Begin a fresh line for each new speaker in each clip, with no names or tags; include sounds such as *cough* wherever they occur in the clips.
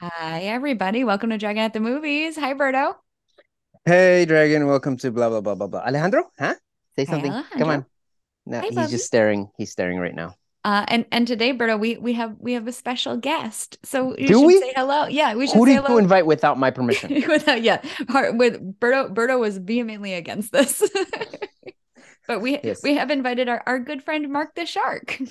Hi, everybody. Welcome to Dragon at the Movies. Hi, Berto.
Hey, Dragon, welcome to blah, blah, blah, blah, blah. Alejandro, huh?
Hey,
Say something.
Alejandro.
Come on. No,
Hey,
he's
Bobby.
just staring. He's staring right now.
Uh, and and today, Berto, we we have we have a special guest. So you
Do
should
we?
say hello. Yeah, we should
Who
say
did you
hello.
invite without my permission?
*laughs* Without, yeah, Har- with Berto, Berto was vehemently against this, *laughs* but we
Yes.
we have invited our, our good friend Mark the Shark. *laughs*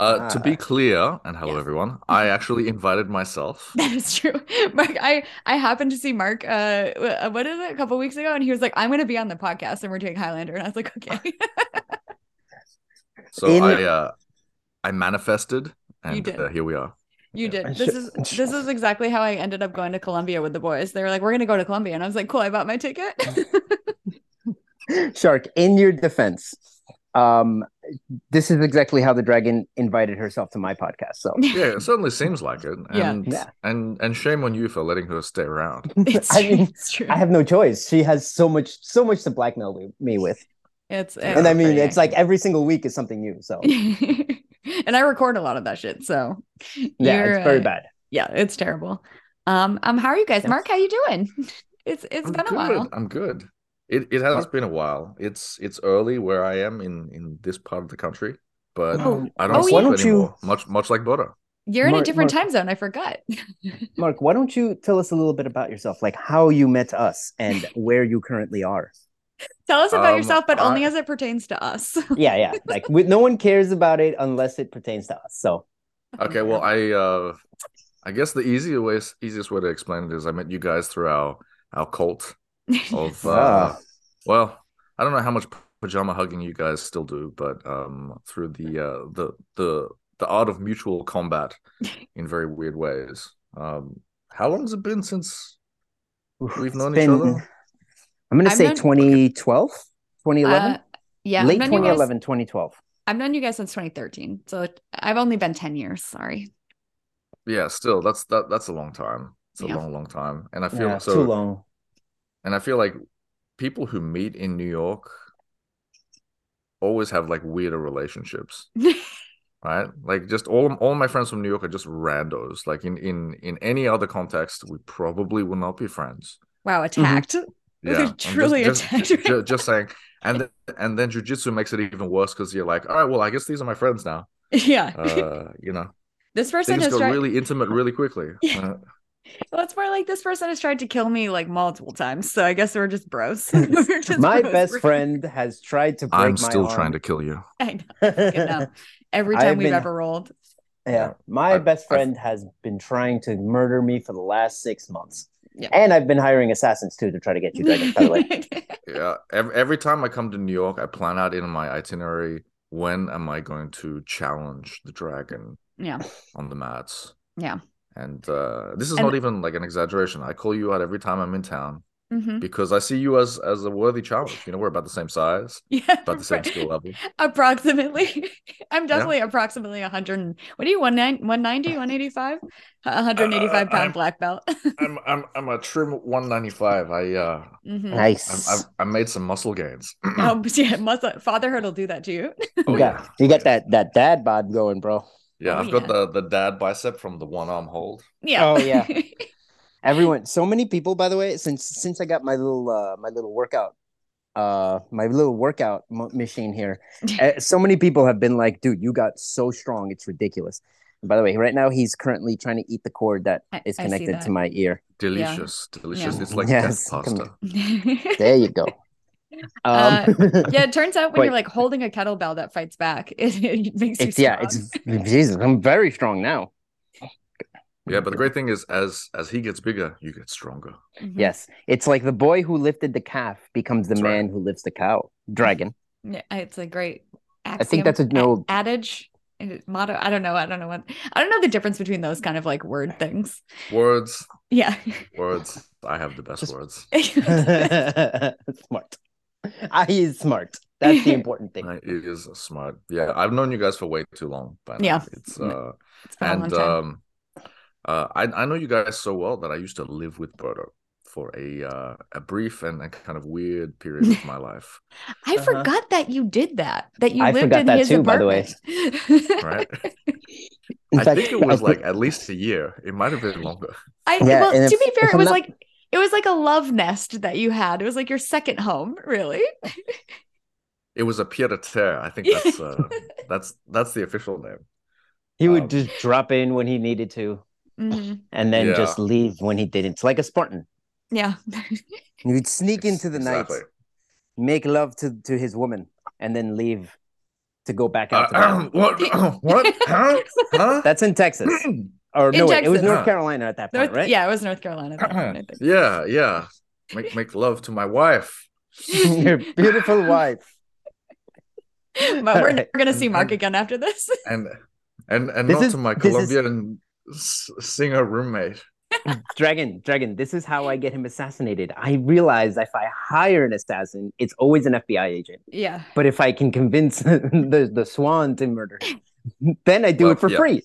Uh, to
Ah.
be clear, and hello
Yes.
everyone, I actually invited
*laughs*
myself.
That is true, Mark. I I happened to see Mark. Uh, wh- what is it? A couple weeks ago, and he was like, "I'm going to be on the podcast, and we're doing Highlander," and I was like, "Okay."
So
In-
I uh, I manifested, and
did.
uh, here
*laughs*
we are.
You did.
And
This
sh-
is
and sh-
this is exactly how I ended up going to Colombia with the boys. They were like, "We're going to go to Colombia," and I was like, "Cool, I bought my
*laughs*
ticket." *laughs*
Shark, in your defense, um, this is exactly how the dragon invited herself to my podcast. So
Yeah, it certainly seems like it.
Yeah.
And
Yeah.
and and shame on you for letting her stay around.
it's,
I
true.
mean,
it's true.
I have no choice. She has so much, so much to blackmail me- me with.
It's
And I mean,
pretty-
it's like every single week is something
*laughs*
new. So
and I record a lot of that shit, so
yeah,
you're,
it's very
uh,
bad.
Yeah, it's terrible. Um, um, how are you guys,
Yes.
Mark? How you doing? *laughs* It's it's
I'm
been
good.
a while.
I'm good. It it has been a while. It's it's early where I am in in this part of the country, but
Oh,
I don't
oh,
sleep
yeah. Why
don't you-
anymore. Much much like butter.
You're in a
Mark-
different
Mark-
time zone. I forgot. *laughs*
Mark, why don't you tell us a little bit about yourself, like how you met us and where you currently are?
Tell us about
Um,
yourself, but only
I-
as it pertains to us. *laughs*
yeah, yeah. Like with, no one cares about it unless it pertains to us. So
*laughs*
Okay, well, I uh, I guess the easier way easiest way to explain it is I met you guys through our our cult of uh,
Ah.
well, I don't know how much pajama hugging you guys still do, but um, through the uh, the the the art of mutual combat in very weird ways. Um, how long's it been since
oof,
we've
it's
known
been-
each other?
I'm gonna
I've
say
known-
2012, 2011,
Uh, yeah, I've
late
known you guys-
2011, 2012.
I've known you guys since 2013. So it- I've only been 10 years. Sorry.
Yeah, still that's that that's a long time. It's a
Yeah.
long, long time, and I feel
Yeah,
so
too long.
and I feel like people who meet in New York always have like weirder relationships, right? Like just all all my friends from New York are just randos. Like in in in any other context, we probably will not be friends.
Wow,
Mm-hmm.
attacked. *laughs* They're
Yeah, I'm just-
truly
just,
attacked
ju-
right
ju- Just, saying, and then, and then jujitsu makes it even worse because you're like, all right, well, I guess these are my friends now.
Yeah.
Uh, you know,
this person
things
has
go
tried.
really intimate really quickly. Uh,
Well, it's more like this person has tried to kill me like multiple times. So I guess we're just
*laughs*
bros. *laughs* We're just
My
bros.
best
We're-
friend has tried to break
I'm
my
still
arm. *laughs*
trying to kill you.
*laughs* I know. fucking know. Every
I've
time we've
been-
ever
*laughs*
rolled.
Yeah, my
I've-
best
I've-
friend has been trying to murder me for the last six months,
Yeah.
and I've been hiring assassins too to try to get you, Dragon. By
*laughs*
the way,
Yeah, every, every time I come to New York, I plan out in my itinerary when am I going to challenge the dragon
yeah.
on the mats.
Yeah.
And uh, this is
And-
not even like an exaggeration. I call you out every time I'm in town
hmm
because I see you as as a worthy challenge. You know, we're about the same size,
Yeah.
about the same skill
*laughs*
level.
Approximately. *laughs* I'm definitely approximately 100. and- What are you, 19 190, 185? 185
Uh,
pound
I'm-
black belt. *laughs*
I'm I'm I'm a trim 195. I uh
Mhm.
I've,
nice.
I've I made some muscle *clears throat* gains.
Oh, but yeah, muscle, fatherhood will do that to you. *laughs*
Oh,
you got you got that that dad bod going, bro.
Yeah,
Oh,
I've
yeah.
got the the dad bicep from the one arm hold.
Yeah.
Oh, yeah. everyone so many people by the way since since i got my little uh my little workout uh my little workout m- machine
*laughs*
here uh, so many people have been like dude you got so strong it's ridiculous by the way right now he's currently trying to eat the cord that
*laughs* I-
is
I see
connected
that.
to my ear
Delicious, delicious.
Yeah.
It's like
Yes,
death
come
pasta.
on.
*laughs*
there you go
Uh,
um
yeah, it turns out when you're
Wait.
like holding a kettlebell that fights back, *laughs* it, it makes you
*laughs* it's yeah
strong. Mm-hmm.
it's jesus i'm very strong now
Yeah, but the great thing is, as as he gets bigger, you get stronger.
Mhm.
yes it's like the boy who lifted the calf becomes the
That's right.
man who lifts the cow
*laughs*
dragon *laughs*
Yeah, it's a great axiom.
that's a
a-
no-
adage uh, motto. I don't know. I don't know what I don't know the difference between those kind of like word things.
Words,
Yeah. *laughs*
words. I have the best
Just-
words.
*laughs* smart. Ah, he is smart.
*laughs*
That's the important thing.
I- It is smart. Yeah, I've known you guys for way too long. By now.
Yeah.
it's
Mm-hmm.
uh,
It's been a long
and uh,
time.
um, uh, I I know you guys so well that I used to live with Berto for a uh, a brief and a kind of weird period of my life.
I
Uh-huh.
forgot that you did that. That you
I
lived
forgot
in
that
his
too, by the way.
apartment.
Right?
*laughs* In
I
fact,
think it was
I
like at least a year. It might have
*laughs*
been longer.
*laughs* I
Yeah,
well,
and
to
if-
be fair, it
if I'm
was
not-
like it was like a love nest that you had. It was like your second home, really.
It was a pied à terre. I think that's
*laughs*
uh, that's that's the official name.
he would
um,
just drop in when he needed to,
Mhm.
and then
Yeah.
just leave when he didn't. It's like a Spartan.
Yeah. *laughs*
He would sneak into the night,
Exactly.
make love to to his woman, and then leave to go back out. to
Uh,
battle.
what? *clears throat* what? Huh? Huh?
That's in
*clears throat*
Texas, or
In
no? Wait, it was
Texas.
North
Huh.
Carolina at that point,
North-
right?
Yeah, it was North Carolina.
*clears throat*
at that point,
*clears throat*
I think.
yeah, yeah. Make make love to my wife.
*laughs* Your beautiful wife.
*laughs* but
All
we're
right.
never gonna see Mark
And-
again after this. *laughs*
and and and
This
not
is-
to my
this is-
Colombian s singer roommate.
Dragon, Dragon, this is how I get him assassinated. I realize if I hire an assassin, it's always an FBI agent.
Yeah.
But if I can convince *laughs* the, the swan to murder him, then I do
Well,
it for
yeah.
free.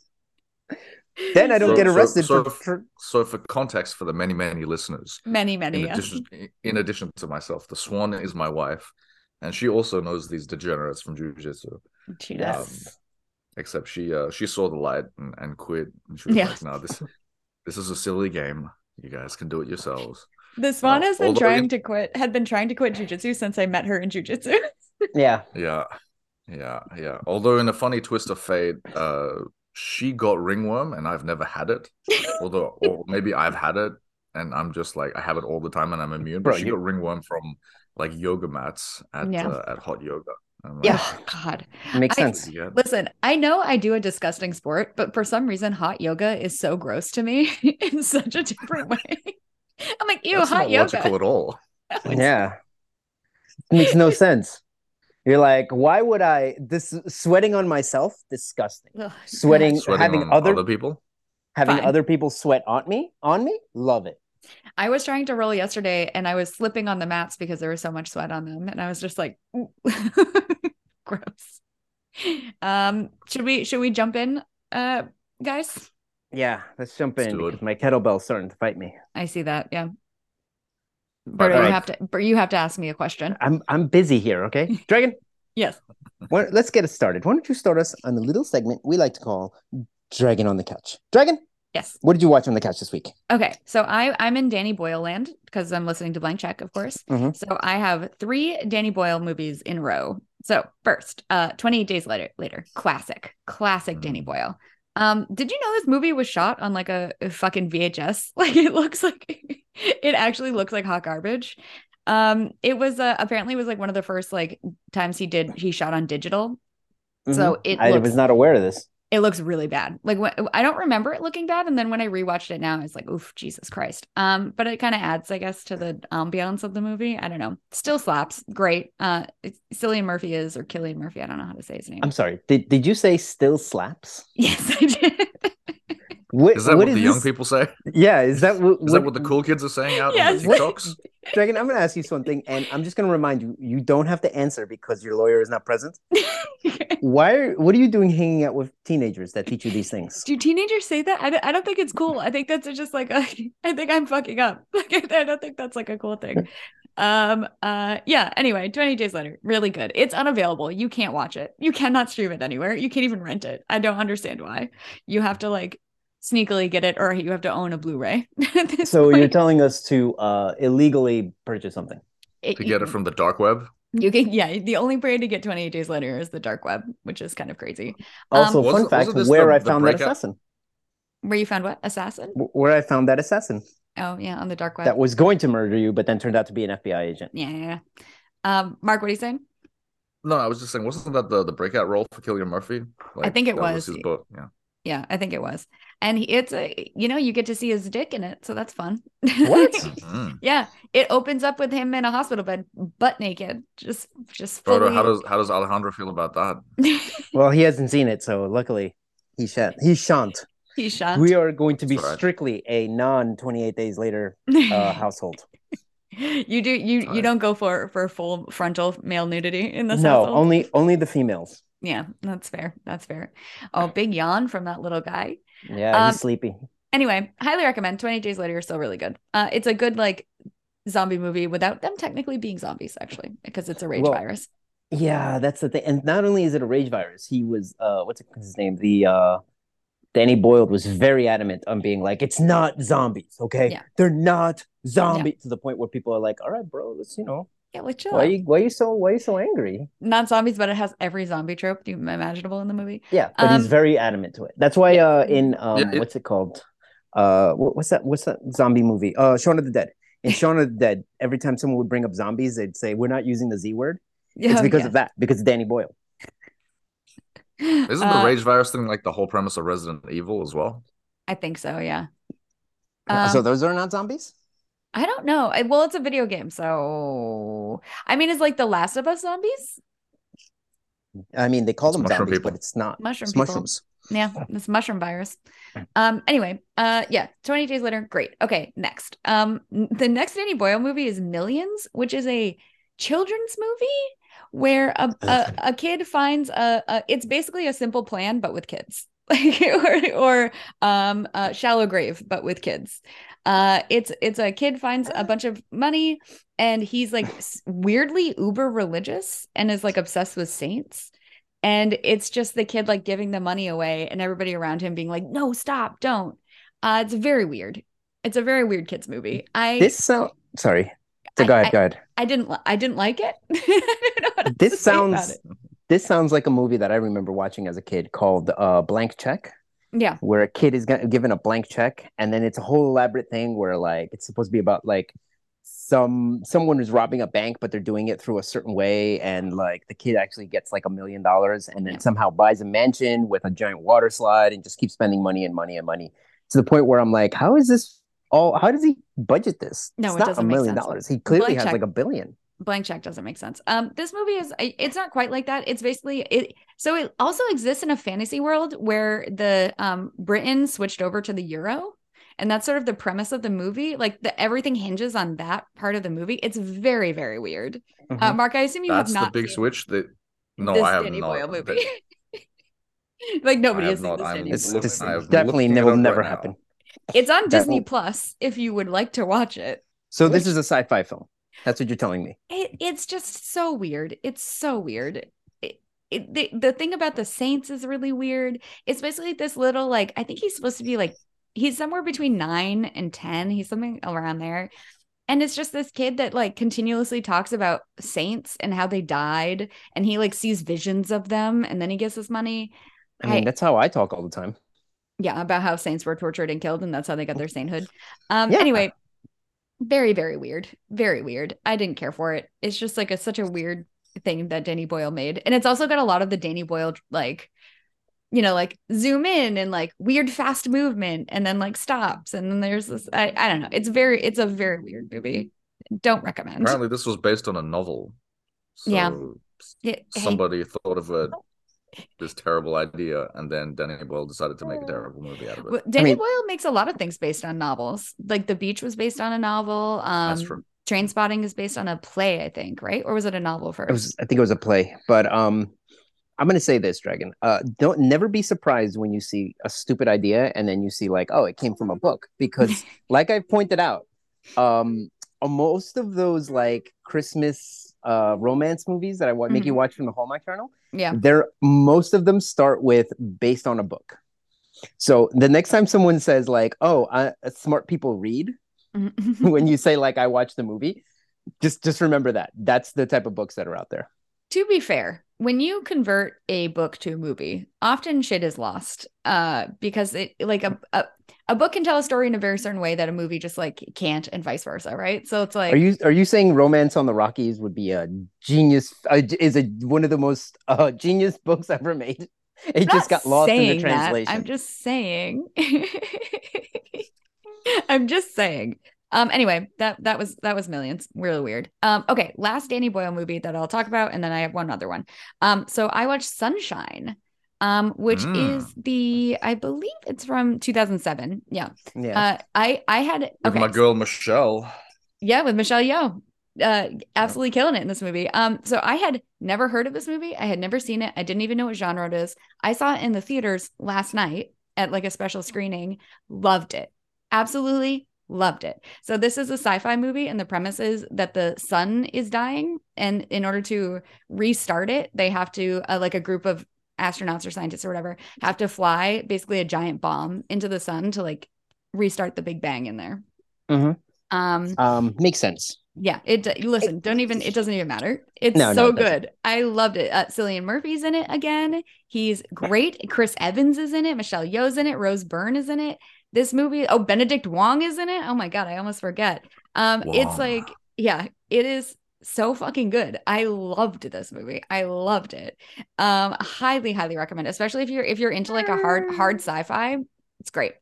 Then I don't
So-
get
so-
arrested
so
for,
if-
for-
So, for context, for the many many listeners,
Many,
in
many. Yeah.
addition in addition to myself, the swan is my wife, and she also knows these degenerates from jujitsu.
She
um,
Yes.
Except she uh, she saw the light and, and quit, and she was
Yeah.
like, "No, this this is a silly game. You guys can do it yourselves."
The Swan
Oh,
has been
although
trying
you-
to quit, had been trying to quit jujitsu since I met her in jujitsu. *laughs*
yeah.
Yeah, yeah, yeah. Although in a funny twist of fate, uh, she got ringworm and I've never
*laughs*
had it. Although, or maybe I've had it and I'm just like I have it all the time and I'm immune. But
Bro,
she
you-
got ringworm from like yoga mats at
Yeah.
uh, at hot yoga. I'm like,
Yeah. Oh, God.
Makes
I-
sense.
Yeah.
Listen, I know I do a disgusting sport, but for some reason, hot yoga is so gross to me *laughs* in such a different way. *laughs* I'm like, ew,
That's
hot
not
yoga.
logical
*laughs*
at all.
Yeah. Makes no sense. You're like, why would I this sweating on myself? Disgusting.
Ugh,
Sweating,
God.
Sweating
having
on
other
people.
having
Fine.
other people sweat on me, on me, love it.
I was trying to roll yesterday and I was slipping on the mats because there was so much sweat on them. And I was just like, ooh. *laughs* gross. Um, should we should we jump in, uh guys?
Yeah, let's jump
Let's
in
do it.
because my kettlebell's starting to fight me.
I see that. Yeah.
But,
Berto, you
uh,
have to Bert, you have to ask me a question.
I'm I'm busy here, okay?
*laughs*
Dragon,
Yes.
why, let's get it started. Why don't you start us on a little segment we like to call Dragon on the Couch? Dragon,
Yes.
what did you watch on the couch this week?
Okay. So I I'm in Danny Boyle land because I'm listening to Blank Check, of course.
Mhm.
So I have three Danny Boyle movies in row. So first, uh 28 Days Later later. Classic. Classic Danny Boyle. Um, did you know this movie was shot on like a, a fucking VHS? *laughs* Like it looks like *laughs* it actually looks like hot garbage. Um, it was uh, apparently it was like one of the first like times he did he shot on digital. So it
I
looks
was not aware of this.
it looks really bad. Like when, I don't remember it looking bad, and then when I rewatched it now, I was like, "Oof, Jesus Christ!" Um, but it kind of adds, I guess, to the ambiance of the movie. I don't know. Still slaps. Great. Uh, it's Cillian Murphy is or Killian Murphy. I don't know how to say his name.
I'm sorry. Did did you say still slaps?
*laughs* yes, I did.
What,
Is that what, the young
this-
people say? Is
Yeah, is
*laughs*
that what,
that what the cool kids are saying out on
Yes.
the TikToks?
*laughs* Dragon, I'm going to ask you something, and I'm just going to remind you: you don't have to answer because your lawyer is not present. Why? Are, what are you doing hanging out with teenagers that teach you these
*laughs*
things?
Do teenagers say that? I don't, I don't think it's cool. I think that's just like a, *laughs* I think I'm fucking up. *laughs* Like I I don't think that's like a cool thing. Um. Uh. Yeah. Anyway, 20 Days Later, really good. It's unavailable. You can't watch it. You cannot stream it anywhere. You can't even rent it. I don't understand why. You have to like sneakily get it, or you have to own a Blu-ray. *laughs* at this
So you're
point.
telling us to uh, illegally purchase something?
To get it from the dark web?
you can. Yeah. The only way to get 28 Days Later is the dark web, which is kind of crazy.
Also,
Um,
fun
Wasn't-
fact:
wasn't this
where
the-
I
the
found that
breakout-
assassin.
Where you found what assassin?
Wh- Where I found that assassin
Oh yeah, on the dark web.
that was going to murder you, but then turned out to be an FBI agent.
*laughs* yeah, yeah. yeah. Um. Mark, what are you saying?
No, I was just saying, wasn't that the, the breakout role for Killian Murphy? Like,
think it
that
was.
his book. Yeah.
Yeah, I think it was. And he- it's a, you know, you get to see his dick in it, so that's fun.
What?
Mhm.
*laughs* yeah, it opens up with him in a hospital bed, butt naked, just just
Frodo,
fully.
how does how does Alejandro feel about that?
*laughs*
Well, he hasn't seen it, so luckily he shan't. He shan't.
he shot.
We are going to be
That's all right.
strictly a non 28 days later
*laughs*
uh, household.
you do you you
Sorry.
don't go for for full frontal male nudity in this
No,
household?
only only the females.
yeah, that's fair. That's fair. Oh, big yawn from that little guy.
Yeah,
Um,
he's sleepy.
Anyway, highly recommend. 20 Days Later is still really good. Uh, it's a good like zombie movie without them technically being zombies, actually, because it's a rage
Well,
virus.
Yeah, that's the thing. And not only is it a rage virus, he was uh what's his name? The uh Danny Boyle was very adamant on being like, it's not zombies, okay?
Yeah.
They're not zombies to the point where people are like, all right, bro, let's you know,
Yeah, uh, like chill.
why
out.
you why you so why you so angry?
Not zombies, but it has every zombie trope you- imaginable in the movie.
Yeah, but he's
Um,
very adamant to it. That's why
yeah.
uh in um
Yeah, it-
what's it called? Uh what, what's that what's that zombie movie? Uh Shaun of the Dead. In
*laughs*
Shaun of the Dead, every time someone would bring up zombies, they'd say, We're not using the Z word. It's
Oh,
because of that, because of Danny Boyle.
yeah.
Isn't
Uh,
the rage virus thing like the whole premise of Resident Evil as well?
I think so. Yeah.
Uh, so
Um,
those are not zombies?
I don't know. I, well, it's a video game, so I mean, it's like The Last of Us zombies,
I mean, they call
It's
them
mushroom
zombies,
people.
but it's not.
mushroom.
It's
people.
mushrooms.
Yeah, this mushroom virus. Um. Anyway. Uh. Yeah. Twenty days later. Great. Okay. Next. Um. n- The next Danny Boyle movie is Millions, which is a children's movie where a a, a kid finds a, a. It's basically a simple plan, but with kids. *laughs* Like or or um uh, shallow grave, but with kids. Uh. It's it's a kid finds a bunch of money, and he's
*laughs*
like s- weirdly uber religious and is like obsessed with saints. And it's just the kid like giving the money away and everybody around him being like, no, stop, don't. Uh, it's very weird. It's a very weird kids movie. I
This sound. Sorry. So
I-
go ahead. go ahead.
I didn't li- I didn't like it. *laughs* I don't know what else to
*laughs* This
say about
sounds.
it.
This sounds like a movie that I remember watching as a kid called uh, Blank Check,
yeah
where a kid is g- given a blank check, and then it's a whole elaborate thing where like it's supposed to be about like some someone is robbing a bank, but they're doing it through a certain way, and like the kid actually gets like a million dollars, and then
Yeah.
somehow buys a mansion with a giant water slide, and just keeps spending money and money and money to the point where I'm like, how is this? all? how does he budget this?
No,
it's
it
not
doesn't
a
make
million
sense.
dollars. He clearly
Blank
has
check.
like a billion.
blank check doesn't make sense. Um, this movie is I- it's not quite like that. It's basically it. So it also exists in a fantasy world where the um Britain switched over to the euro, and that's sort of the premise of the movie. Like the everything hinges on that part of the movie. It's very very weird. Uh,
Mhm.
Mark, I assume you
Mm-hmm. That's
have not
the big
seen
switch that no,
this
I have
Danny
not.
Boyle
That-
movie. *laughs* like nobody
I
has
have
seen
not.
this
I'm
Danny
it's
Boyle
looking-
just
movie.
I've
definitely
looked it
never
up
never
right now.
happen.
It's on
that-
Disney Plus if you would like to watch it.
So this
Which-
is a sci-fi film. That's what you're telling me.
it it's just so weird. It's so weird. It, it, the, the thing about the saints is really weird. It's basically this little like I think he's supposed to be like he's somewhere between 9 and 10. He's something around there. And it's just this kid that like continuously talks about saints and how they died and he like sees visions of them and then he gets his money.
I mean,
I-
that's how I talk all the time.
yeah about how saints were tortured and killed and that's how they got their sainthood um
Yeah.
anyway very very weird very weird i didn't care for it it's just like a, such a weird thing that danny boyle made and it's also got a lot of the danny boyle like you know like zoom in and like weird fast movement and then like stops and then there's this i, I don't know it's very it's a very weird movie don't recommend
Apparently, this was based on a novel. So
Yeah. Yeah, hey,
Somebody thought of a this terrible idea, and then Danny Boyle decided to make
Oh.
a terrible movie out of it.
well, danny
mean-
boyle makes a lot of things based on novels like the beach was based on a novel um
That's true.
Train Spotting is based on a play, I think, right? Or was it a novel first?
It was, I think it was a play, but um, I'm gonna say this, Dragon. Uh, don't never be surprised when you see a stupid idea and then you see like, oh, it came from a book because, like I pointed out, um, uh, most of those like Christmas uh romance movies that I wa- make you watch from the Hallmark Channel,
yeah.
they're most of them start with based on a book. So the next time someone says like, oh, uh, smart people read, *laughs* when you say like I watched the movie, just just remember that. That's the type of books that are out there.
*laughs* to be fair, when you convert a book to a movie, often shit is lost. Uh, because it like a, a a book can tell a story in a very certain way that a movie just like can't, and vice versa, right? So it's like
Are you are you saying Romance on the Rockies would be a genius? Uh, is a one of the most uh, genius *laughs* books ever made? It
I'm
just
not
got lost in the
saying that.
translation.
I'm just saying. *laughs* I'm just saying. Um. Anyway, that that was that was millions. Really weird. Um. Okay. Last Danny Boyle movie that I'll talk about, and then I have one other one. Um. So I watched Sunshine. Um, which
Mm.
is the I believe it's from 2007. Yeah.
yeah.
Uh, I I had
With
okay.
my girl Michelle.
Yeah, with Michelle Yeoh. Uh, absolutely killing it in this movie. Um, so I had never heard of this movie. I had never seen it. I didn't even know what genre it is. I saw it in the theaters last night at like a special screening. Loved it. Absolutely Loved it. So this is a sci-fi movie, and the premise is that the sun is dying, and in order to restart it, they have to uh, like a group of astronauts or scientists or whatever have to fly basically a giant bomb into the sun to like restart the Big Bang in there.
Mhm.
Um,
Um, makes sense.
yeah, it d- listen, don't even it doesn't even matter. It's
No, no,
so
it doesn't.
good. I loved it. Uh, Cillian Murphy's in it again. He's great. Chris Evans is in it. Michelle Yeoh's in it. Rose Byrne is in it. This movie, oh Benedict Wong is in it. Oh my god, I almost forget. Um it's
Wong.
like yeah, it is so fucking good. I loved this movie. I loved it. Um highly highly recommend, especially if you're if you're into like a hard hard sci-fi. It's great.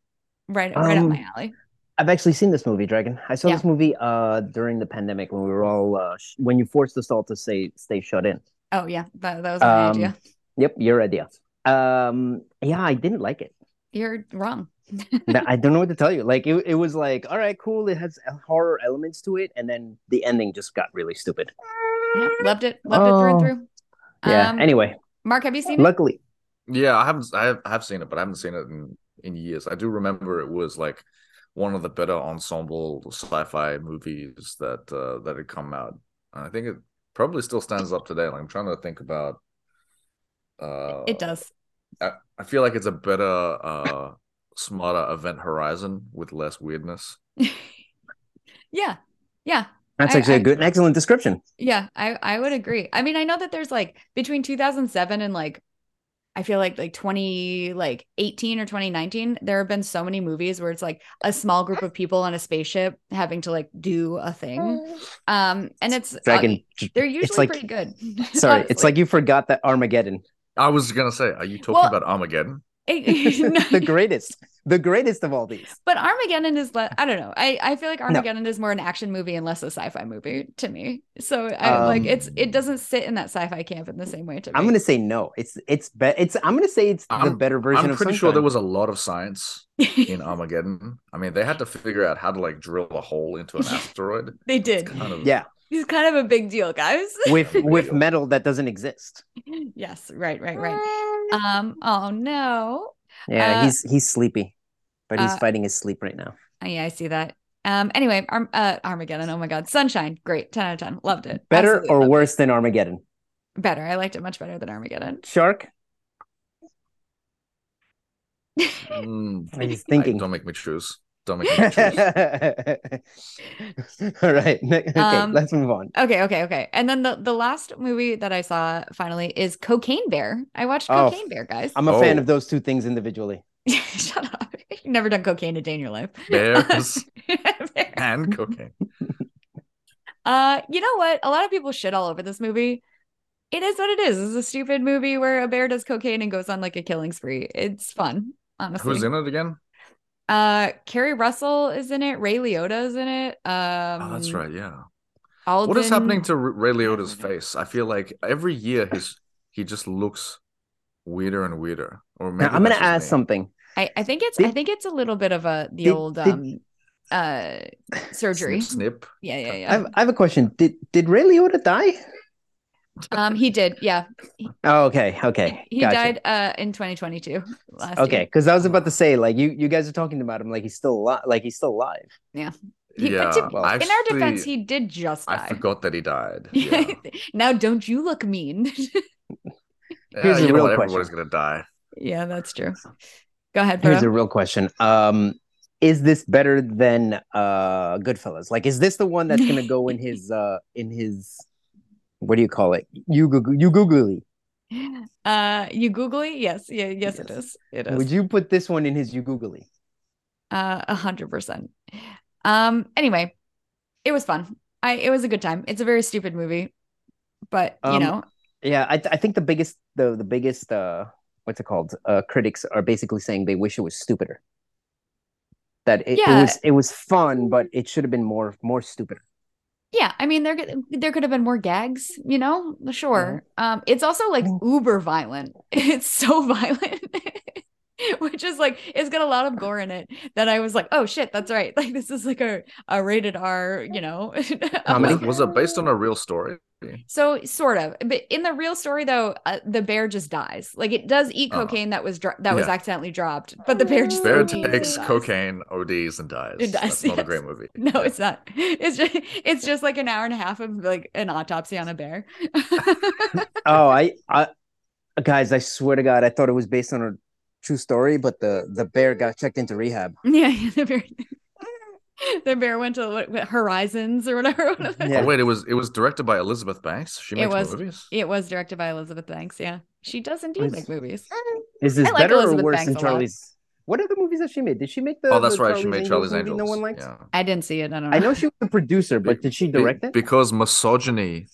Right right up
Mm. Um,
my alley.
I've actually seen this movie, Dragon. I saw
Yeah.
this movie uh during the pandemic when we were all uh, sh- when you forced us all to stay stay shut in.
Oh yeah, that, that was my
Um,
idea.
Yep, your idea. Um, yeah, I didn't like it.
You're wrong.
Th- I don't know what to tell you. Like it, it was like, all right, cool. It has horror elements to it, and then the ending just got really stupid.
Yeah, loved it. Loved it through and
Oh.
through.
Yeah. anyway,
Mark, have Um, you seen it?
luckily,
Yeah, I haven't. I have, I have seen it, but I haven't seen it in, in years. I do remember it was like one of the better ensemble sci-fi movies that uh, that had come out, and I think it probably still stands up today. Like I'm trying to think about. Uh,
It does. *laughs*
I, I feel like it's a better, uh, smarter Event Horizon with less weirdness.
yeah. Yeah.
that's
I-
actually
I-
a good, an excellent description.
Yeah. I, I would agree. I mean, I know that there's like between 2007 and like, I feel like like 20, like 18 or 2019, there have been so many movies where it's like a small group of people on a spaceship having to like do a
Oh.
thing. Um, and it's,
Dragon.
they're usually
like-
pretty good. *laughs*
Sorry, it's like you forgot that Armageddon, *laughs*
I was gonna say, are you talking
Well-
about Armageddon?
*laughs*
*laughs* the greatest, the greatest of all these.
But Armageddon is less. I don't know. I, I feel like Armageddon is more an action movie and less a sci-fi movie to me. So I like it's it
Um,
doesn't sit in that sci-fi camp in the same way to me.
I'm gonna say no. It's it's be- it's I'm gonna say it's the
I'm-
better version.
I'm
of
pretty sure there
Sunshine.
was a lot of science
*laughs* gonna.
in Armageddon. I mean, they had to figure out how to like drill a hole into an
Yeah.
asteroid.
they did.
Kind of,
yeah
It's kind of a big deal, guys.
*laughs*
with with metal that doesn't exist.
*laughs* yes, right, right, right. Um. Oh no.
Yeah,
Uh,
he's he's sleepy, but he's
uh,
fighting his sleep right now.
Oh, yeah, I see that. Um. Anyway, Arm, uh, Armageddon. Oh my God, Sunshine. Great. Ten out of ten. Loved it.
Better
Absolutely
or
loved
worse than Armageddon?
it. Better. I liked it much better than Armageddon. *laughs*
Shark.
Mm,
He's
*laughs* I-
thinking. *laughs*
don't make me choose. Don't
All
make
*laughs*
me choose.
right. *laughs* ne- Okay,
Um,
let's move on.
Okay, okay, okay. And then the the last movie that I saw finally is Cocaine Bear. I watched
Oh,
Cocaine Bear, guys.
I'm a fan
oh.
of those two things individually.
*laughs* Shut up. You've never done cocaine a day in your life. *laughs*
Bears
Bear. *laughs*
and cocaine.
uh, you know what? A lot of people shit all over this movie. It is what it is. It's a stupid movie where a bear does cocaine and goes on like a killing spree. It's fun, honestly.
Who's in it again?
Uh, Carrie Russell is in it. Ray Liotta is in it. Um,
oh, that's right. Yeah.
Alden...
What is happening to R- Ray Liotta's
Alden.
face? I feel like every year his he just looks weirder and weirder. Or maybe
Now, I'm gonna
that's just
ask
me.
something.
I, I think it's I
Did-
think it's a little bit of a the
Did-
old
did-
um uh surgery.
Snip, snip.
Yeah, yeah,
I
yeah.
have, I have a question. Did did Ray Liotta die?
um, he did. Yeah,
Oh, okay, okay.
he
gotcha.
died uh in 2022 last year.
Okay, because I was about to say, like you you guys are talking about him like he's still alive, like he's still alive.
He- but
yeah.
to-
Well,
In our defense, he did just
I
die.
forgot that
*laughs*
he died. *laughs* Yeah. Uh,
now, don't you look mean?
Here's
yeah,
a
you know
real
what?
question.
Everybody's gonna die.
yeah, that's true. Go ahead, bro.
Here's a real question. Um, is this better than uh Goodfellas? Like, is this the one that's gonna go in his uh in his what do you call it? You Google you googly.
*laughs* uh, you googly? Yes, yeah, yes, it
Yes.
is. It is.
Would you put this one in his you googly?
Uh, a hundred percent. Um. Anyway, it was fun. I. It was a good time. It's a very stupid movie, but you
Um,
know,
Yeah, I, th- I think the biggest the the biggest uh what's it called uh critics are basically saying they wish it was stupider. That it,
Yeah.
it was it was fun, but it should have been more more stupider.
Yeah, I mean there could- there could have been more gags, you know? *laughs* Sure. Um it's also like uber violent. *laughs* It's so violent. which is like it's got a lot of gore in it that I was like, oh shit, that's right. *laughs* Like this is like a, a rated R, you know. *laughs* Um,
Comedy?
Was it based on a real story?
so sort of, but in the real story though, uh, the bear just dies. Like it does eat
Oh.
cocaine that was dro- that was
Yeah.
accidentally dropped, but the bear just
Bear
ODs and
takes
dies.
cocaine, ODs, and dies.
It dies,
That's not a
yes.
great movie.
*laughs* No, it's not. It's just it's just like an hour and a half of like an autopsy on a bear.
Oh, I, I, guys, I swear to God, I thought it was based on a true story, but the the bear got checked into rehab.
*laughs* yeah, yeah, the bear. the bear went to what, what, Horizons or whatever. *laughs* one of the-
Yeah.
Oh wait, it was it was directed by Elizabeth Banks. She
It
makes
was.
movies.
Mm-hmm.
It was directed by Elizabeth Banks. Yeah, she does indeed
Is-
make movies.
Is this
I like
better
Elizabeth
or worse
Banks a
than
lot.
Charlie's? What are the movies that she made? Did she make the?
oh, that's
the
right. She made Charlie's
movie
Angels.
No one likes.
Yeah.
I didn't see it. I don't know.
I know she was the producer, but
Be-
did she
Be-
direct it?
Because misogyny,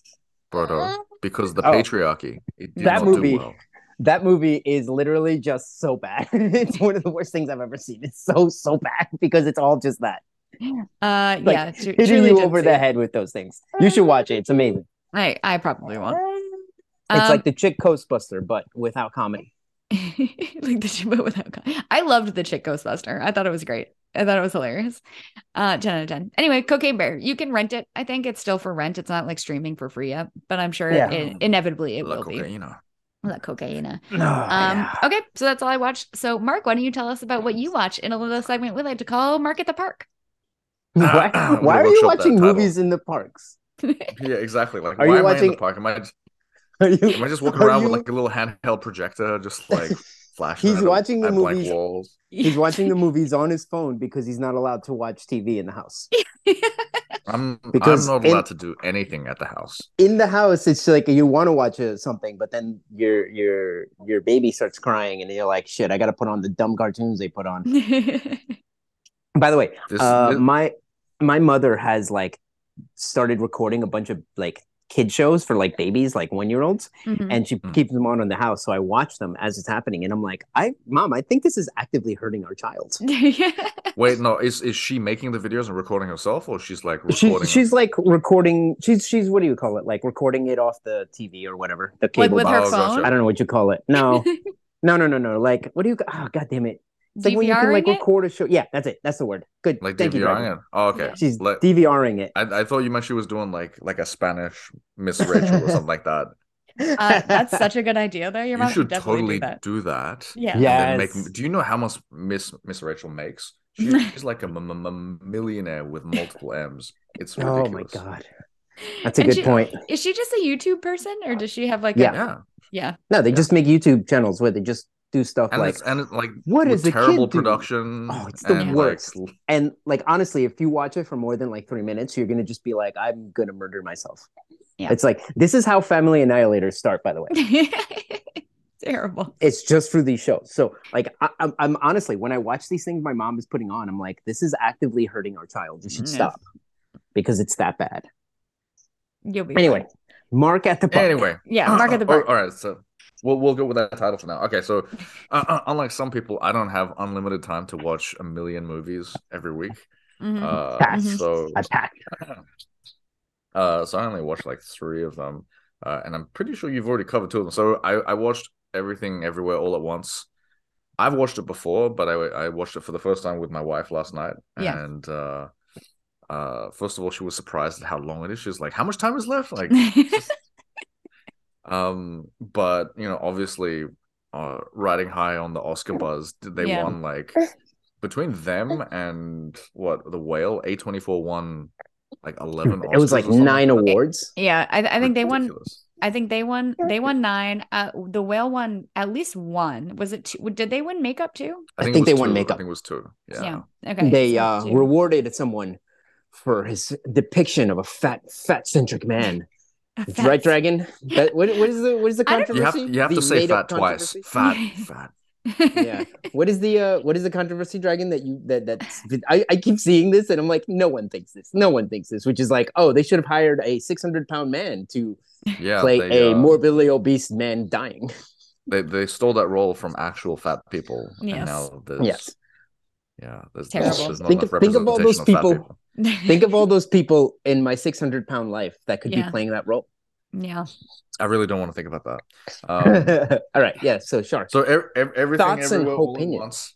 brother. Because the
Oh.
patriarchy. It did
That
not
movie.
do well.
That movie is literally just so bad. *laughs* it's one of the worst things I've ever seen. It's so so bad *laughs* because it's all just that
Uh,
Like,
yeah, tru-
hitting
truly
you
didn't
over
see
the
it.
head with those things. You should watch it. It's amazing.
I I probably won't.
It's
Um, *laughs*
like the chick Ghostbuster, but without comedy.
like the shit, but without. co- I loved the chick Ghostbuster. I thought it was great. I thought it was hilarious. Uh, ten out of ten. Anyway, Cocaine Bear. You can rent it. I think it's still for rent. It's not like streaming for free yet, but I'm sure
Yeah.
it, inevitably it
La
will be.
cocaina.
La cocaina.
No,
Um, Okay, so that's all I watched. So, Mark, why don't you tell us about what you watch in a little segment we like to call Mark at the Park?
*clears throat*
Why,
I'm gonna
why are you
workshop that
watching
title.
movies in the parks? *laughs*
Yeah, exactly. Like,
Are
why
you
am I in the
watching-
park? Am I
Are you,
*laughs* am I just
*laughs*
walking
are
around with
you-
like a little handheld projector,
*laughs*
just like flashing?
He's
at a-
watching the
at blank
movies.
walls.
*laughs*
*laughs*
He's watching the movies on his phone because he's not allowed to watch TV in the house.
I'm
Because
I'm not
in-
allowed to do anything at the house.
In the house, it's like you want to watch uh, something, but then your your your baby starts crying, and you're like, "Shit, I got to put on the dumb cartoons they put on."
Mm-hmm.
By the way,
This,
uh,
this-
my my mother has like started recording a bunch of like kid shows for like babies, like one year olds,
Mhm. *laughs*
and she
Mm.
keeps them on in the house. So I watch them as it's happening, and I'm like, "I, mom, I think this is actively hurting our child."
Yeah.
wait, no, is is she making the videos and recording herself, or she's like
She,
recording?
she's like recording. She's she's what do you call it? Like recording it off the TV or whatever the
like
cable
with
box.
her
box. Oh,
phone,
gotcha.
I don't know what you call it.
*laughs*
No, no, no, no, no. Like what do you? ca- Oh, God damn it! It's like when you can
DVRing
like
it.
record a show. Yeah, that's it. That's the word. Good.
like
Thank you.
DVRing
Greg.
it. Oh, okay.
Yeah.
She's
Like-
DVRing it.
I, I thought you meant she was doing like like a Spanish Miss Rachel or something like that.
Uh, that's such a good idea, though. Your mom
you should
definitely
totally
do that.
do that.
Yeah.
and then
Yes.
Make, do you know how much Miss Miss Rachel makes?
*laughs*
She- She's like a m- m- m- millionaire with multiple M's. It's ridiculous.
*laughs* *laughs* Oh my god, that's a
And
good
she-
point.
Is she just a YouTube person, or does she have like?
Yeah.
A,
Yeah,
yeah.
No, they just make YouTube channels where they just do stuff
and
like
it's and it's like
what
with
is the
terrible
kid do?
production.
Oh, it's the
and, like,
worst.
l-
And like honestly, if you watch it for more than like three minutes, you're gonna just be like, I'm gonna murder myself.
Yeah.
It's like this is how Family Annihilators start, by the way.
*laughs* Terrible.
It's just through these shows. So like I, I'm, I'm honestly, when I watch these things my mom is putting on, I'm like, this is actively hurting our child. You should
Mm,
Yeah.
stop because it's that bad.
You'll be fine.
Anyway, Mark at the park.
anyway,
Yeah, Mark at the
*clears throat* All-
Park.
all right, so we'll we'll go with that title for now. Okay, so uh, uh, unlike some people, I don't have unlimited time to watch a million movies every week.
Mhm.
Uh,
Pass.
so
I packed.
uh, so I only watched like three of them, uh, and I'm pretty sure you've already covered two of them. So I I watched everything everywhere all at once. I've watched it before, but I I watched it for the first time with my wife last night,
Yeah.
and uh, uh, first of all, she was surprised at how long it is. She's like, "How much time is
*laughs*
left?" Like. Um, but you know, obviously, uh, riding high on the Oscar buzz, did they
Yeah.
won like between
*laughs*
them and what the whale? A twenty four won like eleven.
It was
Oscars
like
or something.
nine awards.
*laughs* yeah, I, I think they won.
Ridiculous.
I think they won. They won nine. Uh, the whale won at least one. Was it? Two, did they win makeup too?
I think
it
they
was
won
two.
makeup.
I think it was two. Yeah.
Okay.
they
so *laughs*
uh,
two.
rewarded someone for his depiction of a fat, fat centric man.
*laughs*
Right, Dragon? That, what, what is the what is the
I don't-
You have
controversy?
you have
The
to say
made-up
fat twice.
controversy?
Fat,
*laughs*
fat.
yeah. What is the uh, what is the controversy, Dragon? That you that that I, I keep seeing this and I'm like, no one thinks this. No one thinks this. Which is like, oh, they should have hired a 600 pound man to
Yeah.
play
they,
a
uh,
morbidly obese man
*laughs*
dying.
they they stole that role from actual fat people.
Yes.
And now there's,
Yes.
Yeah. There's,
Terrible.
there's not
Think
enough
of- think of all those
representation of fat
people-
people.
Think of all those people in my 600 pound life that could
Yeah.
*laughs*
be playing that role.
Yeah.
I really don't want to think about
*laughs*
that. Um,
All right. Yeah. So sharks.
so ev- ev- everything
Thoughts and
everywhere all at
opinions.
once.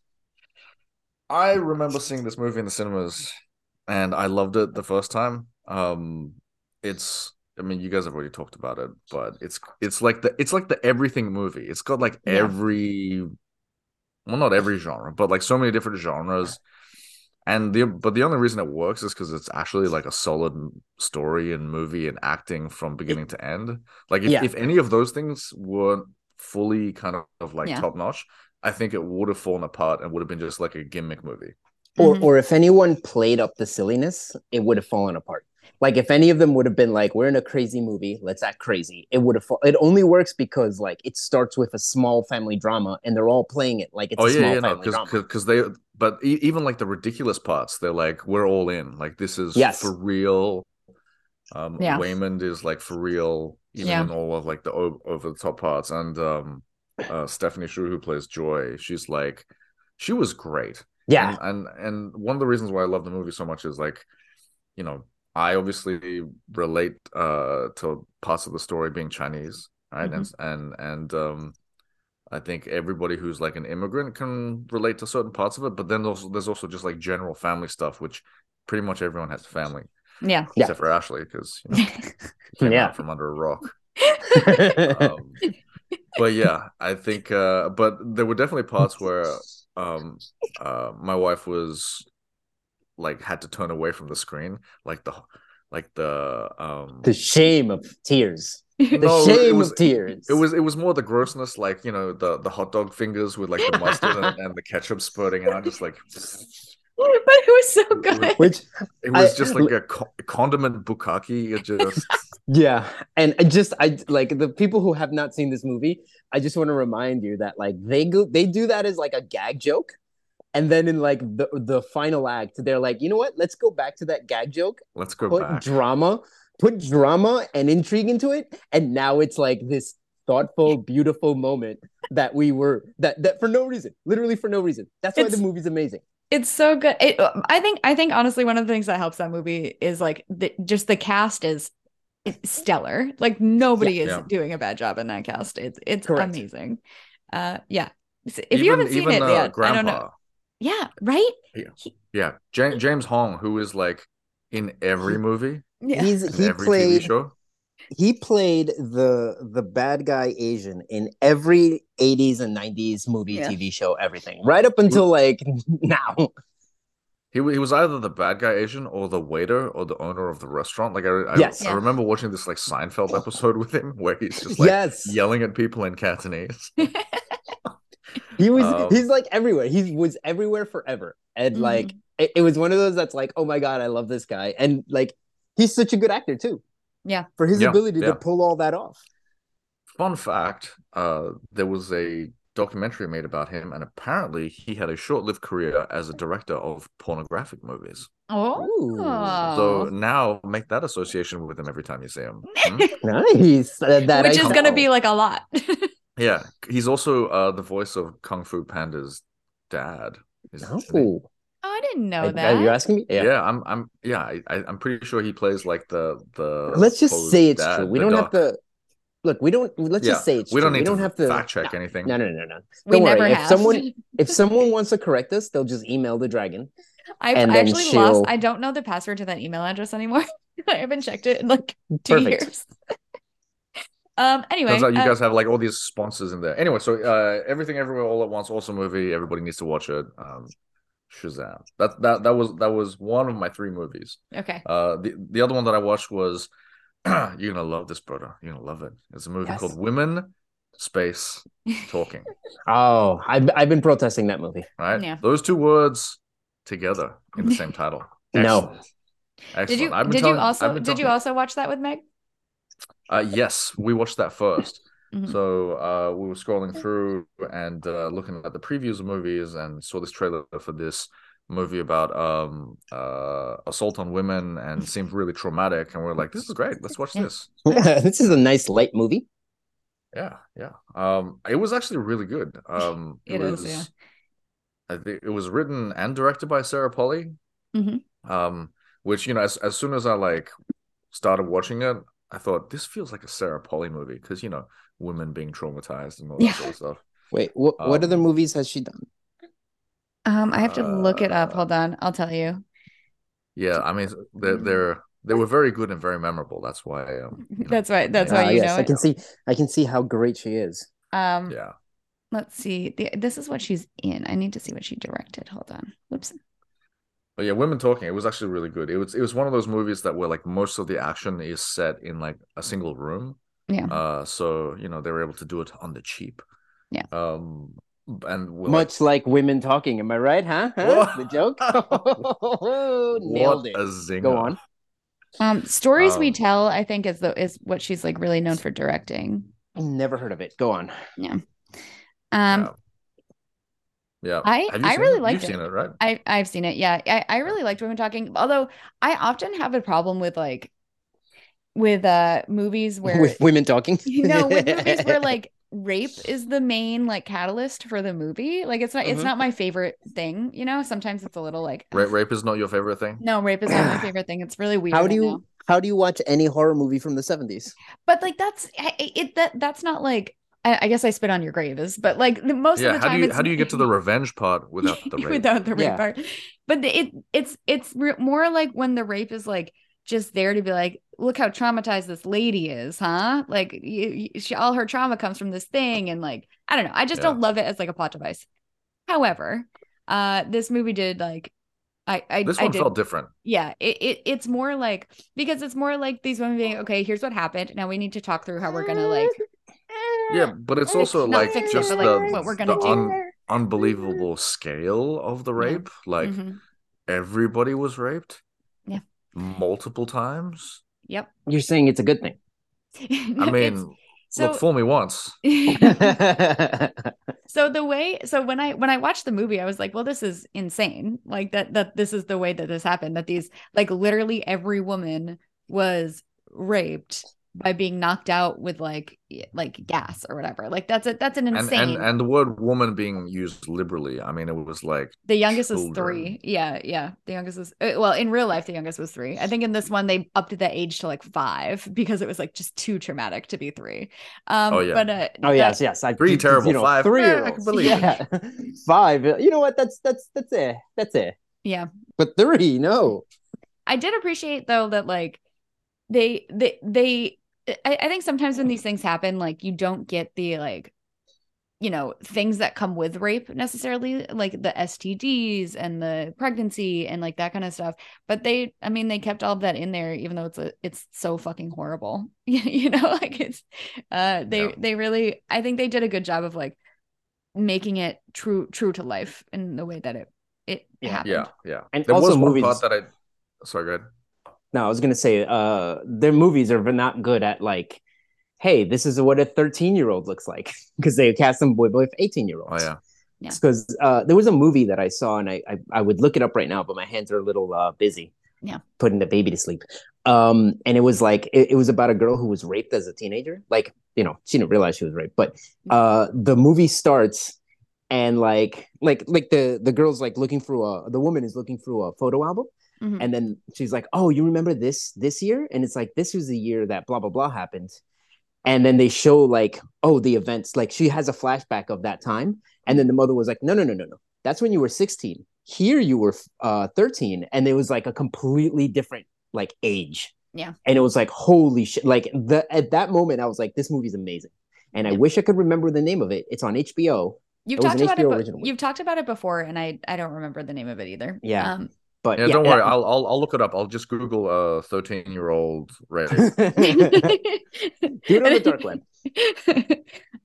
I remember seeing this movie in the cinemas, and I loved it the first time. Um, it's I mean, you guys have already talked about it, but it's it's like the it's like the everything movie. It's got like
Yeah.
every well, not every genre, but like so many different genres. And the but the only reason it works is because it's actually like a solid m- story and movie and acting from beginning to end. Like if,
Yeah.
if any of those things weren't fully kind of, of like
Yeah.
top notch, I think it would have fallen apart and would have been just like a gimmick movie.
or
Mhm.
or if anyone played up the silliness, it would have fallen apart. Like if any of them would have been like, "We're in a crazy movie, let's act crazy," it would have. Fall- it only works because like it starts with a small family drama, and they're all playing it like it's
oh
a small
yeah, yeah, no,
family drama.
because they but e- even like the ridiculous parts, they're like we're all in. Like this is
Yes.
for real. Um,
Yeah.
Waymond is like for real, even
Yeah.
in all of like the over the top parts. And um, uh, Stephanie Shu, who plays Joy, she's like she was great.
yeah,
and, and and one of the reasons why i love the movie so much is like you know i obviously relate uh to parts of the story being chinese right
Mm-hmm.
and and and um i think everybody who's like an immigrant can relate to certain parts of it but then also there's also just like general family stuff which pretty much everyone has family
*laughs*
Yeah.
Yeah.
except for ashley because you know
*laughs*
she came
Yeah.
out from under a rock *laughs* um, but yeah, I think. Uh, but there were definitely parts where um, uh, my wife was like had to turn away from the screen, like the like the um,
*laughs* the shame of tears, the
No, it
shame
was-
of tears.
it was it was more the grossness, like you know the the hot dog fingers with like the mustard and, and the ketchup spurting out, just like
*laughs* but it was so
It was-
good.
which
it was
I-
just like a co- condiment bukkake. It just
Yeah, and I just I like the people who have not seen this movie. I just want to remind you that like they go they do that as like a gag joke, and then in like the the final act, they're like, you know what? Let's go back to that gag joke,
let's go
put
back.
drama, put drama and intrigue into it, and now it's like this thoughtful, beautiful moment that we were that that for no reason, literally for no reason. That's why
It's-
the movie's amazing.
It's so good. It, I think. I think honestly, one of the things that helps that movie is like the, just the cast is stellar. Like nobody is
Yeah.
doing a bad job in that cast. It's it's
Correct.
amazing. Uh, yeah. If you haven't seen it
uh,
yet, I don't know. Yeah. Right.
Yeah, Ja- James Hong, who is like in every movie,
Yeah.
He's
in
he
every TV
played
show.
he played the the bad guy Asian in every 80s and 90s movie,
Yeah.
TV show, everything. Right up until like *laughs* now.
He, wa- he was either the bad guy Asian or the waiter or the owner of the restaurant. Like I, I,
Yes.
I remember watching this like Seinfeld episode with him where he's just like
yes.
yelling at people in Cantonese.
He was
Um,
he's like everywhere. He was everywhere forever. And
Mhm.
like it, it was one of those that's like, "Oh my god, I love this guy." And like he's such a good actor too.
Yeah.
For his
Yeah,
ability
yeah.
to pull all that off.
Fun fact: uh, there was a documentary made about him, and apparently he had a short-lived career as a director of pornographic movies.
Oh.
So now make that association with him every time you
*laughs*
see him. Hmm?
Nice. Uh, that
Which
I
is gonna
know.
be like a lot. *laughs*
Yeah, he's also uh, the voice of Kung Fu Panda's dad. is- isn't he?
Oh.
oh, I didn't know
Are
that.
you asking me?
Yeah. I'm. I'm. Yeah, I, I- I'm pretty sure he plays like the the.
let's just
Poe's
say it's
dad,
true. We
the
don't
doc.
have to look. We don't. Let's
Yeah,
just say it's
We
true.
don't need
we don't
to
have to
fact check anything.
No, no, no, no.
we
Don't worry,
never
if
have.
someone- If someone wants to correct us, they'll just email the dragon.
*laughs* I've
and
I
then
actually
she'll-
lost. I don't know the password to that email address anymore. *laughs* I haven't checked it in like two
Perfect.
years. *laughs* um. Anyway,
Turns out you
uh,
guys have like all these sponsors in there. Anyway, so uh, everything, everywhere, all at once, awesome movie. Everybody needs to watch it. Um, Shazam. That that that was that was one of my three movies. *laughs*
okay.
Uh, the the other one that I watched was *clears throat* you're gonna love this, brother. You're gonna love it. It's a movie
Yes.
called Women, Space,
*laughs*
Talking.
Oh, I've, I've been protesting that movie. *laughs*
right?
Yeah.
Those two words together in
*laughs*
the same title.
No.
Excellent. Excellent.
Did you
I've been
did
telling-
you
I've
also
been
did you
telling-
also watch that with Meg?
Uh, yes, we watched that 1st
Mhm.
So uh, we were scrolling through and uh, looking at the previews of movies and saw this trailer for this movie about um, uh, assault on women and seemed really traumatic. And we are like, this is great. Let's watch
Yeah.
this.
this is a nice light movie.
Yeah, yeah. Um, it was actually really good. Um,
It
it, was,
is, yeah.
I think it was written and directed by Sarah Polly.
Mhm.
Um, which you know, as as soon as I like started watching it, I thought this feels like a Sarah Polly movie because you know women being traumatized and all
Yeah.
that sort of stuff.
Wait, wh- what
Um,
other movies has she done?
Um, I have to look it up.
Uh,
Hold on, I'll tell you.
Yeah,
*laughs*
I mean they're
Mm.
they're they were very good and very memorable. That's why
*laughs*
um, you know,
That's why. That's why
Ah,
you
yes,
know
I
it.
can see. I can see how great she is.
Um,
yeah.
let's see. The, this is what she's in. I need to see what she directed. Hold on. Whoops.
But yeah, women talking. It was actually really good. It was it was one of those movies that where like most of the action is set in like a single room.
Yeah.
Uh, so you know they were able to do it on the cheap.
Yeah.
Um, and we're like,
Much like women talking, am I right? Huh? huh?
Whoa.
The joke. *laughs* Nailed
what
it.
A zinger.
Go on.
Um, stories we
Um,
tell. I think is the is what she's like really known for directing.
Never heard of it. Go on.
Um,
Yeah.
I-
Have you
I
seen
really
it?
liked
You've seen
it.
it, right?
I I've seen it. Yeah, I I really liked women talking. Although I often have a problem with like with uh movies
*laughs*
where *laughs*
*laughs* With women talking.
you know with
*laughs*
movies where like rape is the main like catalyst for the movie. Like it's not it's
Mhm.
not my favorite thing. You know, sometimes it's a little like
Ra- rape is not your favorite thing.
*sighs* no rape is not my favorite thing. It's really weird.
how do
I
you
know.
how do you watch any horror movie from the seventies?
But like that's I- I- it that that's not like I, I guess I spit on your grave is but like the, most
yeah.
of the
how
time
do you
it's
how do you get to the revenge part without
*laughs*
the rape?
without the rape
Yeah.
part. But the- it it's it's re- more like when the rape is like just there to be like, look how traumatized this lady is, huh? Like you, you- she all her trauma comes from this thing, and like I don't know, I just
Yeah.
don't love it as like a plot device. However, uh, this movie did like. I, I,
this
I
one
did,
felt different.
yeah. It, it it's more like because it's more like these women being okay. Here's what happened. Now we need to talk through how we're gonna like
Yeah, but it's
Fix-
also
not
like
fix it,
just
but,
the,
like, what we're gonna
the
do.
un- unbelievable scale of the
Yeah.
rape. Like
mhm.
everybody was raped.
Yeah.
Multiple times.
Yep. *laughs*
You're saying it's a good thing.
I mean,
It's-
look, fool me once.
*laughs* so the way so when i when i watched the movie i was like well this is insane like that that this is the way that this happened that these like literally every woman was raped by being knocked out with like y- like gas or whatever like that's a that's an
And,
insane
and and the word woman being used liberally. I mean, it was like
the youngest is
children.
three yeah yeah the youngest is uh, well in real life the youngest was three i think in this one they upped the age to like five because it was like just too traumatic to be three um
Oh, yeah.
but uh
*laughs* oh
that-
yes, yes. I,
Three
you
terrible,
know,
five-
Three.
Yeah, I can believe it.
yeah. *laughs* Five. You know what? That's that's that's it. That's it.
Yeah.
But three, no.
I did appreciate though that like they they they I, I think sometimes when these things happen, like you don't get the like you know things that come with rape necessarily like the stds and the pregnancy and like that kind of stuff but they i mean they kept all of that in there even though it's a, it's so fucking horrible *laughs* you know like it's uh they
Yeah.
they really i think they did a good job of like making it true true to life in the way that it it
Yeah.
happened
yeah, yeah.
And
there
also
was one
movies.
part that I sorry, go ahead.
No, I was gonna say, uh, their movies are not good at like, hey, this is what a thirteen-year-old looks like *laughs* because they cast some boy boy
Oh
eighteen-year-olds.
yeah.
Yeah.
Because uh, there was a movie that I saw, and I, I I would look it up right now, but my hands are a little uh, busy.
Yeah.
Putting the baby to sleep. Um, and it was like it, it was about a girl who was raped as a teenager. Like you know, she didn't realize she was raped, but uh, the movie starts and like like like the the girl's like looking through a the woman is looking through a photo album
Mhm.
and then she's like oh you remember this this year and it's like this was the year that blah blah blah happened and then they show like oh the events like she has a flashback of that time and then the mother was like no no no no no that's when you were 16 here you were uh 13 and it was like a completely different like age
Yeah.
and it was like holy shit like the at that moment i was like this movie's amazing and i
Yeah.
wish i could remember the name of it it's on hbo
You've
It was
talked
an
about
HBO
it. But
original.
you've talked about it before, and I I don't remember the name of it either.
Yeah. *laughs*
Um, *laughs*
but
Yeah, don't
and I-
worry. I'll, I'll I'll look it up. I'll just Google uh thirteen year old rape.
Uh,
Do it on the dark web.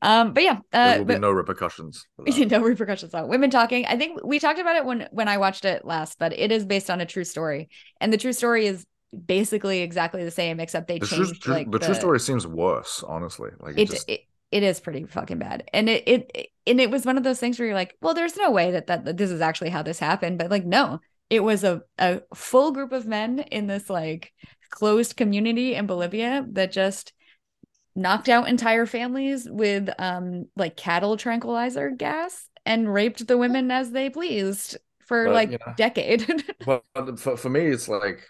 um, but yeah,
there
uh,
will be
but
no uh, repercussions. for
*laughs*
that.
no repercussions on women talking. I think we talked about it when when I watched it last, but it is based on a true story, and the true story is basically exactly the same, except they
The true,
changed
true-
like
the true story seems worse, honestly. Like it,
it,
just
it it is pretty fucking bad and it, it it- and it was one of those things where you're like well there's no way that, that that this is actually how this happened but like no it was a a full group of men in this like closed community in Bolivia that just knocked out entire families with um like cattle tranquilizer gas and raped the women as they pleased for
But,
like
you know.
decade *laughs*
but for, for me it's like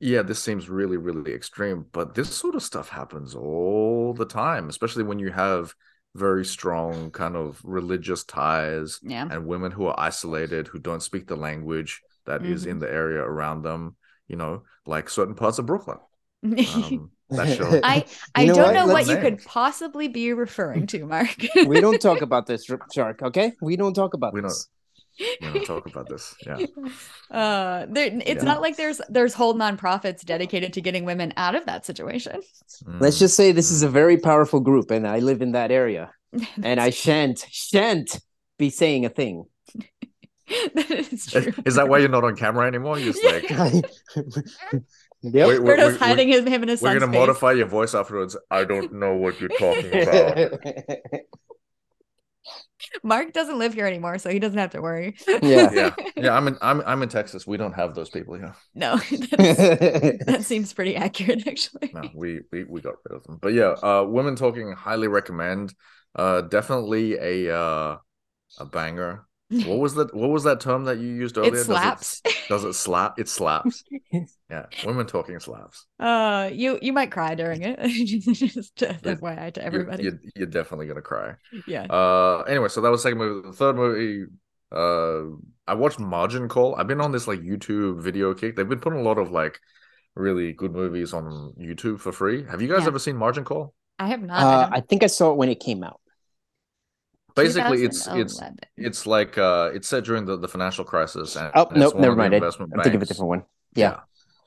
yeah, this seems really, really extreme, but this sort of stuff happens all the time, especially when you have very strong kind of religious ties
Yeah.
and women who are isolated, who don't speak the language that is
Mhm.
in the area around them, you know, like certain parts of Brooklyn. Um, that show.
*laughs* I I
You know
don't
what?
know what
Let's-
you
Names.
could possibly be referring to,
*laughs*
Mark.
we don't talk about this r- shark, okay? We don't talk about
We don't-
this.
*laughs*
we're gonna talk about this. Yeah.
uh, there, it's
Yeah.
not like there's there's whole nonprofits dedicated to getting women out of that situation. *laughs*
Mm.
Let's just say this is a very powerful group, and I live in that area, and I shan't shan't be saying a
*laughs*
thing.
*laughs* that is
Mm.
true.
*laughs* Is- is
*laughs*
that why you're not on camera anymore? You're just
Yeah. *laughs*
like
yep.
Wait, we're,
Roberto's
we're-
hiding him, him in his
we're
son's
gonna
face.
modify your voice afterwards. I don't know what you're talking about.
Mark doesn't live here anymore, so he doesn't have to worry.
*laughs*
*laughs*
*laughs*
Yeah.
yeah, yeah. I'm in I'm I'm in Texas. We don't have those people here.
no, *laughs*
*laughs*
that's- that seems pretty accurate, actually. *laughs*
No, we we we got rid of them. But yeah, uh, women talking. Highly recommend. Uh, definitely a uh a banger. What was that? What was that term that you used earlier?
it
*laughs*
slaps.
Does it, does it slap? It slaps. Yeah, women talking slaps.
*laughs* Uh, you you might cry during it. *laughs* Just uh,
There's-
FYI to
You're-
everybody.
You're, you're definitely gonna cry.
yeah.
Uh, anyway, so that was the second movie. The third movie, uh, I watched Margin Call. I've been on this like YouTube video kick. They've been putting a lot of like really good movies on YouTube for free. Have you guys
Yeah.
ever seen Margin Call?
I have not.
Uh,
I
I think I saw it when it came out.
don't-
Basically, it's it's
2011.
it's like uh, it's set during the, the financial crisis. And
Oh
it's
nope,
one
never
of the
mind. I,
investment
I'm thinking of a
banks.
different one.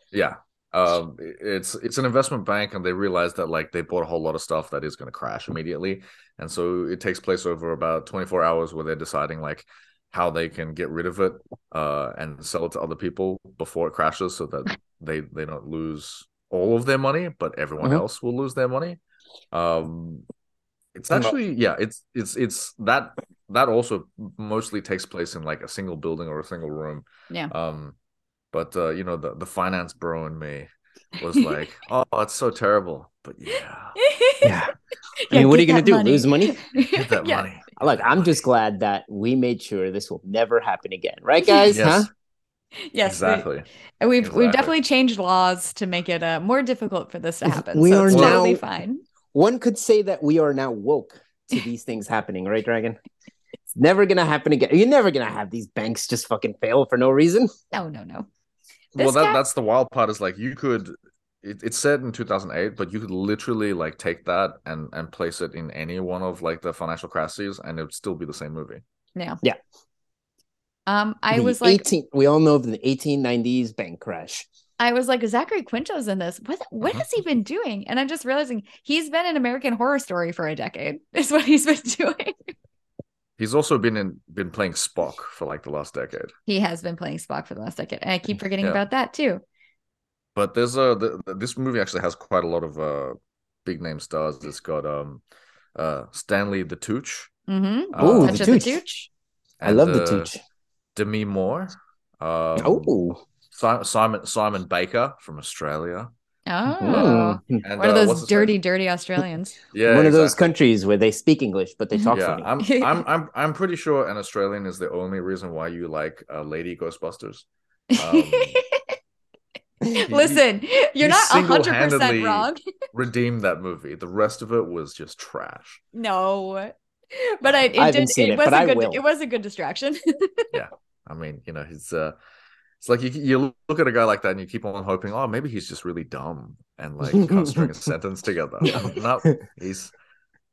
Yeah. Um, i- it's it's an investment bank, and they realize that like they bought a whole lot of stuff that is going to crash immediately, and so it takes place over about twenty four hours where they're deciding like how they can get rid of it uh, and sell it to other people before it crashes, so that they they don't lose all of their money, but everyone
Mm-hmm.
Mhm.
else will lose their money. Um, it's
Well-
actually yeah, it's it's it's that that also mostly takes place in like a single building or a single room.
Yeah.
Um, but uh, you know the the finance bro in me
*laughs*
was like, oh, it's so terrible, but yeah,
Yeah. I mean, what are you
get
gonna
that
do? Lose
*laughs*
money?
get that
Yeah.
money. Get
Look,
that
I'm
money.
just glad that we made sure this will never happen again, right, guys?
yes,
Yes,
exactly.
We, we've we've
Exactly.
definitely changed laws to make it uh, more difficult for this to happen.
We
so
are
it's
now-
totally fine.
Huh? One could say that we are now woke
*laughs*
to these things happening, right, Dragon? It's never gonna happen again. You're never gonna have these banks just fucking fail for no reason.
No, no, no.
well
This
that,
guy-
that's the wild part is like you could it, it's set in 2008 but you could literally like take that and and place it in any one of like the financial crises and it would still be the same movie
Um, I
The
was like,
18 we all know of the 1890s bank crash.
I was like, Zachary Quinto's in this. What what
Mhm.
has he been doing? And I'm just realizing he's been in American Horror Story for a decade. *laughs* Is what he's been *laughs* doing.
he's also been in been playing spock for like the last decade
He has been playing Spock for the last decade, and I keep forgetting
Yeah.
about that too.
but there's a the, the- this movie actually has quite a lot of uh big name stars it's got um uh stanley the tooch
Mm-hmm.
uh,
Ooh,
Touch
the
of the
Tooch.
Tooch.
I love
and,
the
uh,
Tooch.
demi moore um,
oh,
Si- simon simon baker from australia
Oh,
Ooh.
and
one of
uh, what's
those
his name?
dirty, dirty Australians.
yeah
one of those
exactly. Mm-hmm.
countries where they speak English but they talk
yeah,
funny.
I'm, I'm, I'm, I'm pretty sure an Australian is the only reason why you like uh, Lady Ghostbusters. *laughs*
*laughs*
Um,
Listen, you're not hundred
single-handedly-
percent wrong.
redeem that movie. The rest of it was just trash.
No, but I, it
I haven't
did.
seen
it,
it,
was
but
a
I
good.
will.
It was a good distraction. *laughs*
I mean, you know, he's uh, it's like you you look at a guy like that and you keep on hoping, oh, maybe he's just really dumb and like
*laughs*
can't string a sentence together. *laughs* no, he's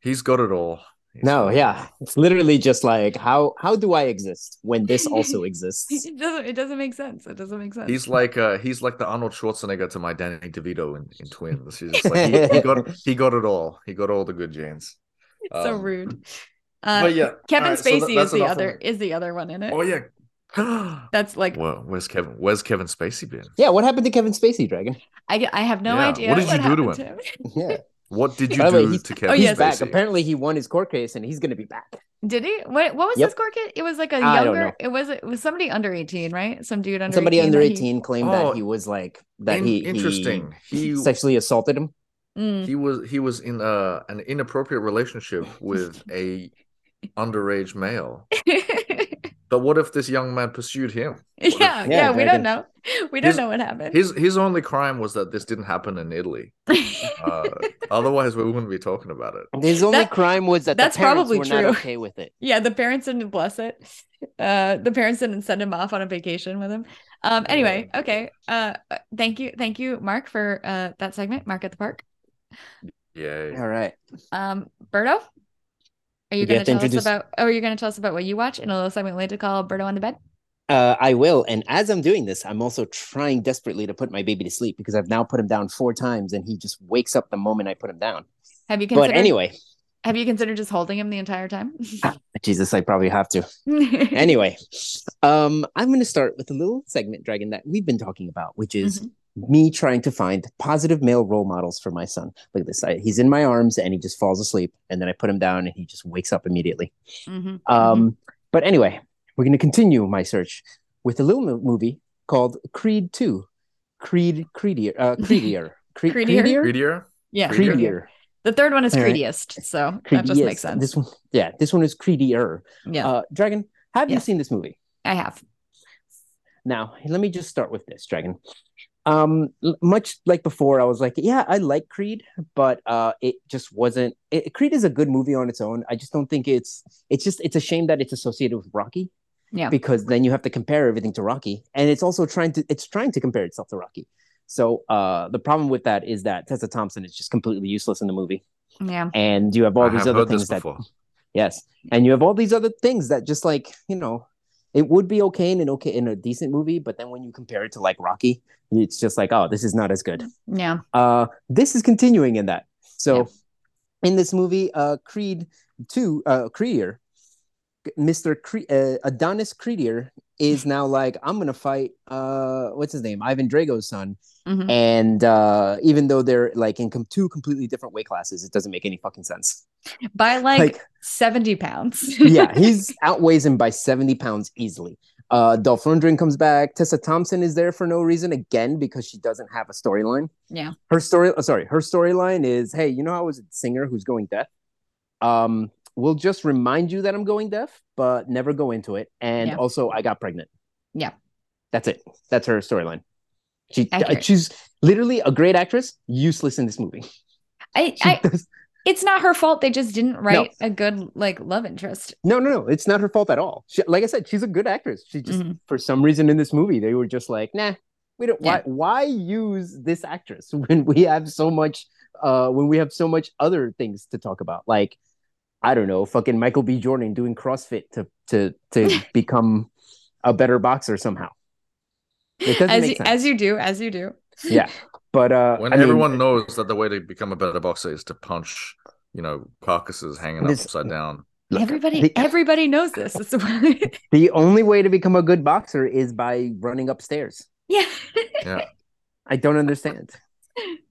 he's got it all. He's
No,
got it
yeah, it's literally just like how how do I exist when
*laughs*
this also exists?
it doesn't. It doesn't make sense. It doesn't make sense.
He's like uh he's like the Arnold Schwarzenegger to my Danny DeVito in, in Twins. He's just like
*laughs*
he, he got he got it all. He got all the good genes.
It's so
um,
rude. Uh,
but yeah,
Kevin
all right, so
Spacey
that- that's
is the
enough
other
of-
is the other one in it.
Oh *gasps* yeah. *laughs*
That's like
well, where's Kevin? Where's Kevin Spacey been?
Yeah, what happened to Kevin Spacey,
*laughs*
Dragon?
I, I have no
Yeah,
idea.
what did you do to
happened
him?
Yeah,
What did you
By the way,
do
he's-
to
oh,
Kevin
he's
yes.
back.
Spacey?
Apparently, he won his court case and he's gonna be back.
*laughs* Did he? What what was
Yep.
this court case? It was like a
I don't
younger.
know.
It was it was somebody under eighteen, right? Some dude under
Somebody
18
under
that he-
eighteen claimed
Oh,
that he was like that
In-
he he
interesting. He
sexually assaulted him.
Mm. *laughs*
he was he was in uh an
*laughs*
inappropriate relationship with a underage male. But what if this young man pursued him?
Yeah,
if-
yeah,
Yeah,
we don't
Dragon-
know. We don't
His-
know what happened.
His his only crime was that this didn't happen in Italy.
*laughs*
*laughs*
Uh, otherwise, we wouldn't be talking about it.
His only
That-
crime was that
that's
the parents
probably
were
true.
not okay with it.
yeah, the parents didn't bless it. *laughs* Uh, the parents didn't send him off on a vacation with him. Um, anyway,
Yeah.
okay. Uh, thank you, thank you, Mark, for uh that segment. Mark at the park.
Yay.
All right.
Um, Berto, are you
You
going
have to
to tell
introduce-
us about? Oh, you're going to tell us about what you watch in a little segment later called Berto on the bed.
Uh, I will. And as I'm doing this, I'm also trying desperately to put my baby to sleep because I've now put him down four times and he just wakes up the moment I put him down.
Have you considered?
But anyway, Ah,
have you considered just holding him the entire time? *laughs*
Jesus, I probably have to. Anyway, um, I'm going to start with a little segment, Dragon, that we've been talking about, which
Mm-hmm.
is me trying to find positive male role models for my son. Look at this. I, he's in my arms and he just falls asleep. And then I put him down and he just wakes up immediately.
Mhm, mhm.
Um, But anyway, we're going to continue my search with a little mo- movie called Creed 2. Creed, Creedier,
*laughs*
uh, Creedier. Cre-
Creedier?
Greedier?
yeah,
Creedier.
Creedier.
The third one is
All right.
creediest, so that just
Creediest.
makes sense.
This one, yeah, this one is Creedier.
yeah,
Uh, Dragon, have you
Yes.
seen this movie?
I have.
Now, let me just start with this, Dragon. Um, l- much like before, I was like, yeah, I like Creed, but uh, it just wasn't. It, Creed is a good movie on its own. I just don't think it's. It's just. It's a shame that it's associated with Rocky.
Yeah.
Because then you have to compare everything to Rocky, and it's also trying to. It's trying to compare itself to Rocky. So uh, the problem with that is that Tessa Thompson is just completely useless in the movie,
Yeah,
and you have all
I
these
have
other
heard
things
this
that
before.
Yes. And you have all these other things that just like, you know, it would be okay in an okay in a decent movie, but then when you compare it to like Rocky, it's just like, oh, this is not as good.
yeah,
Uh this is continuing in that. So
Yeah.
in this movie, uh Creed 2, uh Creedier, Mr. Cre- uh, Adonis Creedier is now like, I'm going to fight uh what's his name? Ivan Drago's son.
mhm.
And uh even though they're like in com- two completely different weight classes, it doesn't make any fucking sense.
by like,
like
seventy
*laughs*
pounds. *laughs*
yeah, he's outweighs him by 70 pounds easily. Uh, Dolph Lundgren comes back. Tessa Thompson is there for no reason again because she doesn't have a storyline.
Yeah.
Her story, oh, sorry, her storyline is hey, you know, how I was a singer who's going deaf. Um, we'll just remind you that I'm going deaf, but never go into it. And
Yeah.
also, I got pregnant.
Yeah.
That's it. That's her storyline. She,
Accurate.
she's literally a great actress, useless in this movie. *laughs*
I,
She
I,
does-
it's not her fault. They just didn't write a good like love interest.
No, no, no. It's not her fault at all. She, like I said, she's a good actress. She just,
Mhm.
for some reason in this movie, they were just like, nah, we don't.
Yeah.
Why, why use this actress *laughs* when we have so much, uh, when we have so much other things to talk about? Like, I don't know, fucking Michael B. Jordan doing CrossFit to to to become a better boxer somehow. It doesn't
As
make
you,
sense.
as you do, as you do.
Yeah, but uh,
When
I mean,
everyone knows that the way to become a better boxer is to punch, you know, carcasses hanging
This-
upside down.
look,
everybody,
the-
everybody knows this. It's why- *laughs*
the only way to become a good boxer is by running upstairs.
yeah,
I don't understand.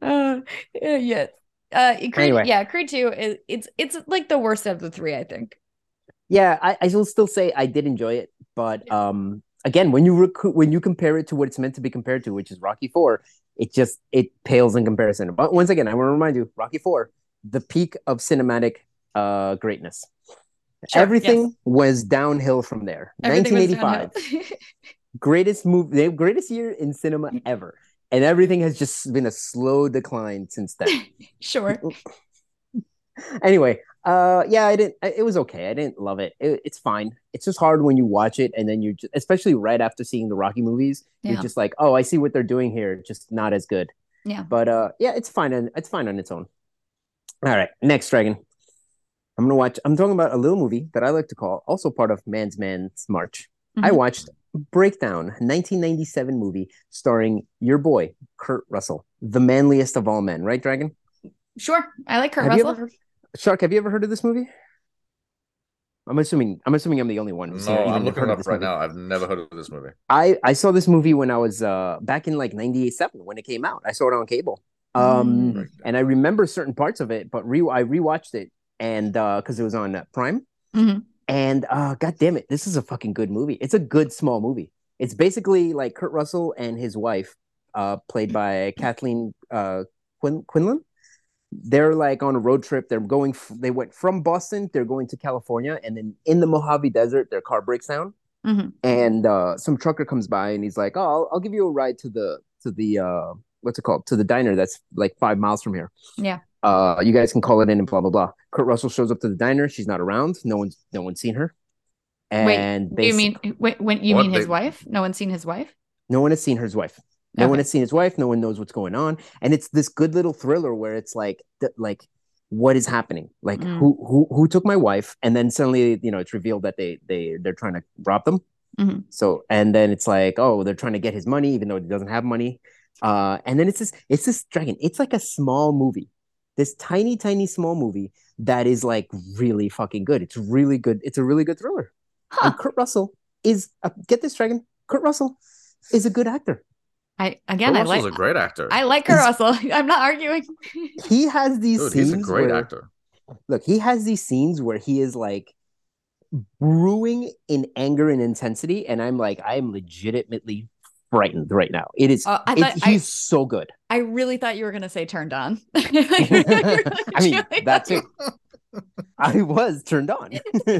uh, yeah, yeah. Uh, Creed,
Anyway.
yeah, Creed Two is it's it's like the worst of the three, I think.
Yeah, I, I will still say I did enjoy it, but um, again, when you rec- when you compare it to what it's meant to be compared to, which is Rocky Four, it just it pales in comparison. But once again, I want to remind you, Rocky Four, the peak of cinematic uh greatness.
Sure,
Everything
yes.
was downhill from there.
Everything was
1985, greatest movie, the greatest year in cinema ever, and everything has just been a slow decline since
*laughs*
then.
downhill. *laughs* sure.
anyway uh yeah i didn't I- it was okay i didn't love it. it it's fine it's just hard when you watch it and then you just especially right after seeing the rocky movies
Yeah.
you're just like oh i see what they're doing here just not as good
Yeah.
but uh yeah it's fine on, it's fine on its own all right next dragon i'm gonna watch i'm talking about a little movie that i like to call also part of man's man's march i
Mhm.
watched breakdown 1997 movie starring your boy kurt russell the manliest of all men right dragon
Sure. I like Kurt
Have you
Russell.
ever Shark, have you ever heard of this movie? I'm assuming I'm assuming I'm the only one.
No,
who's here even
I'm looking
heard of
it up
this
right
movie.
now. I've never heard of this movie.
I I saw this movie when I was uh back in like 98.7 when it came out. I saw it on cable. Um
Mm.
and I remember certain parts of it, but re I rewatched it and uh cuz it was on uh, Prime
Mhm.
and uh god damn it, this is a fucking good movie. It's a good small movie. It's basically like Kurt Russell and his wife uh played by Kathleen uh Quin- Quinlan. They're like on a road trip. They're going f- they went from Boston, they're going to California and then in the Mojave Desert their car breaks down
Mhm.
and uh, some trucker comes by and he's like, "Oh, I'll, I'll give you a ride to the to the uh, what's it called to the diner that's like five miles from here."
Yeah.
Uh, you guys can call it in and blah blah blah. Kurt Russell shows up to the diner. She's not around. No one's no one's seen her. And
Do you
basi-
mean when, when you
What
mean his
they-
wife? No one's seen his wife.
no one has seen his wife. No one
Okay.
has seen his wife. No one knows what's going on. And it's this good little thriller where it's like, th- like, what is happening? Like,
Mm.
who who who took my wife? And then suddenly, you know, it's revealed that they they they're trying to rob them.
Mhm.
So, and then it's like, oh, they're trying to get his money, even though he doesn't have money. Uh, and then it's this, it's this dragon. It's like a small movie, this tiny, tiny small movie that is like really fucking good. It's really good. It's a really good thriller.
Huh.
And Kurt Russell is a, get this dragon. Kurt Russell is a good actor.
I again,
Kurt
I
Russell's
like
a great actor.
I
*laughs*
like Kurt
He's-
Russell. *laughs* I'm not arguing.
He has these
Dude,
scenes
he's a great
where,
actor.
look, he has these scenes where he is like brewing in anger and intensity, and I'm like, I am legitimately frightened right now. It is
Uh, I,
it-
thought, I,
he's so good.
I really thought you were gonna say turned on. *laughs*
*laughs* I mean, that's it. I was
*laughs*
turned on. *laughs*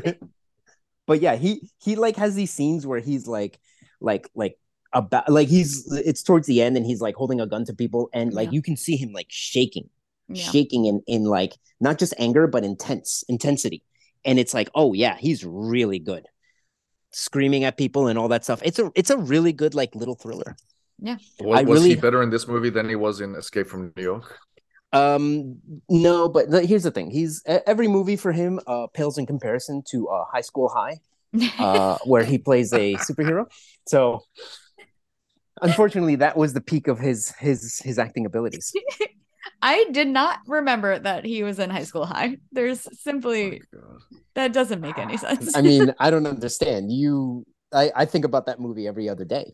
but yeah, he he like has these scenes where he's like like like about like he's it's towards the end and he's like holding a gun to people and like
Yeah.
you can see him like shaking,
Yeah. *laughs*
shaking in in like not just anger but intense intensity. And it's like, oh yeah, he's really good. Screaming at people and all that stuff. It's a it's a really good like little thriller.
Was,
I
was he
really-
better in this movie than he was in Escape from New York?
Um, no, but the, here's the thing. He's e- every movie for him uh, pales in comparison to uh, High School High, uh, where he plays a superhero. So, unfortunately, that was the peak of his his his acting abilities.
I did not remember that he was in high school high. There's simply
Oh my God.
that doesn't make any sense.
*sighs* I mean, I don't understand you. I, I think about that movie every other day.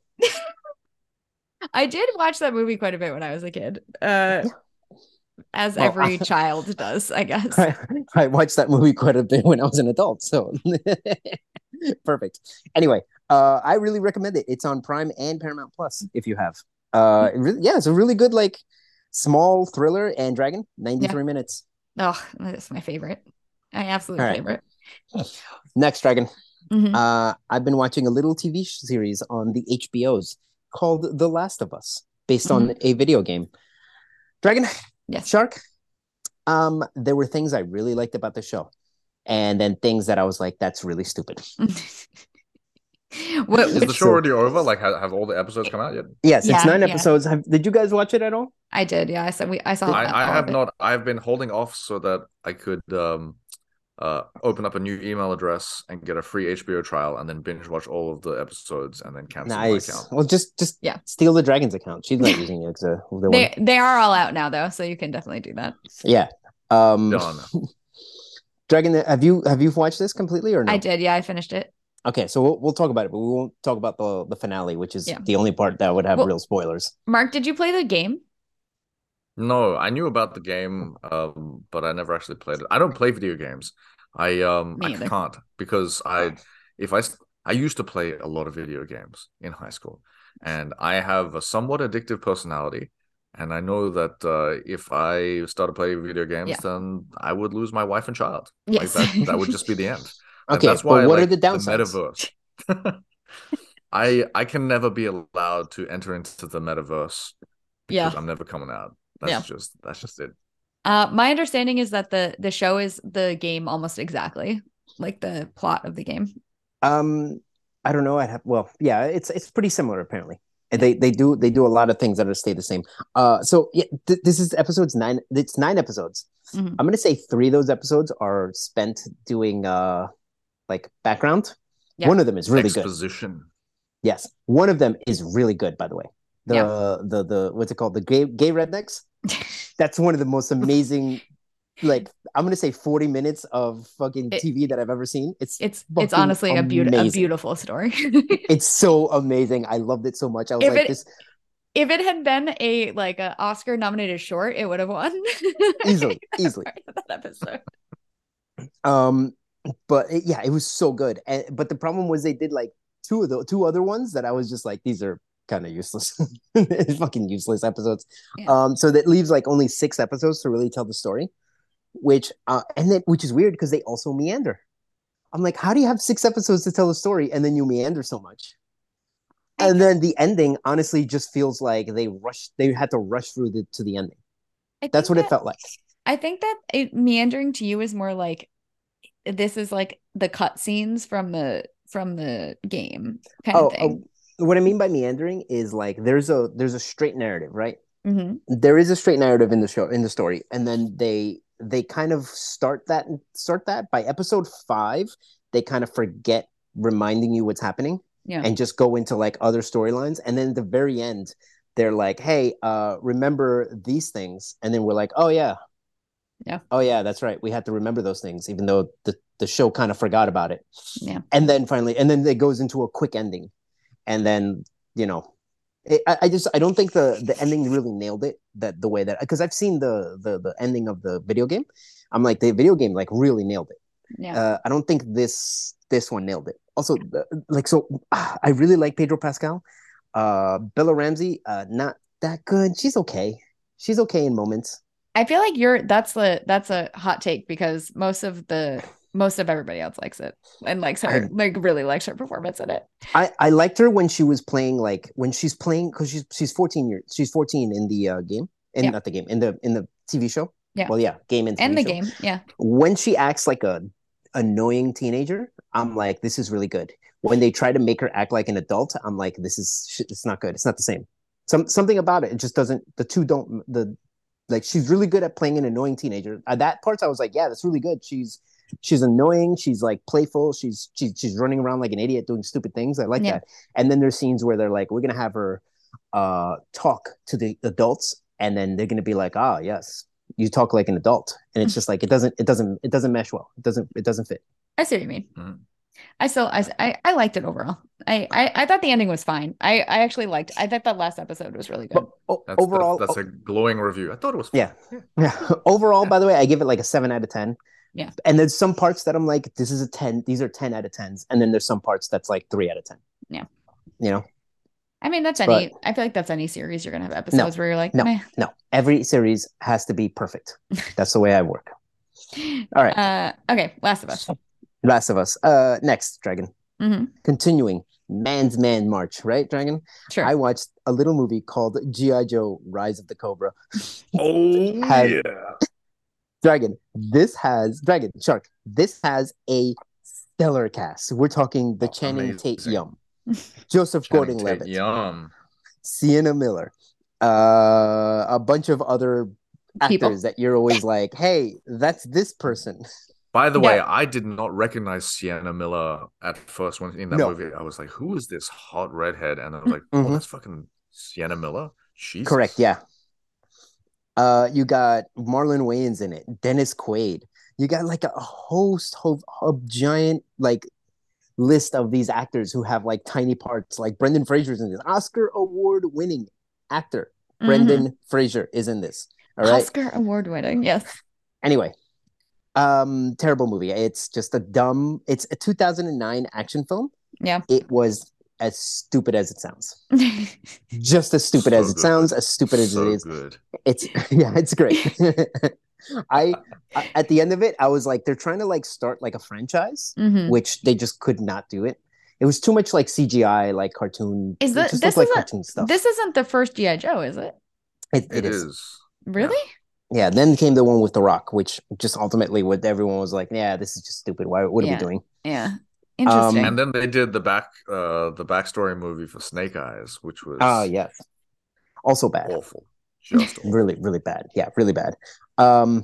I did watch that movie quite a bit when I was a kid. Uh, as
Well,
every
*laughs* I-
child does, I guess.
I, I watched that movie quite a bit when I was an adult. So, *laughs* perfect. Anyway, uh, I really recommend it. It's on Prime and Paramount Plus if you have. Uh, it really, yeah, it's a really good like small thriller and dragon. Ninety three minutes.
Oh, that's my favorite. My absolute
All right.
favorite.
Next dragon.
Mhm.
Uh, I've been watching a little TV sh- series on the HBO's called The Last of Us, based on a video game. Dragon,
Yes.
Shark. Um, there were things I really liked about the show, and then things that I was like, "That's really stupid."
*laughs* what
Is
which-
the show already over? Like, have, have all the episodes come out yet?
Yes,
Yeah,
it's nine
yeah.
episodes. Have, did you guys watch it at all?
I did, yeah. I said we Oh, I saw all
I, I
of
have
it.
not. I've been holding off so that I could um, uh, open up a new email address and get a free HBO trial, and then binge watch all of the episodes, and then cancel
nice.
my account.
Well, just just
Yeah.
steal the dragon's account. She's not using it. So the one.
They they are all out now though, so you can definitely do that.
Yeah. Um,
Done.
Dragon, have you have you watched this completely or no?
I did, yeah, I finished it.
Okay, so we'll, we'll talk about it, but we won't talk about the the finale, which is
Yeah.
the only part that would have
Well-
real spoilers.
Mark, did you play the game?
No, I knew about the game, um, but I never actually played it. I don't play video games. I um
Me
I
either.
can't because I if I s- I used to play a lot of video games in high school, and I have a somewhat addictive personality, and I know that uh, if I started playing video games,
Yeah.
then I would lose my wife and child. Like
Yes.
*laughs*
that, that would just be the end. And
Okay,
that's
but
why I
what are
like
the downsides?
metaverse.
*laughs*
*laughs* I I can never be allowed to enter into the metaverse
yeah.
because I'm never coming out. That's
Yeah.
just that's just it.
Uh, my understanding is that the the show is the game almost exactly like the plot of the game.
um, I don't know. I have well, yeah, it's it's pretty similar apparently. And They they do they do a lot of things that are stay the same. Uh, so yeah, th- this is episodes nine. It's nine episodes.
Mhm.
I'm gonna say three of those episodes are spent doing uh, like background.
Yeah.
One of them is really good.
Exposition.
Yes, one of them is really good, by the way. The
Yeah.
the the what's it called? The gay gay
*laughs*
rednecks. That's one of the most amazing. like I'm gonna say 40 minutes of fucking
It-
TV that I've ever seen. It's
It's it's
Fucking
honestly a beautiful a
amazing.
beautiful story. *laughs*
it's so amazing. I loved it so much. I was
If
like
it-
this
if it had been a like a Oscar nominated short, it would have won *laughs*
easily, easily.
that episode.
Um, but it, yeah, it was so good. And, but the problem was they did like two of the two other ones that I was just like, these are kind of useless, *laughs* fucking useless episodes.
Yeah.
Um, so that leaves like only six episodes to really tell the story, which uh, and then which is weird because they also meander. I'm like, how do you have six episodes to tell a story and then you meander so much?
I-
And then the ending honestly just feels like they rushed they had to rush through the, to the ending.
I
That's
think
what it
that-
felt like.
I think that it, meandering to you is more like this is like the cutscenes from the from the game kind
Oh,
of thing.
oh, what I mean by meandering is like there's a there's a straight narrative, right?
Mhm.
There is a straight narrative in the show in the story, and then they they kind of start that start that by episode five, they kind of forget reminding you what's happening
Yeah.
and just go into like other storylines, and then at the very end, they're like, "Hey, uh, remember these things," and then we're like, "Oh yeah."
Yeah.
Oh yeah, that's right. We had to remember those things, even though the, the show kind of forgot about it.
Yeah.
And then finally, and then it goes into a quick ending and then you know it, I, I just i don't think the the ending really nailed it that the way that because i've seen the, the the ending of the video game i'm like the video game like really nailed it
yeah.
uh, i don't think this this one nailed it also the, like so ah, i really like pedro pascal uh bella ramsey uh not that good she's okay she's okay in moments
I feel like you're that's the that's a hot take because most of the most of everybody else likes it and likes her
*laughs* I-
like really likes her performance in it.
I, I liked her when she was playing like when she's playing because she's she's 14 years she's 14 in the uh, game in
Yeah.
not the game in the in the TV show
Yeah.
well yeah game and, TV
And the
show.
game, yeah.
when she acts like a annoying teenager I'm like this is really good when they try to make her act like an adult I'm like this is sh- it's not good it's not the same some something about it it just doesn't the two don't the like she's really good at playing an annoying teenager at that part I was like yeah that's really good she's she's annoying she's like playful she's she's she's running around like an idiot doing stupid things i like
Yeah.
that and then there's scenes where they're like we're gonna have her uh talk to the adults and then they're gonna be like ah yes you talk like an adult and
Hmm.
it's just like it doesn't it doesn't it doesn't mesh well it doesn't it doesn't fit
I see what you mean.
Mm-hmm.
Mhm.
I still I, I I liked it overall. I, I I thought the ending was fine. I I actually liked. I thought that last episode was really good.
but o-
That's,
overall oh.
that's, that's a glowing review. I thought it was fun.
Yeah. Yeah. *laughs* Overall, by the way, I give it like a seven out of ten.
Yeah.
And there's some parts that I'm like, this is a ten. These are ten out of tens. And then there's some parts that's like three out of ten.
Yeah.
You know,
I mean, that's any. I feel like that's any series. You're gonna have episodes where you're like,
no.
meh.
no, every series has to
*laughs*
be perfect. That's the way I work. All right.
Uh, okay, Last of Us.
Last of Us. Uh, next, Dragon.
hmm
Continuing, man's man march. Right, Dragon.
Sure.
I watched a little movie called GI Joe: Rise of the Cobra.
Oh
Had-
yeah.
Dragon, this has Dragon Shark. This has a stellar cast. We're talking the
Oh,
Channing Tate
amazing.
Yum, *laughs* Joseph
Channing Tate,
Gordon-Levitt,
Yum.
Sienna Miller, uh, a bunch of other actors
People.
that you're always like, "Hey, that's this person."
By the
Yeah.
way, I did not recognize Sienna Miller at first when in that
No.
movie. I was like, "Who is this hot redhead?" And I was like, "Oh,
Mhm.
that's fucking Sienna Miller." Jesus.
Correct. Yeah. Uh, you got Marlon Wayans in it. Dennis Quaid. You got like a host of a giant like list of these actors who have like tiny parts. Like Brendan Fraser's in this Oscar award winning actor. Brendan Fraser is in this. All
Mhm.
right.
Mm-hmm. Oscar award winning. Yes. *laughs*
Anyway, um, terrible movie. It's just a dumb. It's a 2009 action film.
Yeah.
It was as stupid as it sounds.
Mm-hmm.
Just as stupid
So
as it
good.
sounds. As stupid as
so
it is.
good.
It's *laughs* yeah.
*laughs*
It's great. *laughs* I, I at the end of it, I was like, they're trying to like start like a franchise,
Mhm.
which they just could not do it. It was too much like CGI, like cartoon.
Is
it
that-
just
this
looked like
is a-
cartoon stuff?
This isn't the first GI Joe, is it?
It-
It
it is.
is.
Really?
Yeah, then came the one with The Rock, which just ultimately what everyone was like, yeah, this is just stupid. Why? What are
Yeah.
we doing?
Yeah. Interesting.
And then they did the back uh the backstory movie for Snake Eyes, which was
Oh yeah, also bad.
awful. Just
*laughs*
awful.
Really, really bad. Yeah, really bad. Um,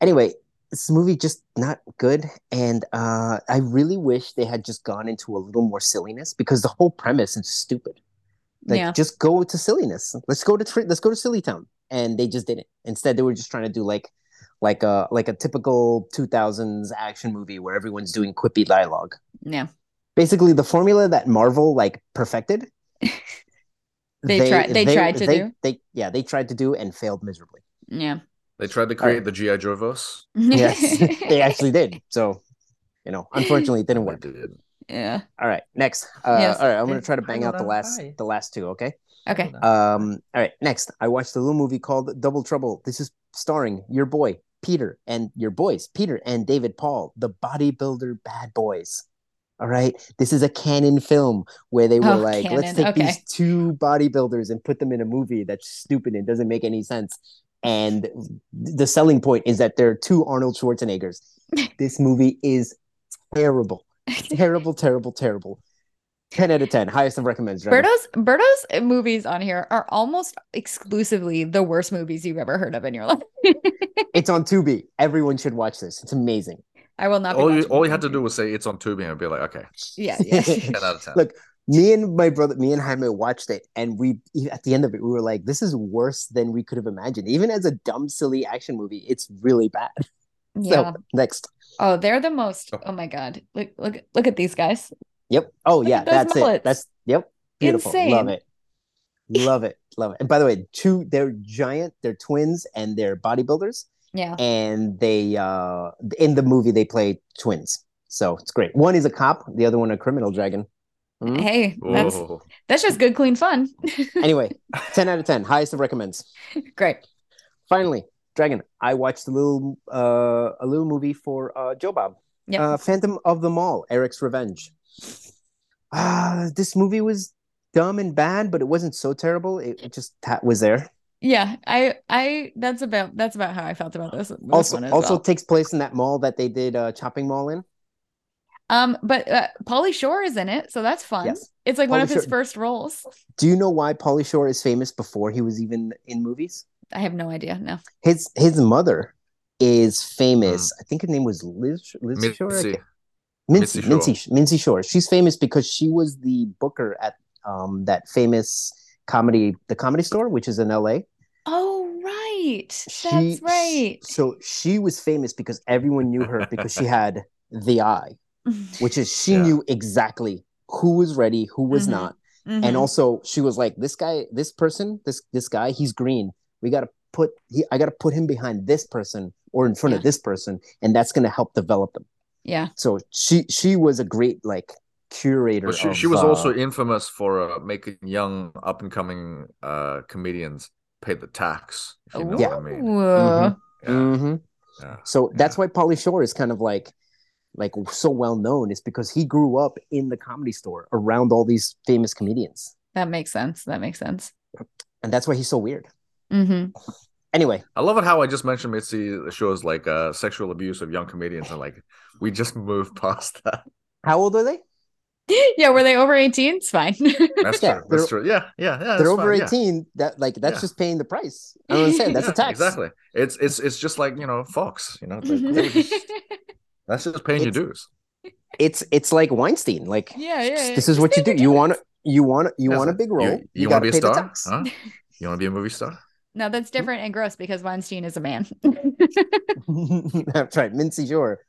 anyway, this movie just not good, and uh, I really wish they had just gone into a little more silliness because the whole premise is stupid. Like,
yeah.
just go to silliness. Let's go to tri- let's go to Silly Town, and they just didn't. Instead, they were just trying to do like like a like a typical two thousands action movie where everyone's doing quippy dialogue.
Yeah.
Basically, the formula that Marvel like perfected.
*laughs* They tried- they tried to
they-
do.
They yeah, they tried to do and
*laughs*
failed miserably.
Yeah.
They tried to
All right.
create the GI Joe verse.
*laughs*
*laughs*
Yes, they actually did. So, you know, unfortunately, it didn't
and
work.
They did.
yeah.
All right, next. Uh,
Yes.
All right, I'm gonna
Hey,
try to bang
hang
out the
on,
last
hi.
the last two. Okay.
Okay. *laughs*
Um, all right, next. I watched a little movie called Double Trouble. This is starring your boy, Peter and your boys, Peter and David Paul, the bodybuilder bad boys. All right. This is a canon film where they were
Oh,
like, let's
canon,
take
okay.
these two bodybuilders and put them in a movie that's stupid and doesn't make any sense. And the selling point is that there are two Arnold
*laughs*
Schwarzeneggers. this movie is terrible. Terrible, terrible, terrible. 10 out of 10. Highest of recommends. Jeremy.
Berto's Berto's movies on here are almost exclusively the worst movies you've ever heard of in your life.
It's on Tubi. Everyone should watch this. It's amazing.
I will not. be
all you
watching
all you
them.
had to do was say it's on Tubi and be like, okay,
Yeah, yeah.
ten out of ten.
*laughs* Look, me and my brother, me and Jaime watched it, and we e, at the end of it, we were like, "This is worse than we could have imagined." Even as a dumb, silly action movie, it's really bad. *laughs*
yeah.
So next,
Oh, they're the most.
Oh.
Oh my god! Look, look, look at these guys.
yep. Oh yeah,
at those
that's
mullets.
it. That's yep. Beautiful.
Insane.
Love it. Love it. Love it. And by the way, two they're giant. They're twins, and they're bodybuilders.
Yeah.
And they uh in the movie they play twins, so it's great. One is a cop, the other one a criminal dragon.
Hmm?
Mhm.
Hey, that's
Oh,
that's just good, clean fun.
Anyway, *laughs* ten out of ten. Highest of recommends.
Great.
finally, Dragon, I watched a little uh, a little movie for uh, Joe Bob,
Yep.
uh, Phantom of the Mall, Eric's Revenge. Ah, this movie was dumb and bad, but it wasn't so terrible. It, it just ha- was there.
yeah, I, I. That's about that's about how I felt about this. this
also,
one as
also
well.
takes place in that mall that they did uh, Chopping Mall in.
um, but uh, Polly Shore is in it, so that's fun.
Yes.
It's like one
Pauly
of his
Shore-
first roles.
Do you know why Pauly Shore is famous before he was even in movies?
I have no idea. No.
His his mother is famous.
Mm.
I think her name was Liz, Liz Shore. I
Mitzi.
can't- Mincy,
Mincy
Mincy,
Shore.
Mincy Shore. She's famous because she was the booker at um, that famous comedy, the Comedy Store, which is in L.A.
Oh right, that's
She,
right. *laughs*
So she was famous because everyone knew her because she had the eye,
Mm-hmm.
which is she
Yeah.
knew exactly who was ready, who was
Mhm.
not,
Mhm.
and also she was like, this guy, this person, this this guy, he's green. We gotta put, he, I gotta put him behind this person or in front of
Yeah.
this person, and that's gonna help develop them.
yeah,
So she she was a great like curator.
But she,
of,
she was
uh,
also infamous for uh, making young up and coming uh, comedians pay the tax. If you know what I mean.
Ooh.
Mhm.
Yeah,
Mhm.
yeah.
So that's why Pauly Shore is kind of like like so well known is because he grew up in the comedy store around all these famous comedians.
that makes sense. That makes sense.
And that's why he's so weird.
hmm
Anyway,
I love it how I just mentioned Mitzi shows like uh, sexual abuse of young comedians and like we just *laughs* moved past that.
how old are they?
*gasps* yeah, were they over 18? It's
*laughs*
fine.
That's
Yeah,
true. That's true. Yeah, yeah, yeah. that's
They're over
fine, yeah.
18. That like that's
Yeah.
just paying the price. I don't understand. That's a
*laughs* Yeah,
tax.
Exactly. It's it's it's just like you know Fox. You know,
*laughs*
it's like, we're
Mhm.
just- that's just paying
It's-
your dues.
It's it's like Weinstein. Like
yeah, yeah.
this is what you do. You want you want you
That's
want a
it.
big role.
You, you, want
gotta
to be a
pay the
star?
tax.
Huh? You want to be a movie star?
No, that's different and gross because Weinstein is a *laughs* man.
*laughs* that's right. Mincy Shore.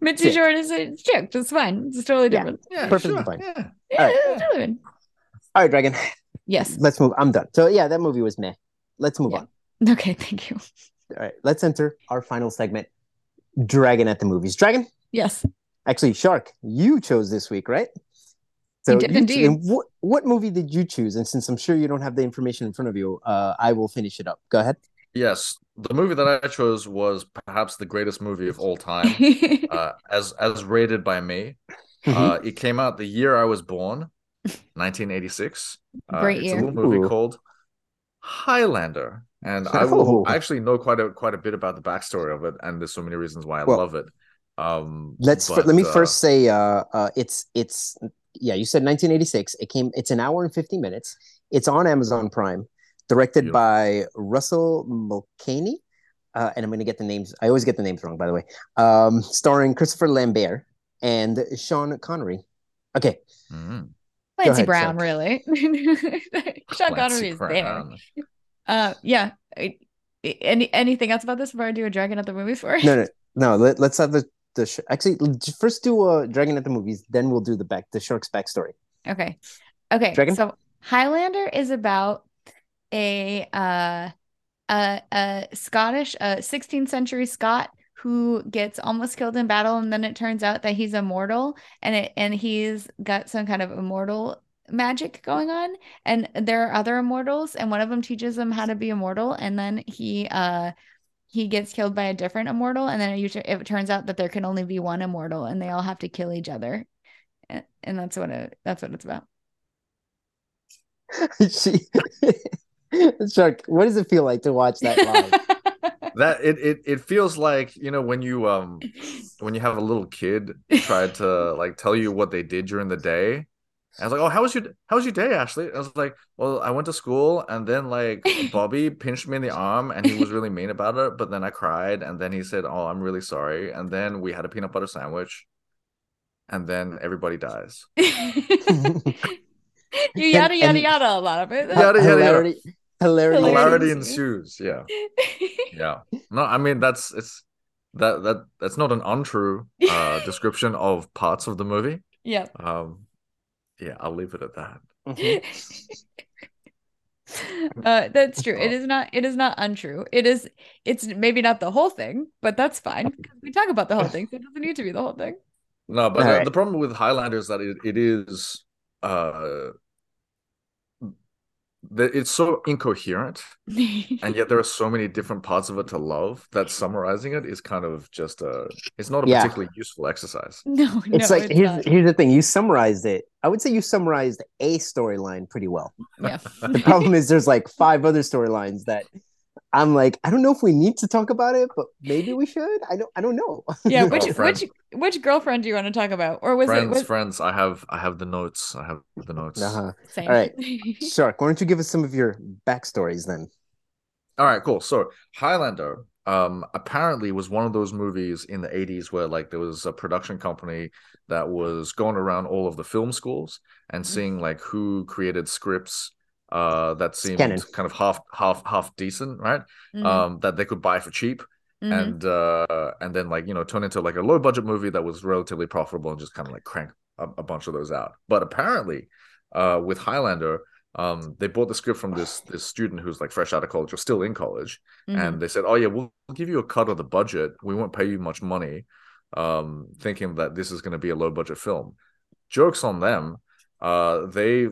Mitzi
Chick.
Short is a chick. That's fine. It's totally
Yeah.
different.
Yeah,
Perfectly
sure,
fine.
Yeah.
Yeah,
All right.
it's totally fine.
All right, Dragon.
Yes.
Let's move. I'm done. So yeah, that movie was meh. Let's move
Yeah.
on.
Okay. Thank you.
All right, let's enter our final segment. Dragon at the movies. Dragon,
Yes.
actually, Shark, you chose this week, right?
did
you-
indeed.
and what what movie did you choose? And since I'm sure you don't have the information in front of you, uh, I will finish it up. Go ahead.
Yes, the movie that I chose was perhaps the greatest movie of all time,
*laughs*
uh, as as rated by me.
Mm-hmm.
Uh, it came out the year I was
*laughs*
born, 1986. Uh,
Great
it's
year.
a little movie
Ooh.
called Highlander,
*laughs*
and I will
Oh.
I actually know quite a quite a bit about the backstory of it, and there's so many reasons why I
Well,
love it. Um,
Let's
but,
let me
uh,
first say, uh, uh, it's it's yeah, you said 1986. It came. It's an hour and 50 minutes. It's on Amazon Prime, directed
Beautiful.
by Russell Mulcahy. Uh, and I'm going to get the names. I always get the names wrong, by the way. Um, starring Christopher Lambert and Sean Connery. Okay,
mhm,
Clancy
ahead,
Brown,
Chuck.
really. *laughs* Sean Connery
Clancy
is there.
Brown.
Uh, yeah. I- Any anything else about this before I do a dragon at the movie for it?
no, no, no. Let, let's have the the sh- actually l- j- first do uh, Dragon at the movies, then we'll do the back the shark's backstory. *laughs*
Okay. Okay.
Dragon?
So Highlander is about a uh a a Scottish uh 16th century Scot who gets almost killed in battle and then it turns out that he's immortal and it and he's got some kind of immortal magic going on and there are other immortals and one of them teaches him how to be immortal and then he uh he gets killed by a different immortal, and then it usually it turns out that there can only be one immortal, and they all have to kill each other, and, and that's what it that's what it's about.
she, *laughs* Chuck, what does it feel like to watch that live?
that it, it it feels like you know when you um when you have a little kid try to like tell you what they did during the day and i was like oh how was your how was your day ashley And i was like well i went to school and then like bobby pinched me in the arm and he was really mean about it but then i cried and then he said oh i'm really sorry and then we had a peanut butter sandwich and then everybody dies
*laughs* you yada
And-
yada
and-
yada a lot of it.
Yada, yada, yada.
hilarity, hilarity,
hilarity
Hilarity
ensues yeah yeah no i mean that's it's that that that's not an untrue uh description of parts of the movie
*laughs* yep.
um yeah i'll leave it at that
Mhm.
uh that's true it is not it is not untrue it is it's maybe not the whole thing but that's fine 'cause we talk about the whole thing so it doesn't need to be the whole thing *laughs*
no but the,
Alright.
the problem with highlander is that it, it is uh that it's so incoherent and yet there are so many different parts of it to love that summarizing it is kind of just a it's not a
Yeah.
particularly useful exercise
no no
It's like
it's
here's
not.
here's the thing. You summarized it. I would say you summarized a storyline pretty well.
yeah
The
*laughs*
problem is there's like five other storylines that I'm like, I don't know if we need to talk about it, but maybe we should. I don't I don't know. *laughs*
yeah which
Girlfriend.
which which girlfriend do you want to talk about or was
friends
it was
friends i have i have the notes i have the notes
Uh-huh.
same. *laughs*
All right. Shark, why don't you give us some of your backstories then?
All right, cool. So Highlander um apparently was one of those movies in the 80s where like there was a production company that was going around all of the film schools and seeing like who created scripts uh that seemed
canon.
kind of half half half decent, right?
Mhm,
Um that they could buy for cheap
mhm.
and uh and then like you know turn into like a low budget movie that was relatively profitable and just kind of like crank a, a bunch of those out but apparently uh with highlander um they bought the script from this this student who's like fresh out of college or still in college
Mhm.
and they said oh yeah we'll, we'll give you a cut of the budget we won't pay you much money um thinking that this is going to be a low budget film jokes on them uh they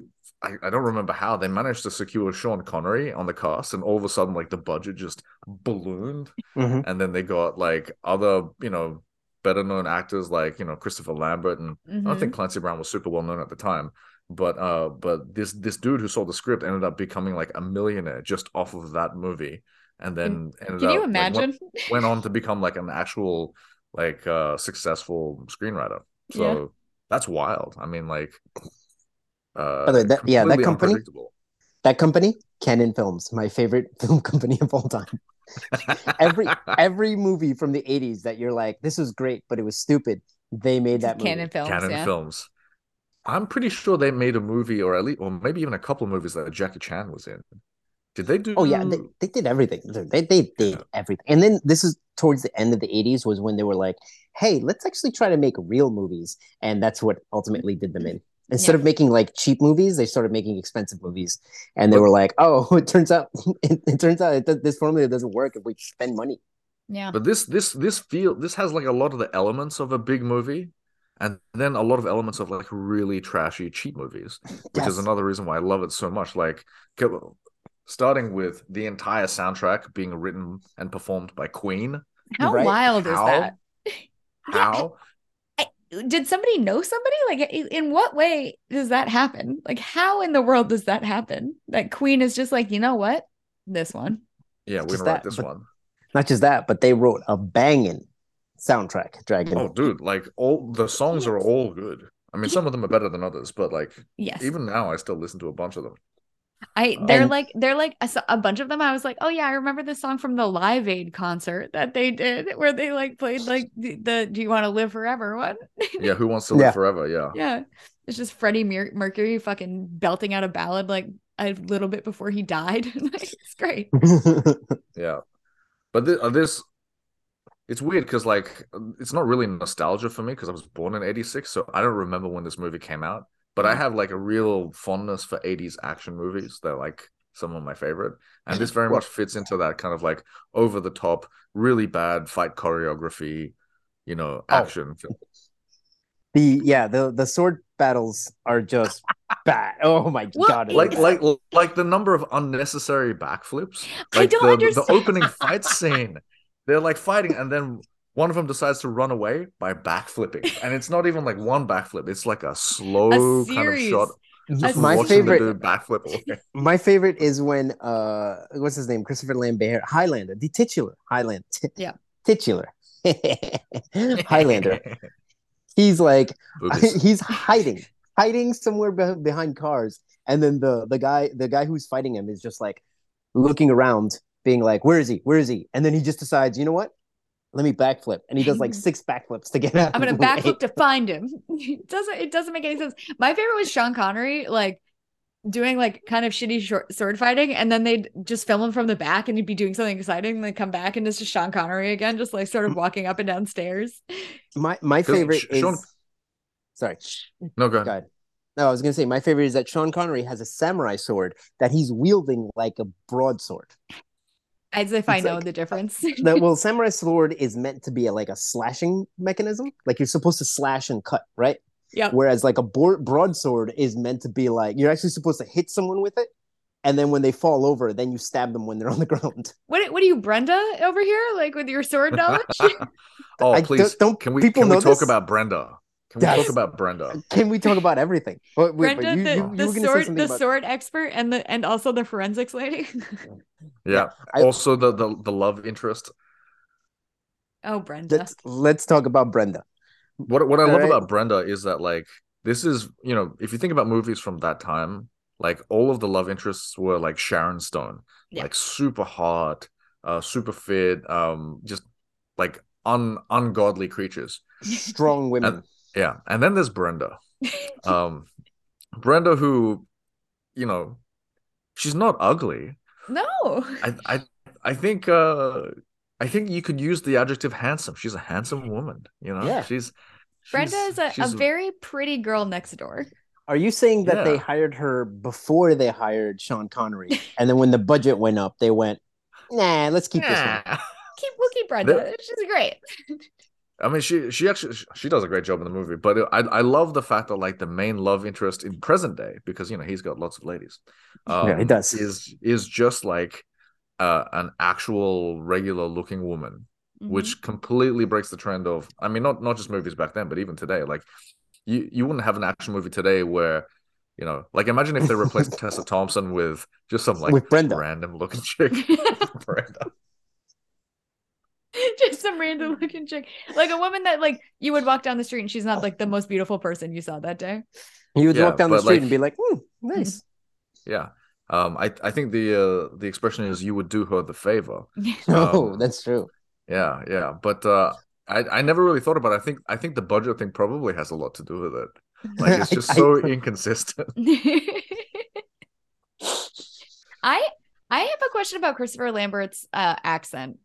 I, I don't remember how they managed to secure Sean Connery on the cast, and all of a sudden, like the budget just ballooned
Mhm.
and then they got like other you know better known actors like you know christopher lambert and i don't
Mhm.
think clancy brown was super well known at the time but uh but this this dude who sold the script ended up becoming like a millionaire just off of that movie and then ended
Mm. Mm-hmm. can
up
you
like, went-
imagine
went, on to become like an actual like uh successful screenwriter so
Yeah.
that's wild i mean like uh
By the way, that- yeah, that
completely
company-
unpredictable.
That company, Canon Films, my favorite *laughs* film company of all time. *laughs*
*laughs*
Every every movie from the 80s that you're like, this was great, but it was stupid. They made that movie.
canon films
Canon
yeah
films. I'm pretty sure they made a movie, or at least, or maybe even a couple of movies that Jackie Chan was in. Did they do?
Oh yeah,
Mm.
they, they did everything. They they did everything. And then this is towards the end of the 80s was when they were like, "Hey, let's actually try to make real movies." And that's what ultimately did them in. Instead
Yeah.
of making like cheap movies, they started making expensive movies. And they
But-
were like, "Oh, *laughs* it turns out it, it turns out it, does- this formula doesn't work if we spend money."
yeah
But this, this, this feel, this has like a lot of the elements of a big movie, and then a lot of elements of like really trashy cheap
*laughs*
movies, which is
Yes.
another reason why I love it so much. Like, go- starting with the entire soundtrack being written and performed by Queen.
how
Right?
wild is
How?
that Yeah,
How?
did somebody know somebody like i- in what way does that happen like how in the world does that happen that queen is just like you know what this one
*laughs*
Yeah, we're
Just
gonna write
that,
this
but-
one.
Not just that, but they wrote a banging soundtrack, Dragon. *clears throat*
Oh, dude! Like all the songs are
Yes.
all good. I mean, some of them are better than others, but like
yes
even now, I still listen to a bunch of them.
i
uh,
they're
And-
like they're like I saw a bunch of them i was like oh yeah i remember the song from the live aid concert that they did where they like played like the, the do you want to live forever one
Yeah, who wants to live
Yeah.
forever? Yeah.
yeah it's just freddie Mer- mercury fucking belting out a ballad like a little bit before he died *laughs* like, it's great
Yeah. But this, this it's weird because like it's not really nostalgia for me because I was born in 86, so I don't remember when this movie came out. But I
Mhm.
have like a real fondness for 80s action movies. They're like some of my favorite. And this very
Well-
much fits into that kind of like over the top, really bad fight choreography, you know, action film.
*laughs* the yeah, the the sword battles are just *laughs* bad. Oh my
Well,
god.
it-
like
It's-
like like the number of unnecessary backflips.
I
Like
don't
the,
understand. *laughs*
the opening fight scene They're like fighting, and then one of them decides to run away by backflipping. And it's not even like one backflip, it's like a slow kind of
series.
shot.
That's
my
awesome.
watching the
favorite
dude backflip
*laughs*
away.
my favorite is when uh what's his name christopher lambert highlander the titular highlander
Yeah.
titular *laughs*
*laughs*
highlander he's like *laughs*
Boobies.
he's hiding hiding somewhere beh behind cars and then the the guy the guy who's fighting him is just like looking around being like where is he where is he and then he just decides you know what let me backflip and he
*laughs*
does like six backflips to get out *laughs*
I'm gonna
of the way.
backflip to find him. *laughs* It doesn't it doesn't make any sense. My favorite was Sean Connery, like doing like kind of shitty short sword fighting, and then they'd just film him from the back and he'd be doing something exciting, and then come back and it's just Sean Connery again, just like
*laughs*
sort of walking up and down stairs.
my my
'Cause
favorite
Sh-
is
Sean-
sorry
no, go ahead.
Go ahead. No, I was gonna say my favorite is that Sean Connery has a samurai sword that he's wielding like a broadsword.
As if I
It's
know
like-
the difference. *laughs*
The-
*laughs*
well, samurai sword is meant to be a, like a slashing mechanism, like you're supposed to slash and cut, right?
Yep.
Whereas like a board, broadsword is meant to be like you're actually supposed to hit someone with it, and then when they fall over, then you stab them when they're on the *laughs* ground.
What what are you, Brenda, over here? Like with your sword
*laughs*
knowledge?
oh,
I-
please.
don't- don't
can we,
people
can we
know
talk
this?
about Brenda? Can we
Yes.
talk about Brenda?
Can we talk about everything? Wait, wait, but
Brenda,
you-
the,
you- you
the
were gonna say
sword
something
the
about-
sword expert and the and also the forensics lady. *laughs*
Yeah.
I-
also, the, the the love interest.
oh, Brenda.
Let's, let's talk about Brenda.
What what I love
Alright.
about Brenda is that like this is you know if you think about movies from that time, like all of the love interests were like Sharon Stone,
Yeah.
like super hot, uh, super fit, um, just like un ungodly creatures. *laughs* Uh,
Strong women.
Yeah, and then there's Brenda, um, Brenda who, you know, she's not ugly.
*laughs* no.
*laughs*
I I I think uh I think you could use the adjective handsome. She's a handsome woman, you know.
Yeah.
She's
Brenda
she's-
is a, a
she's-
very pretty girl next door.
Are you saying that they
Yeah.
hired her before they hired Sean Connery? and then when the budget went up, they went, nah, let's keep this one.
Nah.
Keep we'll keep Brenda. She's great.
I mean, she she actually she- she does a great job in the movie, but I I love the fact that like the main love interest in present day because you know he's got lots of ladies.
*laughs*
Um,
Yeah, he does.
Is is just like uh, an actual regular looking woman,
Mm-hmm. *laughs*
which *laughs* completely breaks the trend of. I mean, not not just movies back then, but even today. Like, you you wouldn't have an action movie today where, you know, like imagine if they replaced
*laughs*
Tessa Thompson with just some like
With Brenda.
random looking chick. *laughs*
Mhm.
Brenda.
just some random looking chick. Like a woman that like you would walk down the street and she's not like the most beautiful person you saw that day.
You would
Yeah,
walk down the
but,
street
like-
and be like, hmm,
*laughs*
nice.
Yeah. Um, I, I think the uh, the expression is you would do her the favor.
*laughs* No,
Um,
Oh, that's true.
Yeah, yeah. But uh I, I never really thought about it. I think I think the budget thing probably has a lot to do with it. Like it's
I-
just
I-
so inconsistent.
*laughs*
*laughs*
I I have a question about Christopher Lambert's uh, accent.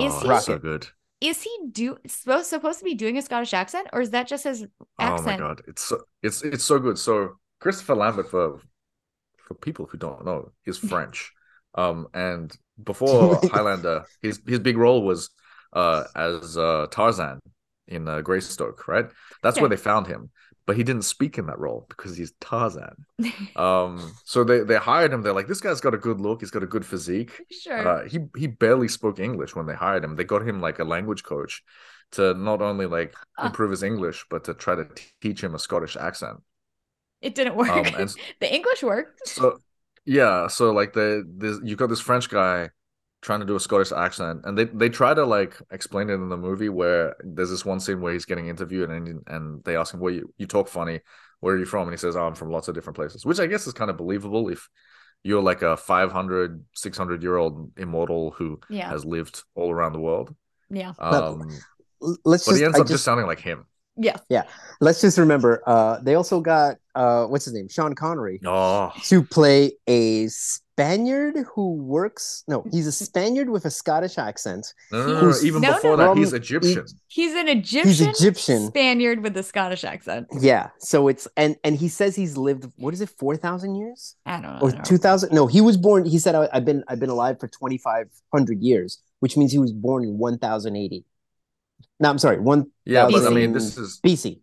Is
oh,
he-
that's so good.
Is he do supposed supposed to be doing a Scottish accent, or is that just his
Oh my
accent?
god. It's so it's it's so good. So Christopher Lambert for for people who don't know
*laughs*
is French. Um and before Highlander, his his big role was uh as uh Tarzan in uh, Greystoke, right? That's where
Okay.
they found him. But he didn't speak in that role because he's Tarzan. Um, so they they hired him. They're like, this guy's got a good look. He's got a good physique.
*laughs* sure.
Uh, he he barely spoke English when they hired him. They got him like a language coach to not only like
Ah.
improve his English, but to try to t- teach him a Scottish
*laughs*
accent.
it didn't work.
Um, and
*laughs* the English worked.
so yeah, so like the this you got this French guy trying to do a Scottish accent, and they they try to like explain it in the movie where there's this one scene where he's getting interviewed and and they ask him where you you talk funny, where are you from, and he says oh, I'm from lots of different places, which I guess is kind of believable if you're like a 500 600 year old immortal who
Yeah.
has lived all around the world
Yeah.
um
L- Let's
but
just,
he ends
I
up
just,
just sounding like him
Yeah.
let's just remember. Uh, they also got uh, what's his name, Sean Connery,
oh
to play a Spaniard who works. No, he's a Spaniard with a Scottish accent.
no, no, no, no,
He's
even
No,
before
no,
no.
that he's
From
egyptian
He's an Egyptian,
He's Egyptian.
Spaniard with a Scottish accent.
Yeah, so it's and and he says he's lived. What is it, four thousand years?
I don't know.
or
I don't know.
2000 no he was born he said I, i've been i've been alive for 2500 years which means he was born in 1080 no i'm sorry 1
yeah but i
1000
mean this is
bc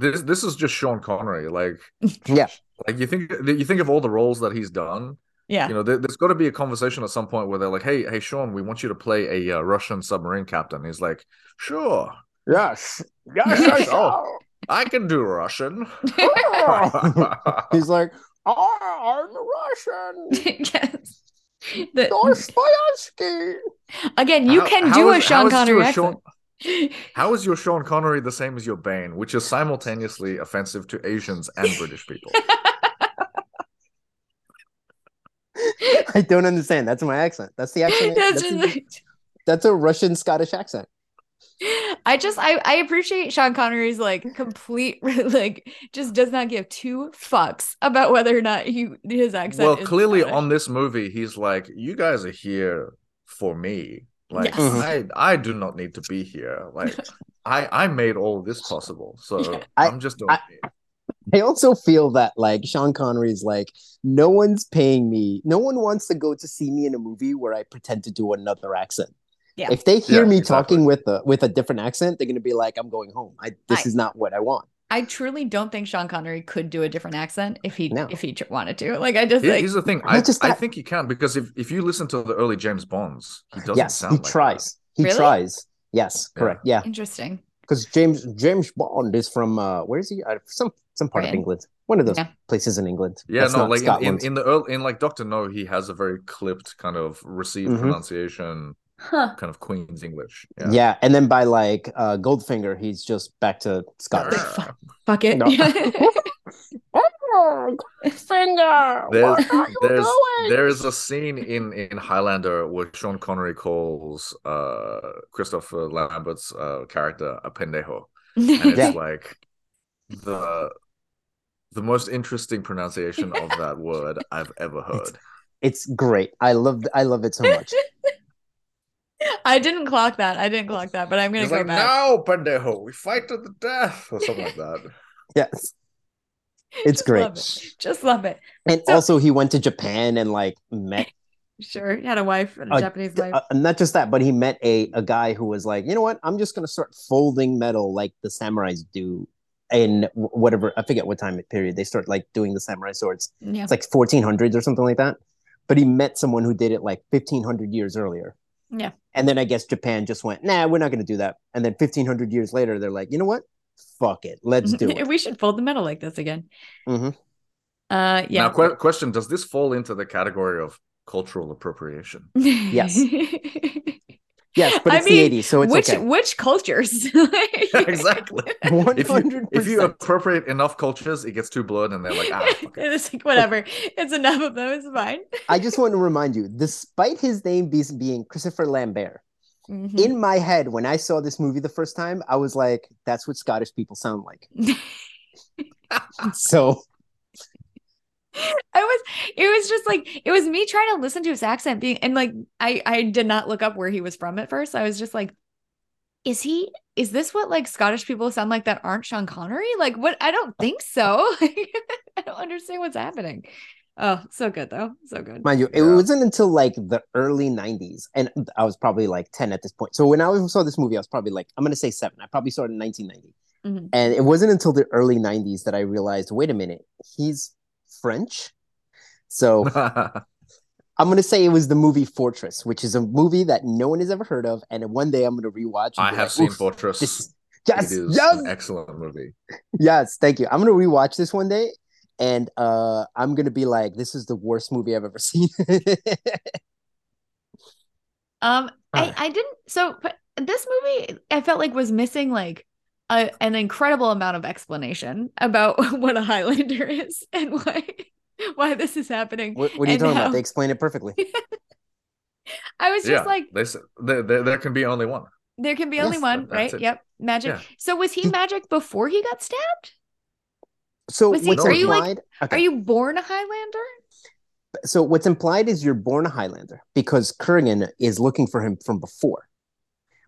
this this is just Sean Connery. Like,
Yeah.
like you think you think of all the roles that he's done,
Yeah.
You know, there, has got to be a conversation at some point where they're like, "Hey, hey, Sean, we want you to play a uh, Russian submarine captain." He's like, "Sure,
Yes. *laughs*
yes, oh. I can do Russian."
He's like, I'm Russian.
*laughs* yes. The-
Dostoevsky.
again, you
How-
can
how
do a
is- how
Sean
is
Connery
your
accent. *laughs*
How is your Sean Connery the same as your Bane, which is simultaneously offensive to Asians and British people?
*laughs* I don't understand. That's my accent. That's the accent.
*laughs* That's
That's,
just
a,
like-
that's a Russian Scottish accent.
I just I I appreciate Sean Connery's like complete *laughs* like just does not give two fucks about whether or not he his accent.
well,
is
clearly
Scottish.
on this movie, he's like, "You guys are here for me. Like,
Yes.
Mhm.
I I do not need to be here.
*laughs*
Like, I I made all this possible, so
Yeah.
I-
I'm just doing
I- I also feel that like Sean Connery's like, no one's paying me. No one wants to go to see me in a movie where I pretend to do another accent.
Yeah.
If they hear
Yeah,
me
exactly.
talking with a with a different accent, they're gonna be like, "I'm going home. I, this
I-
is not what I want."
I truly don't think Sean Connery could do a different accent if he
No.
if he ch- wanted to. Like I just
Here-
like
Here's the thing.
Not
I,
just
I
that-
think he can because if, if you listen to the early James Bonds, he doesn't
Yes,
sound
he
like that.
tries. He
Really?
tries. Yes,
Yeah.
correct. Yeah,
interesting.
because James James Bond is from uh, where is he? Uh, some some part of
Britain.
England. One of those
Yeah.
places in England.
Yeah,
That's
no,
not
like in, in,
Scotland.
in the early, in like Doctor No, he has a very clipped kind of received
Mhm.
pronunciation,
Huh.
kind of Queen's English.
yeah. and then by like uh, Goldfinger, he's just back to Scotland.
fuck. Fuck it. *laughs*
*laughs*
No. Oh, Goldfinger,
There's there's there is a scene in in Highlander where Sean Connery calls uh Christopher Lambert's uh character a pendejo, and it's
Yeah.
like the the most interesting pronunciation of
*laughs*
that word I've ever heard.
It's great. I love I love it so much.
I didn't clock that. I didn't clock that, but I'm gonna
He's
go
like,
back.
no, pendejo, we fight to the death, or something like that.
yes, it's
Just
great.
love it. Just love it.
And
So-
also, he went to Japan and like
*laughs*
met
Sure, he had a wife, a
Uh,
Japanese wife.
uh, not just that, but he met a a guy who was like, you know what? I'm just gonna start folding metal like the samurais do in wh- whatever I forget what time period they start like doing the samurai swords.
yeah.
It's like 1400s or something like that. But he met someone who did it like 1500 years earlier.
Yeah.
And then I guess Japan just went, nah, we're not gonna do that. And then 1500 years later, they're like, you know what? Fuck it,
*laughs*
let's do it.
we should fold the metal like this again.
Mhm.
Uh,
Now,
yeah.
que- question: Does this fall into the category of cultural appropriation? *laughs*
*laughs*
Yes. Yes, but
I
it's
mean,
the 80s, so it's
which
okay.
which cultures? *laughs* exactly.
exactly. *laughs* If you,
100%.
if you appropriate enough cultures, it gets too blurred, and they're like,
*laughs*
ah, fuck it.
it's like whatever. It's enough of them. It's fine.
*laughs* I just want to remind you, despite his name be- being Christopher Lambert,
Mhm.
in my head when I saw this movie the first time, I was like, "That's what Scottish people sound like." so
I was it was just like it was me trying to listen to his accent being and like I I did not look up where he was from at first. I was just like is he is this what like Scottish people sound like that aren't Sean Connery? Like what I don't think so. *laughs* I don't understand what's happening. Oh, so good though. So good.
mind you, it
Yeah.
wasn't until like the early '90s, and I was probably like 10 at this point. So when I was- saw this movie, I was probably like, I'm gonna say seven. I probably saw it in 1990,
Mhm.
and it wasn't until the early '90s that I realized, wait a minute, he's French. So
*laughs*
I'm gonna say it was the movie Fortress, which is a movie that no one has ever heard of, and one day I'm gonna rewatch. and
I
be
have
like,
seen
"Oof,
Fortress.
this-
it
Yes,
is
yes,
an excellent movie.
Yes, thank you. I'm gonna rewatch this one day, and uh, I'm gonna be like, "This is the worst movie I've ever *laughs* seen."
Um I
Alright.
I didn't so but this movie I felt like was missing like a, an incredible amount of explanation about *laughs* what a Highlander is and why why this is happening.
what, what are you
And
talking
how-
about? They explain it perfectly.
*laughs* I was just
yeah,
like,
they s- there, there, there can be only one.
there can be only
Yes,
one,
that's
right?
it.
Yep. Magic.
Yeah.
So was he
Did-
magic before he got stabbed?
So
Was he-
what's
are
implied?
you, like-
okay.
Are you born a Highlander?
so what's implied is you're born a Highlander because Kurgan is looking for him from before,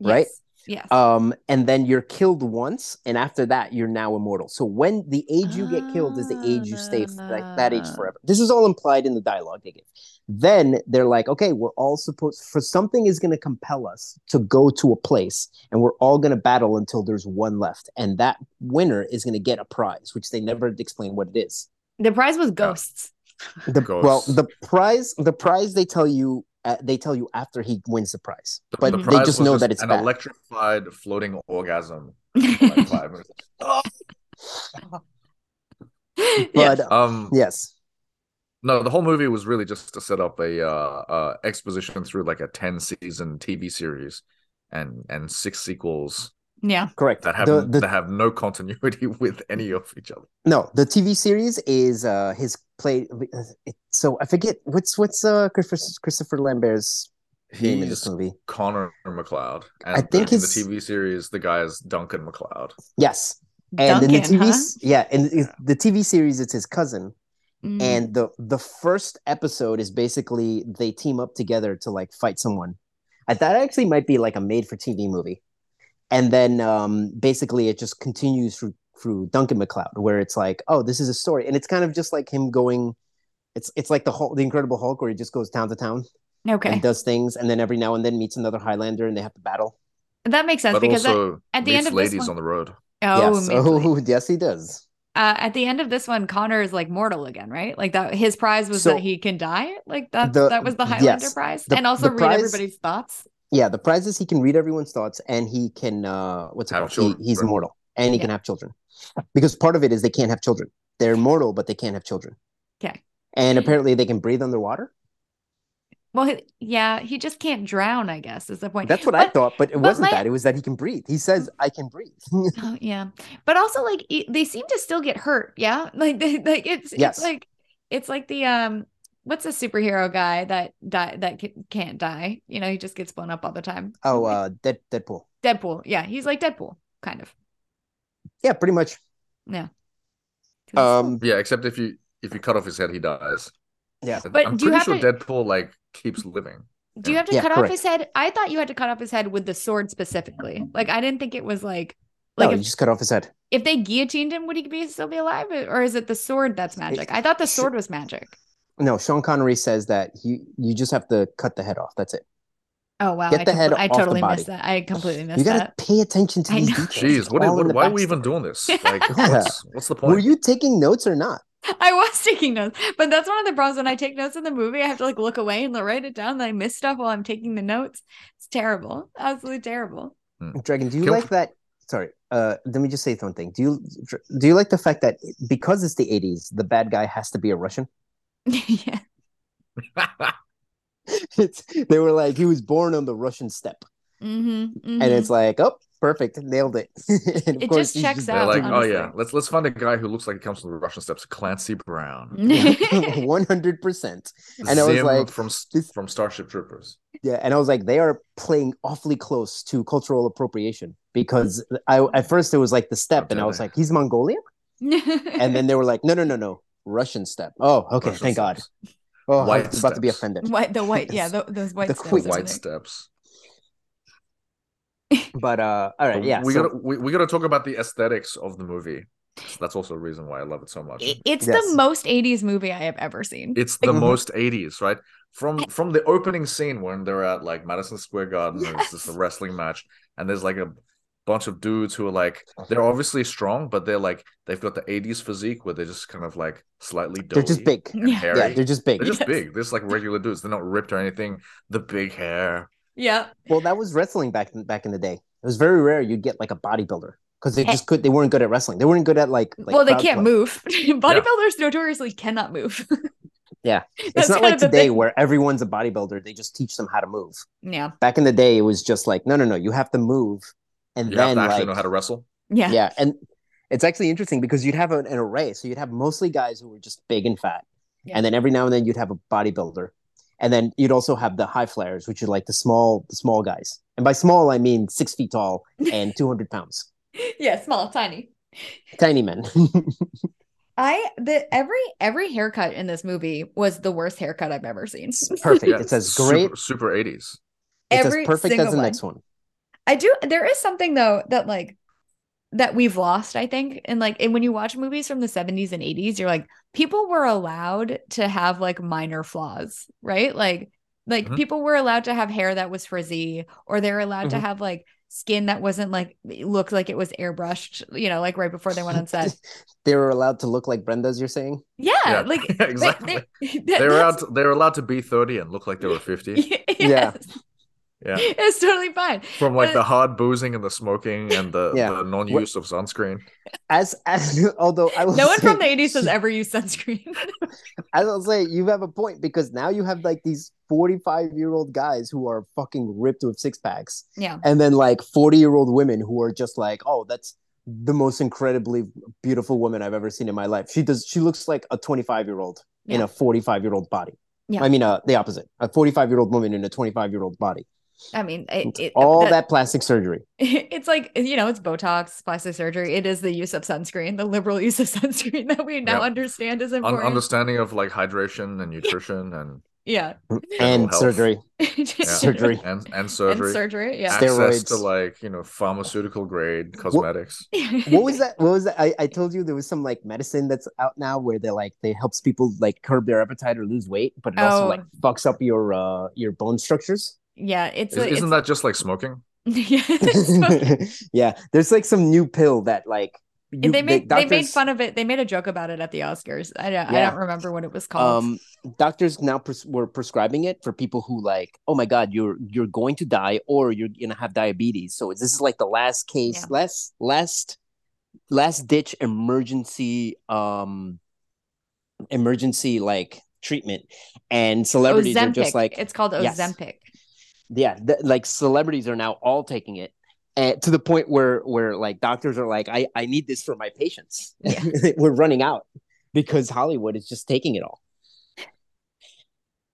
Right?
Yes. Yes.
um, and then you're killed once, and after that, you're now immortal. So when the age you get killed is the age you stay f- like that age
Ah.
forever. This is all implied in the dialogue they give. Then they're like, okay, we're all supposed for something is going to compel us to go to a place, and we're all going to battle until there's one left, and that winner is going to get a prize, which they never explain what it is.
the prize was ghosts. *laughs*
The,
Goes-
well, the prize, the prize they tell you, uh, they tell you after he wins the prize, but they
prize
just
was
know that it's
an
bad.
electrified floating
*laughs*
orgasm. like,
yeah.
five minutes. Oh,
but uh,
um,
yes,
no, the whole movie was really just to set up a uh, uh, exposition through like a ten season TV series and and six sequels
yeah.
correct.
that have
The- the-
that have no continuity *laughs* with any of each other.
No, the TV series is uh his play. It, so I forget what's what's uh Christopher, Christopher Lambert's name in this
He's
movie.
Connor McLeod, and
I think
in the
his-
TV series the guy is Duncan McLeod.
Yes, and
Duncan,
in the TV,
huh?
s- yeah, and the TV series it's his cousin,
Mm.
and the the first episode is basically they team up together to like fight someone. I thought it actually might be like a made for TV movie, and then um basically it just continues through through Duncan McLeod, where it's like, oh, this is a story, and it's kind of just like him going. It's, it's like the Hulk, the Incredible Hulk, where he just goes town to town.
okay.
and does things, and then every now and then meets another Highlander, and they have to battle.
that makes sense
But
because that-
also
at the
meets
end of this
ladies
one-
on the road.
oh,
yes,
man.
oh, *laughs* yes, he does.
uh, at the end of this one, Connor is like mortal again, right? Like that his prize was
So-
that he can die. Like that
The-
that was the Highlander
yes.
prize.
The-
and also
the
read
prize-
everybody's thoughts.
Yeah, the prize is he can read everyone's thoughts, and he can uh, what's it
Have
called?
children.
He, he's immortal, and he can have children. Because part of it is they can't have children. They're immortal, but they can't have children.
Okay.
And apparently, they can breathe underwater.
Well, he- yeah, he just can't drown, I guess, is the point.
That's what I
But-
thought, but it
but
wasn't
my-
that. It was that he can breathe. He says,
Hmm.
"I can breathe." *laughs*
Oh, yeah. But also like e- they seem to still get hurt, yeah? *laughs* Like they, like it's
Yes.
it's like it's like the um what's a superhero guy that die that ca- can't die? You know, he just gets blown up all the time.
oh, uh, Dead, Deadpool.
Deadpool. Yeah, he's like Deadpool kind of.
Yeah, pretty much. Um,
Yeah, except if you if you cut off his head, he dies.
Yeah.
But
I'm
do you
pretty
have
sure
to-
Deadpool like keeps living.
Do you have to
Yeah,
cut off
correct.
his head? I thought you had to cut off his head with the sword specifically. Like I didn't think it was like
no,
like
you
if,
just cut off his head.
if they guillotined him, would he be still be alive? Or is it the sword that's magic? I thought the
Sure.
sword was magic.
No, Sean Connery says that you you just have to cut the head off. That's it.
Oh wow,
Get
I,
the
compl-
head
I
off the
totally
body.
missed that. I completely missed
You gotta
that.
pay attention to
I
these
know.
details.
Jeez, what,
It's
is,
all in
what
the
why are we
backstory.
even doing
*laughs*
this? Like,
Yeah.
what's what's the
Were
point?
you taking notes or not?
I was *laughs* taking notes, but that's one of the problems when I take notes in the movie. I have to like look away and write it down. That I miss stuff while I'm taking the notes. It's terrible, absolutely terrible. *laughs*
Dragon, do you
Can-
like that? Sorry, uh, let me just say one thing. Do you do you like the fact that because it's the '80s, the bad guy has to be a Russian? *laughs*
yeah,
*laughs*
It's they were like he was born on the Russian steppe,
hmm *laughs*
and it's like, oh, perfect, nailed it. *laughs* and
It just
he's
checks
They're
out, *laughs*
like,
honestly.
oh yeah, let's let's find a guy who looks like he comes from the Russian steppes, Clancy
*laughs*
Brown,
*laughs* One hundred percent.
oh, Zim
And I was like,
from S-
this-
from Starship Troopers.
Yeah, and I was like, they are playing awfully close to cultural appropriation because I at first it was like the step, and I was
Okay.
like, he's Mongolian, and then they were like, no, no, no, no, Russian step. Oh, okay,
Russian
thank God.
steppes.
Oh, I
White
was about to be
steppes.
offended,
white, the white, yeah, tho- those white,
The
steps
quick-
over
The white
there.
steps.
but uh, all right, yeah,
we
so-
gotta we, we gotta talk about the aesthetics of the movie. So that's also a reason why I love it so much.
I- It's
Yes.
the most '80s movie I have ever seen.
It's the
Mhm.
most 80s, right? From from the opening scene when they're at like Madison Square Garden, and it's just a
Yes.
wrestling match, and there's like a bunch of dudes who are like they're obviously strong, but they're like they've got the 80s physique where they're just kind of like slightly doughy
they're just big.
*laughs*
and
Yeah.
hairy.
Yeah,
they're,
they're just big.
just
Yes.
big. They're just like regular dudes. They're not ripped or anything. The big hair.
Yeah,
Well, that was wrestling back back in the day. It was very rare you'd get like a bodybuilder because they
Eh.
just could. They weren't good at wrestling. They weren't good at like. like
well, they
crowd
can't
play.
move. *laughs* Bodybuilders notoriously cannot move. *laughs*
Yeah. It's
That's
not
kind
like
of the
today
thing.
where everyone's a bodybuilder. They just teach them how to move.
Yeah,
back in the day it was just like no no no you have to move and
You have
then
to actually
like
know how to wrestle.
yeah,
yeah. and it's actually interesting because you'd have an, an array so you'd have mostly guys who were just big and fat
Yeah.
and then every now and then you'd have a bodybuilder and then you'd also have the high flyers which are like the small the small guys and by small i mean six feet
*laughs*
tall and 200 pounds
yeah. Small, tiny.
tiny men *laughs*
I the every every haircut in this movie was the worst haircut I've ever seen.
it's perfect
Yeah,
it's as
super-
great
super 80s.
it's as
Every
perfect as
single
the
one.
next one
I do there is something though that like that we've lost, I think. And like and when you watch movies from the 70s and 80s, you're like people were allowed to have like minor flaws, right? Like like
Mhm.
Mm-hmm.
people were allowed to have hair that was frizzy or they're allowed to
Mhm.
have like skin that wasn't like it looked like it was airbrushed, you know, like right before they went on
*laughs*
set.
they were allowed to look like Brenda's. You're saying?
Yeah,
Yeah,
like
yeah, *laughs*
*laughs*
exactly.
They,
They were out. They were allowed to be thirty and look like they
*laughs*
were fifty.
*laughs* Yeah,
Yeah.
Yeah,
*laughs* it's totally
*laughs*
fine.
from like
Uh,
the hard boozing and the smoking and the,
Yeah.
the non-use of sunscreen.
As as *laughs* although I will
No one
say-
from the 80s has ever used sunscreen.
*laughs*
*laughs*
I will say you have a point because now you have like these 45 year old guys who are fucking ripped with six packs.
Yeah.
And then like 40 year old women who are just like, oh, that's the most incredibly beautiful woman I've ever seen in my life. She does, she looks like a 25 year old in
Yeah.
a 45 year old body.
Yeah.
I mean, uh, the opposite a 45 year old woman in a 25 year old body.
I mean, it, it,
All
that-
that plastic surgery.
*laughs* it's like you know it's botox plastic surgery it is the use of sunscreen the liberal *laughs* use of sunscreen that we now
Yeah.
understand is
Un-
important
understanding of like hydration and nutrition and
yeah
*laughs*
*laughs*
And
health.
surgery. Surgery.
and and
and
surgery.
surgery yeah
Access to
Steroids.
like you know pharmaceutical grade cosmetics.
*laughs*
what was that? What was that? I, I told you there was some like medicine that's out now where they like they helps people like curb their appetite or lose weight, but it also
Oh.
like fucks up your uh your bone structures.
yeah it's,
Is,
like-
isn't that just like smoking?
it's, *laughs* yeah, it's
*laughs*
so-
yeah, there's like some new pill that like you,
they made they made
doctors-
fun of it they made a joke about it at the oscars i don't, I
Yeah.
don't remember what it was called
Um, doctors now pres- were prescribing it for people who like, oh my god, you're you're going to die or you're gonna have diabetes. So this is like the last case,
Yeah.
last last last ditch emergency um emergency like treatment. And celebrities are just
Ozempic.
like,
it's called
Yes.
ozempic
yeah, th- like celebrities are now all taking it. And to the point where where like doctors are like, I I need this for my patients.
Yeah.
*laughs* we're running out because Hollywood is just taking it all.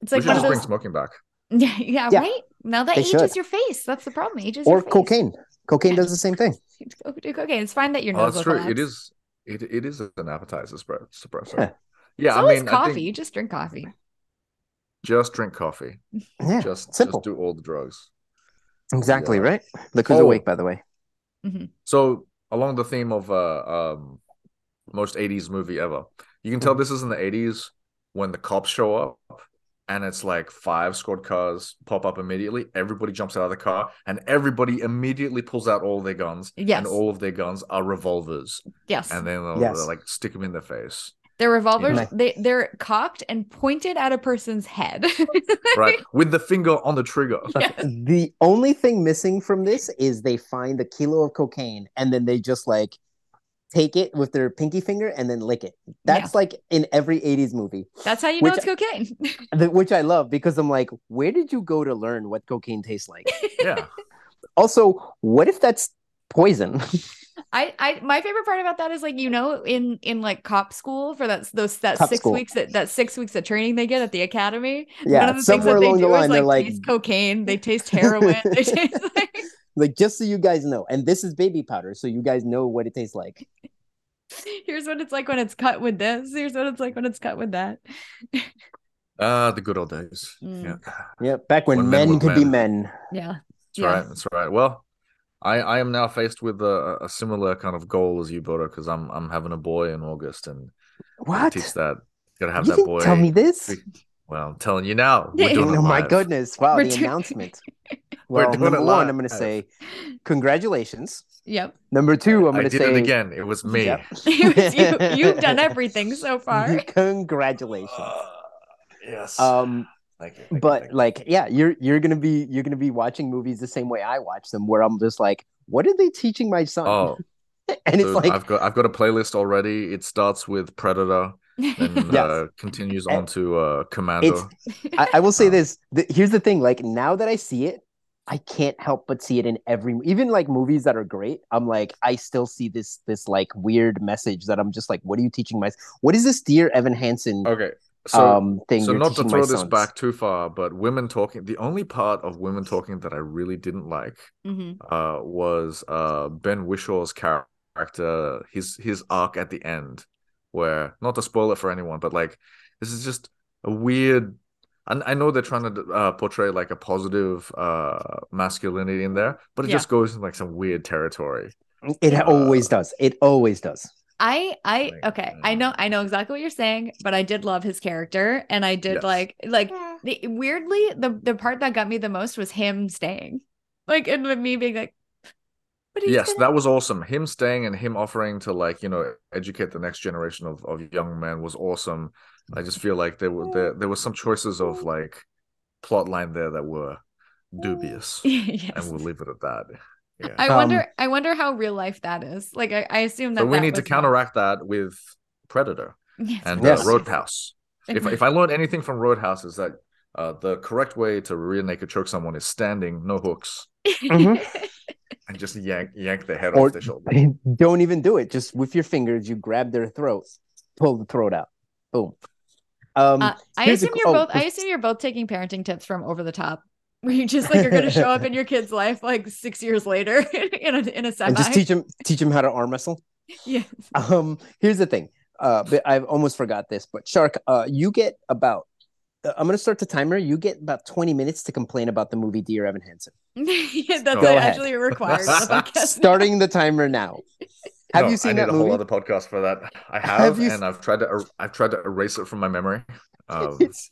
it's
we
like
should
one
just
of
bring
those
smoking back.
*laughs* yeah, yeah
Yeah.
right now that
They
ages
should.
your face that's the problem ages
or
your face.
cocaine. Cocaine
Yeah.
does the same thing.
*laughs* Do cocaine. It's fine that your
Oh,
nose
that's
will
true. It
collapse.
is. It it is an appetizer spread suppressor.
Yeah.
Yeah,
so
I mean,
is
I
coffee.
think
You just drink coffee.
just drink coffee.
Yeah,
just
simple.
just do all the drugs.
exactly
Yeah.
right. Look who's
Oh.
awake, by the way.
So along the theme of uh, um, most '80s movie ever, you can tell
Mm-hmm.
this is in the '80s when the cops show up and it's like five squad cars pop up immediately. Everybody jumps out of the car and everybody immediately pulls out all their guns.
Yes.
and all of their guns are revolvers,
Yes.
and then they'll,
Yes.
they'll, like stick them in their face.
They're revolvers.
Yeah.
They they're cocked and pointed at a person's head. *laughs*
right with the finger on the trigger
Yes.
The only thing missing from this is they find a kilo of cocaine and then they just like take it with their pinky finger and then lick it. That's like in every 80s movie,
That's how you know
Which-
it's cocaine. *laughs*
th- which I love because I'm like, where did you go to learn what cocaine tastes like?
yeah
also, what if that's poison? *laughs*
I, I my favorite part about that is like you know in in like cop school for that those that
Cop
six
school.
weeks that, that six weeks of training they get at the academy. One of
yeah,
the
somewhere
things that they
along the
do
line, they're
is like
like,
taste cocaine. They taste
*laughs*
heroin. they taste like
like just so you guys know, and this is baby powder, so you guys know what it tastes like.
*laughs* here's what it's like when it's cut with this. Here's what it's like when it's cut with that.
ah the good old days
Mm.
yeah
Yeah, back when,
When men
men,
were
could be men.
Yeah.
that's right that's right well i i am now faced with a, a similar kind of goal as you Bodo, because i'm i'm having a boy in august and I
What?
teach that gotta have
you
that
didn't
boy
tell me this.
we- well i'm telling you now we're
Yeah.
doing it
Oh my
live.
goodness! Wow,
We're
the
doing-
announcement. Well,
doing
number
it
one, I'm going
live.
to say congratulations.
Yep. *laughs*
Number two, I'm
i
going to
did
say
it *laughs* again it was me
Yep.
It was you, you've done everything *laughs* so far.
*laughs* congratulations.
Ah, yes
Um,
thank you thank you, thank
but *laughs*
you.
like, yeah, you're you're gonna be you're gonna be watching movies the same way I watch them, where I'm just like, what are they teaching my son?
oh
*laughs* and it's
dude,
like,
i've got i've got a playlist already it starts with predator and
*laughs* Yes.
uh, continues
And-
on to uh, Commando.
*laughs*
I, I
*laughs*
will say
Um,
this. th- here's the thing. Like now that I see it, I can't help but see it in every, even like movies that are great. I'm like, I still see this this like weird message that I'm just like, what are you teaching my? What is this dear Evan Hansen
Okay, Oh, so
um thing?
so
you're
not to
teaching my
throw this
sons?
back too far, but women talking. The only part of women talking that I really didn't like
Mm-hmm.
Mhm.
uh, was uh, Ben Wishaw's character, his his arc at the end, where not to spoil it for anyone, but like this is just a weird. And I know they're trying to uh, portray like a positive uh, masculinity in there, but it
Yeah.
just goes in like some weird territory.
It
uh,
always does. It always does. *laughs*
I I
Like,
okay. I know I know exactly what you're saying, but I did love his character, and I did
Yes.
like like the, weirdly the the part that got me the most was him staying, like and with me being like, But he's *laughs*
yes
gonna-
that was awesome him staying and him offering to like you know educate the next generation of, of young men was awesome i just feel like there were there, there were some choices of like plot line there that were dubious
yes.
and we'll leave it at that yeah
I
Um,
wonder. I wonder how real life that is. Like, I, I assume that
so we
that
need to
was- *laughs*
counteract that with predator
Yes.
and
Yes.
uh, roadhouse
Mm-hmm.
if,
*laughs*
if i learned anything from roadhouse is that uh, the correct way to rear naked choke someone is standing no hooks
Mm-hmm.
and just yank yank the head
Or-
off their shoulder
Don't even do it. Just with your fingers, you grab their throat, pull the throat out. Boom. Um,
Uh, I
here's a
assume
qu-
you're
oh,
both. I assume you're both taking parenting tips from Over the Top, where you just like you're going to show up in your kid's life like six years later *laughs* in a in a semi.
and
*laughs*
just teach them teach them how to arm wrestle.
yes.
um here's the thing uh but i've almost forgot this but shark uh you get about uh, i'm gonna start the timer you get about 20 minutes to complain about the movie dear evan
*laughs*
hansen
yeah, that's
Go
not
ahead.
actually
*laughs*
required. on the podcast.
starting the timer now *laughs* have
No,
you seen
I need
that
a
movie
whole other podcast for that. I
Have
have,
you s-
and I've tried to er- I've tried to erase it from my memory. Um,
*laughs* It's-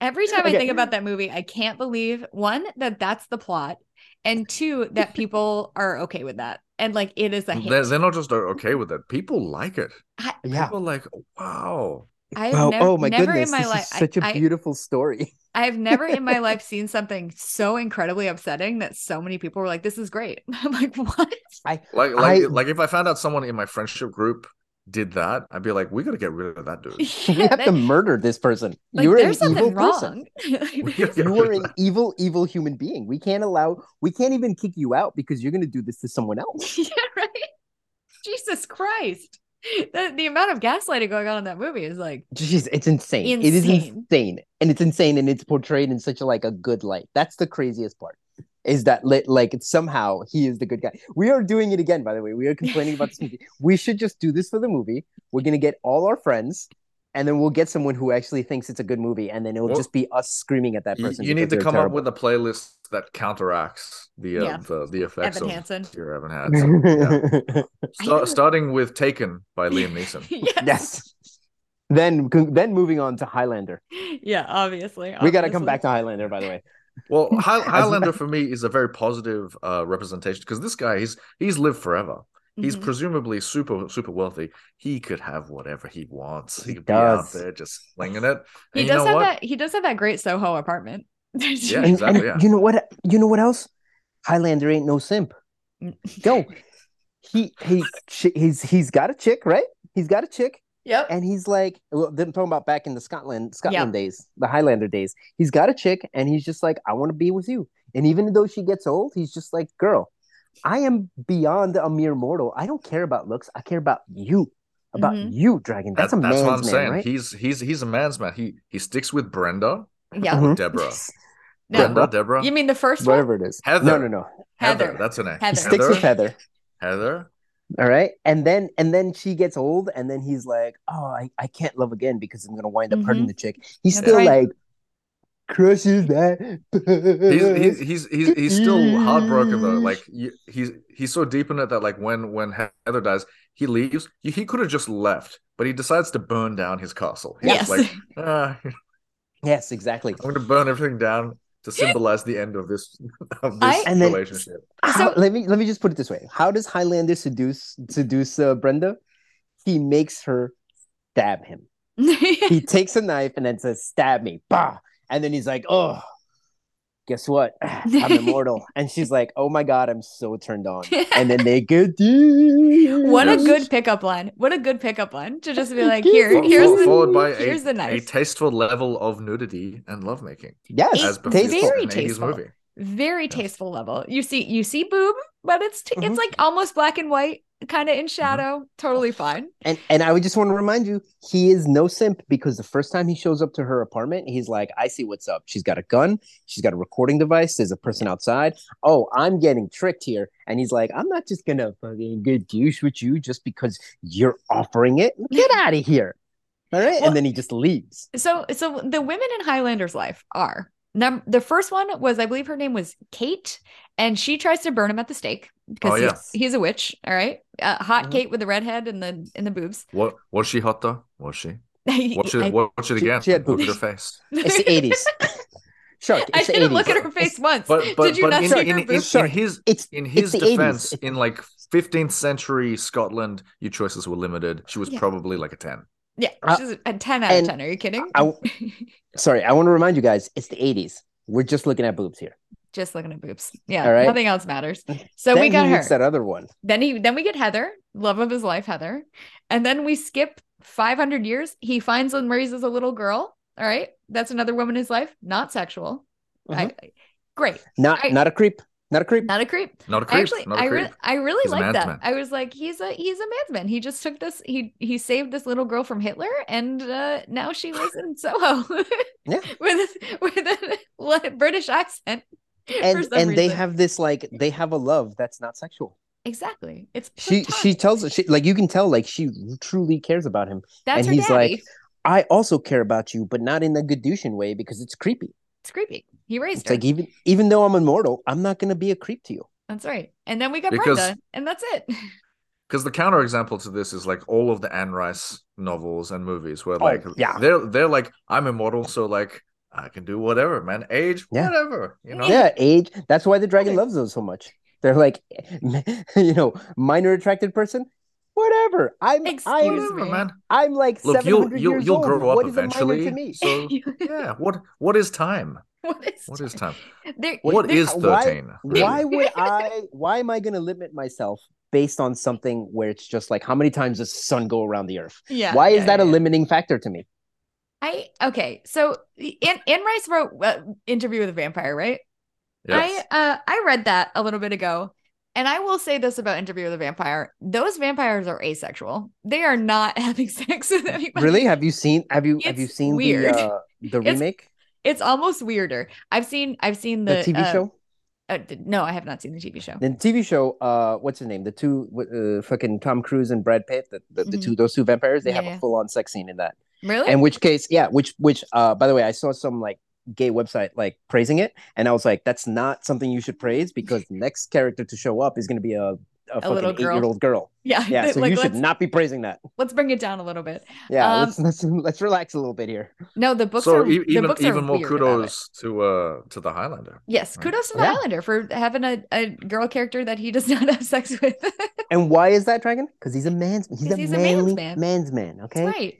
Every time I
Okay.
think about that movie, I can't believe one that that's the plot, and two that people are okay with that, and like it is a hit.
they're, they're not just okay with it. People like it.
yeah
People are like, wow.
I've
wow
nev-
oh my
never
goodness
in my
this
life.
is such a
I, I- *laughs*
beautiful story
I've never in my
*laughs*
life seen something so incredibly upsetting that so many people were like, "This is great." *laughs* I'm like, "What?"
Like like
I-
like if I found out someone in my friendship group did that, I'd be like, we got to get rid of that
*laughs*
dude.
we have to murder this person
*laughs*
you're an
there's
evil
something
person
wrong. *laughs* Like,
We
*laughs*
gotta get
you
rid
are
of
an
that.
evil evil human being we can't allow we can't even kick you out because you're gonna do this to someone else
yeah, right. Jesus Christ. The, the amount of gaslighting going on in that movie is like,
Jeez, it's insane. It is
Insane.
insane, and it's insane, and it's portrayed in such a like a good light. That's the craziest part. Is that li- like it's somehow he is the good guy? We are doing it again, by the way. We are complaining about this movie. We should just do this for the movie. We're gonna get all our friends, and then we'll get someone who actually thinks it's a good movie, and then it'll
Well,
just be us screaming at that
You,
person.
you need
because
to
they're
come
terrible.
up with a playlist that counteracts the uh,
Yeah.
the, the effects
Evan
of
Hansen.
Dear Evan Hansen.
*laughs*
Yeah. Sta-
don't-
starting with Taken by *laughs* Liam Neeson.
*laughs* yeah,
yes. Then, then moving on to Highlander.
yeah, obviously.
We got to come back to Highlander, by the way. *laughs*
Well, High- Highlander for me is a very positive uh, representation because this guy he's he's lived forever. He's
Mm-hmm.
Mm-hmm.
presumably super super wealthy. He could have whatever he wants. He,
He
could be out
does.
there just slinging it.
He
And you
does
know
have
what?
that. He does have that great Soho apartment. *laughs*
Yeah.
and,
exactly,
and you know what you know what else highlander ain't no simp no he he she, he's he's got a chick right he's got a chick
*laughs* Yep.
and he's like well them talking about back in the scotland scotland days the highlander days he's got a chick and he's just like i want to be with you and even though she gets old he's just like girl i am beyond a mere mortal i don't care about looks i care about you about
Mhm.
you dragon that's
That-
a man's
what I'm
man
saying.
right
He's he's he's a man's man. He he sticks with Brenda,
Yeah.
Mhm. *laughs*
Deborah,
No.
Brenda, Deborah,
You mean the first one?
whatever it is
Heather.
no no no
Heather.
Heather.
That's her name.
Heather.
he sticks with heather
Heather.
All right. And then and then she gets old and then he's like, Oh, I, I can't love again because I'm gonna wind up hurting the chick. He's
Mm-hmm. That's
still
right.
like crushes that.
He's, he's he's he's he's still heartbroken though.
*laughs*
Like you- he's he's so deep in it that like when when Heather dies, he leaves. He, he could have just left, but he decides to burn down his castle. He's
Yes.
just like ah,
yes, exactly.
I'm going to burn everything down to symbolize the end of this *laughs* of this
I-
And then-
relationship.
How-
So-
let me let me just put it this way. How does Highlander seduce seduce uh, Brenda? He makes her stab him.
*laughs*
He takes a knife and then says, Stab me. Bah. And then he's like, Oh, guess
*laughs*
what? I'm immortal. and she's like, Oh my god, I'm so turned on. and then they go
what
what
a good pickup line. What a good pickup line to just be like,
Fo-
here,
Fo-
*laughs* here's
fo-
the,
followed by
here's
a,
the
a
knife.
tasteful level of nudity and lovemaking,
yes
as
It's
befits
tasteful.
very
an 80s
tasteful.
movie.
Very
Yes.
tasteful level. You see, you see boob, but it's t-
Mhm.
it's like almost black and white, kind
Mm-hmm.
of in shadow. Totally fine.
and and I would just want to remind you he is no simp because the first time he shows up to her apartment he's like I see what's up she's got a gun she's got a recording device there's a person outside oh I'm getting tricked here and he's like I'm not just gonna fucking get douche with you just because you're offering it
*laughs*
get out of here all right
Well-
and then he just leaves
So, so the women in Highlander's life are num- the first one was, I believe her name was Kate, and she tries to burn him at the stake because
Oh, yeah.
he's, he's a witch. All right, uh, hot
Mhm.
Kate with the red head and the and the boobs. *laughs*
What was she hot though? Was she? Watch
I- *laughs*
it. watch it
she-
again.
she had
Look
boobs.
at her face.
it's the 80s Shark.
I
It's the
didn't look
80s.
at her face once.
But but
*laughs* Did you
but
not
in,
see
in,
her
in,
boob?
in
Shark.
his
It's
in
it's
his
the 80s.
defense, in like 15th century Scotland, your choices were limited. She was
Yeah.
probably like a 10.
Yeah,
Uh,
she's a 10 out of
and
10. Are you kidding?
I- Sorry, I want to remind you guys, it's the 80s. We're just looking at boobs here.
*laughs* Just looking at boobs. Yeah,
All right.
nothing else matters. So
then
we got
he
her.
meets that other one.
Then he then we get Heather, love of his life, Heather. And then we skip 500 years. He finds and raises a little girl. All right. That's another woman in his life, not sexual.
Uh-huh. Mm-hmm.
I- great.
Not
I-
not a creep. Not a creep.
Not a creep.
Not a creep.
I Actually,
not a
I
creep.
really I really
He's a
like that.
mansman.
I was like, he's a he's a mansman. He just took this, he he saved this little girl from Hitler and uh now she lives
*laughs*
in Soho. *laughs*
Yeah.
with a, with a British accent. for
and
some
and they
reason.
have this like they have a love that's not sexual.
exactly. It's
She she
platonic.
tells she like you can tell like she truly cares about him.
that's
and
her
he's
daddy.
like- I also care about you, but not in the Gadushin way because it's creepy.
it's creepy. He raised
It's
her.
like even even though I'm immortal, I'm not gonna be a creep to you.
That's right. And then we got
Because-
Brenda, and that's it. *laughs*
because the counterexample to this is like all of the Anne Rice novels and movies where
Oh,
like
yeah.
they're they're like I'm immortal, so like I can do whatever, man. Age,
Yeah.
whatever, you know.
Yeah, age. That's why the dragon
Okay.
loves those so much. They're like, *laughs* you know, minor attracted person. Whatever. I'm I'm
Excuse
Whatever,
me.
man.
I'm like
Look,
seven
you'll
hundred
you'll
years
you'll
old.
grow up
What is a minor
eventually.
to me? *laughs*
So yeah, what what is time?
what is
What is time?
there,
What
there-
is
why-
thirteen?
Why would I? Why am I going to limit myself based on something where it's just like how many times does the sun go around the earth?
Yeah.
why is
yeah,
that a
yeah.
limiting factor to me?
I okay. So Anne, Anne Rice wrote uh, Interview with a Vampire, right? I uh I read that a little bit ago, and I will say this about Interview with a Vampire: those vampires are asexual. They are not *laughs* having sex with anybody.
Really? Have you seen? Have you? Have you
It's
seen
weird.
the uh, the
It's-
remake,
It's almost weirder. I've seen I've seen
the,
the,
TV
uh,
show?
uh, d- no, I have not seen the TV show.
The TV show. Uh, what's his name? The two uh, fucking Tom Cruise and Brad Pitt. The, the, the
Mhm.
two those two vampires. They have
Yeah, yeah.
a full on sex scene in that.
Really?
In which case, yeah. Which which uh, by the way, I saw some like gay website like praising it, and I was like, that's not something you should praise because the next character to show up is going to be a. A,
little
fucking eight
girl.
year
*laughs*
old girl.
*laughs* yeah.
Yeah, so
like,
you should
let's
not be praising that.
let's bring it down a little bit.
Yeah,
Um,
let's, let's let's relax a little bit here.
No, the books
so
are
e-
the
even
books are
even more
weird about it.
kudos to uh to the Highlander.
Yes,
Mm.
kudos to the
Yeah.
Highlander for having a, a girl character that he does *laughs* not have sex with.
And why is that dragon? Because he's a man's he's, a,
Because he's a man's
manly
man.
man's man. okay,
That's right.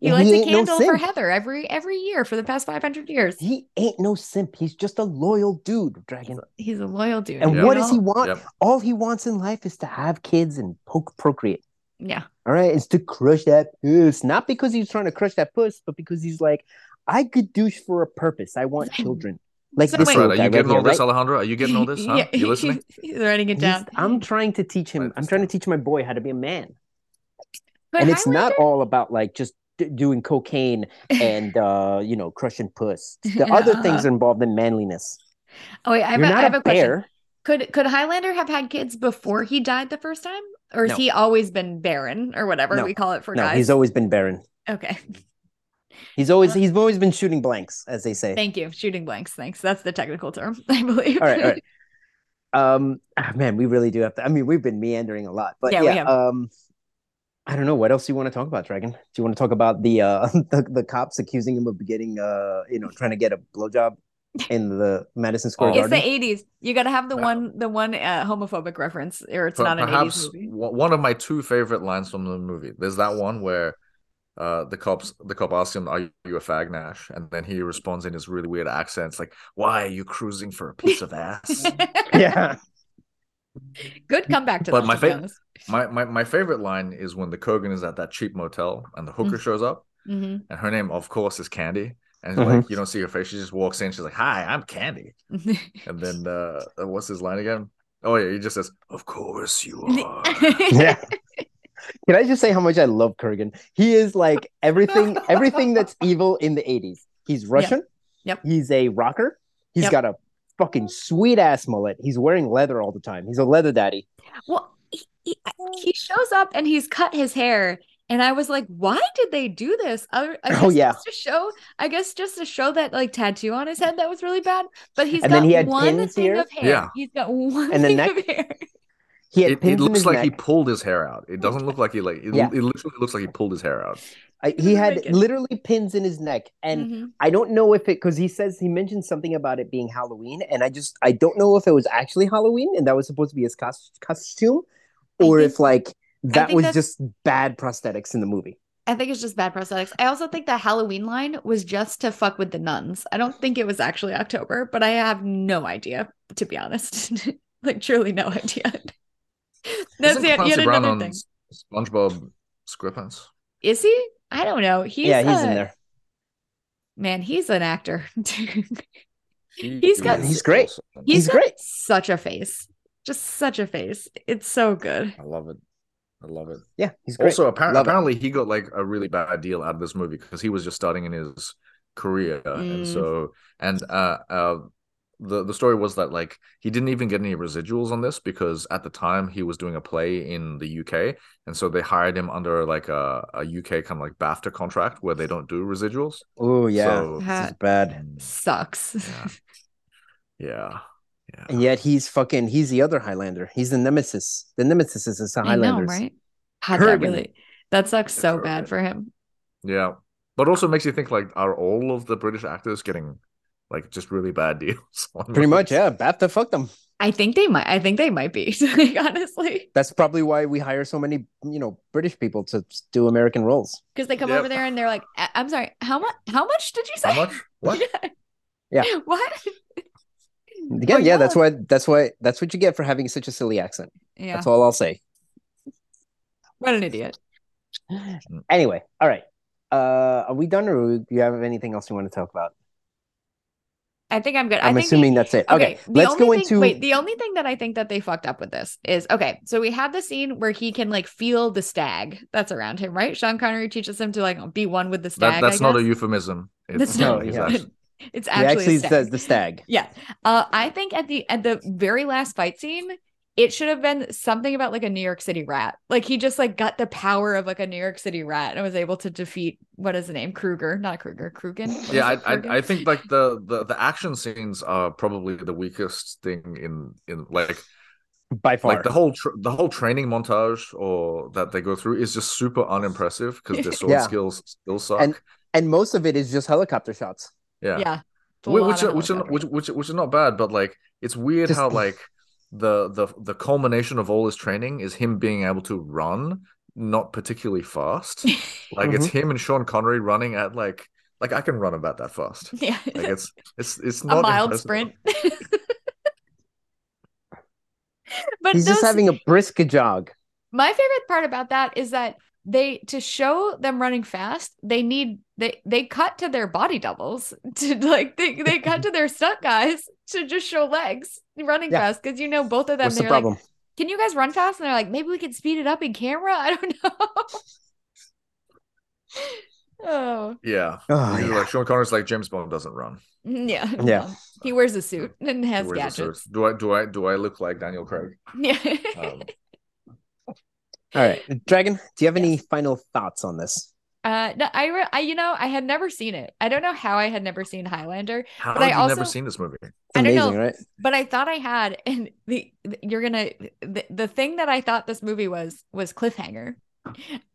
He
He
lights a
ain't no
candle for
simp.
Heather every every year for the past five hundred years.
He ain't no simp. He's just a loyal dude, dragon.
He's a loyal dude.
And
you
what does he
know?
want?
Yep.
All he wants in life is to have kids and poke, procreate.
Yeah,
All right, it's to crush that puss. Not because he's trying to crush that puss, but because he's like, I could douche for a purpose. I want children. Like
So
this
That's
wait-
right.
little
Are
guy
you getting
right
all
here,
this,
right?
Alejandro? Are you getting all
*laughs*
this? Huh?
Yeah,
You listening?
he's- He's writing it
He's-
down.
I'm trying to teach him.
Write
I'm
this
trying to
down.
teach my boy how to be a man.
But
and it's not
Highlander-
all about like just d- doing
*laughs*
cocaine and uh you know crushing puss the other things are involved in manliness
Oh wait, I have,
you're
a,
not
I have a question.
bear
Could could Highlander have had kids before he died the first time, or has
No.
he always been barren or whatever
No.
we call it for
no
guys?
he's always been barren *laughs*
okay.
he's always he's always been shooting blanks as they say
Thank you. Shooting blanks. Thanks. That's the technical term, *laughs* I believe.
all right all right um ah, man we really do have to i mean we've been meandering a lot but
Yeah,
yeah,
we have.
um i don't know what else you want to talk about dragon do you want to talk about the uh *laughs* the, the cops accusing him of getting uh you know trying to get a blowjob in the madison square
Oh.
It's
garden
the 80s. You got to have the
Yeah.
one the one uh, homophobic reference or it's
Per-
not an 80s
perhaps
movie.
o- one of my two favorite lines from the movie. There's that one where uh, the cops the cop asks him, "Are you a fag Nash?" And then he responds in his really weird accents, like, "Why are you cruising for a piece
*laughs*
of ass?" *laughs*
yeah
Good comeback to
But
that.
my
to be
fav-
honest.
my, my my favorite line is when the Kogan is at that cheap motel and the
Mm.
hooker shows up,
Mhm,
and her name, of course, is Candy. And
Mhm.
like you don't see her face, she just walks in. She's like, "Hi, I'm Candy."
*laughs* mhm.
And then uh, what's his line again? Oh yeah, he just says, "Of
*laughs*
course you are."
yeah. Can I just say how much I love Kurgan? He is like
*laughs*
everything, everything that's evil in the 80s. He's Russian.
Yep.
He's a rocker. He's
Yep.
got a fucking sweet ass mullet. He's wearing leather all the time. He's a leather daddy.
well, he, he, he shows up and he's cut his hair. And I was like, why did they do this? I, I guess
Oh, yeah.
Just to show, I guess just to show that like tattoo on his head that was really bad. But he's
And
got
then he had
one
pins
thing
here.
of hair.
Yeah.
He's got *laughs* one
And the
thing
neck.
of hair.
He had
It, it
pins in
looks
his
like
neck.
he pulled his hair out. It doesn't look like he like it,
Yeah.
it literally looks like he pulled his hair out.
I, he had
Wicked.
literally pins in his neck, and
Mhm.
I don't know if it because he says he mentioned something about it being Halloween, and I just I don't know if it was actually Halloween and that was supposed to be his cos- costume,
I
or
think-
if like that
think
was
that's-
just bad prosthetics in the movie.
I think it's just bad prosthetics. I also think the Halloween line was just to fuck with the nuns. I don't think it was actually October, but I have no idea, to be honest. *laughs* like truly no
*laughs*
idea. That's
Isn't
the, yet
Clancy Brown
another
on
thing.
S- SpongeBob SquarePants.
Is he? I don't know. He's uh,
yeah, he's
a-
in there.
Man, he's an actor. *laughs*
He
He's got-
is
He's great.
awesome.
He's
got
great.
Such a face. Just such a face. It's so good.
I love it. I love it.
Yeah, he's great.
Also, appar-
Love it.
apparently, he got like a really bad deal out of this movie because he was just starting in his career,
Mm.
and so and uh, uh, the the story was that like he didn't even get any residuals on this because at the time he was doing a play in the UK, and so they hired him under like a, a UK kind of like BAFTA contract where they don't do residuals.
oh yeah,
So,
this is
Ha-
bad.
Sucks.
yeah,
*laughs*
yeah, yeah.
And yet he's fucking he's the other Highlander. He's the nemesis. The nemesis is the
I know,
Highlanders.
right? God, that
Kirby.
really that sucks
It's
so
so
bad
good.
for him.
Yeah. But also makes you think like are all of the British actors getting like just really bad *laughs* deals? on
Pretty much,
movies?
yeah. BAFTA fucked them.
I think they might I think they might be, *laughs* like, honestly.
That's probably why we hire so many, you know, British people to do American roles.
Because they come
Yep.
over there and they're like, "I- I'm sorry, how much how much did you say?
How
*laughs*
much?
*laughs*
What?
Yeah.
what?
Yeah,
Oh,
yeah, that's why that's why that's what you get for having such a silly accent.
Yeah.
That's all I'll say.
What an idiot.
Anyway, all right. Uh are we done or do you have anything else you want to talk about?
I think I'm good. I
I'm
think
assuming that's it. Okay,
the
let's
only
go
thing-
into
wait. The only thing that I think that they fucked up with this is okay. So we have the scene where he can like feel the stag that's around him, right? Sean Connery teaches him to like be one with the
That,
stag.
that's
I
not a
guess.
euphemism. It's
That's
not-
no, he's
yeah.
actually-
*laughs* It's
he
actually,
actually
a stag.
says the stag.
Yeah. Uh, I think at the at the very last fight scene, it should have been something about like a New York City rat. Like he just like got the power of like a New York City rat and was able to defeat what is the name Kruger, not Kruger, Krugen. What
yeah, I,
is it, Krugen?
I I think like the, the the action scenes are probably the weakest thing in in like
By far.
like the whole tr the whole training montage or that they go through is just super unimpressive
*laughs*
because their sword
Yeah.
skills still suck.
And- and most of it is just helicopter shots.
yeah.
yeah. A
Whi-
lot
which
of
are, which, are,
helicopters.
which which which is not bad, but like it's weird
Just-
how like the the the culmination of all his training is him being able to run not particularly
*laughs*
fast. Like it's
Mm-hmm.
him and Sean Connery running at like like I can run about that fast.
*laughs* yeah.
Like it's it's it's not
a mild
impressive.
sprint. *laughs* but
He's
those,
just having a brisk jog.
my favorite part about that is that they to show them running fast, they need they they cut to their body doubles *laughs* to like they, they cut to their stunt guys *laughs* to just show legs running
Yeah.
fast because you know both of them
What's the
they're
problem?
like, can you guys run fast? And they're like, maybe we can speed it up in camera. *laughs* I don't know. oh *laughs*
Yeah.
Oh,
Because,
yeah.
Like Sean Connery's like James Bond doesn't run.
yeah,
Yeah.
no. He wears a suit *laughs* and
He
has
wears a suit.
gadgets.
Do I do I do I look like Daniel Craig?
*laughs* Yeah.
Um,
All right. Dragon, do you have any final thoughts on this?
Uh, no, I, re- I, you know, I had never seen it. I don't know how I had never seen Highlander,
how
But I
have you never
also-
seen this movie?
It's
I don't
amazing,
know.
right?
but I thought I had. *laughs* And the, the- you're gonna the, the thing that I thought this movie was was cliffhanger.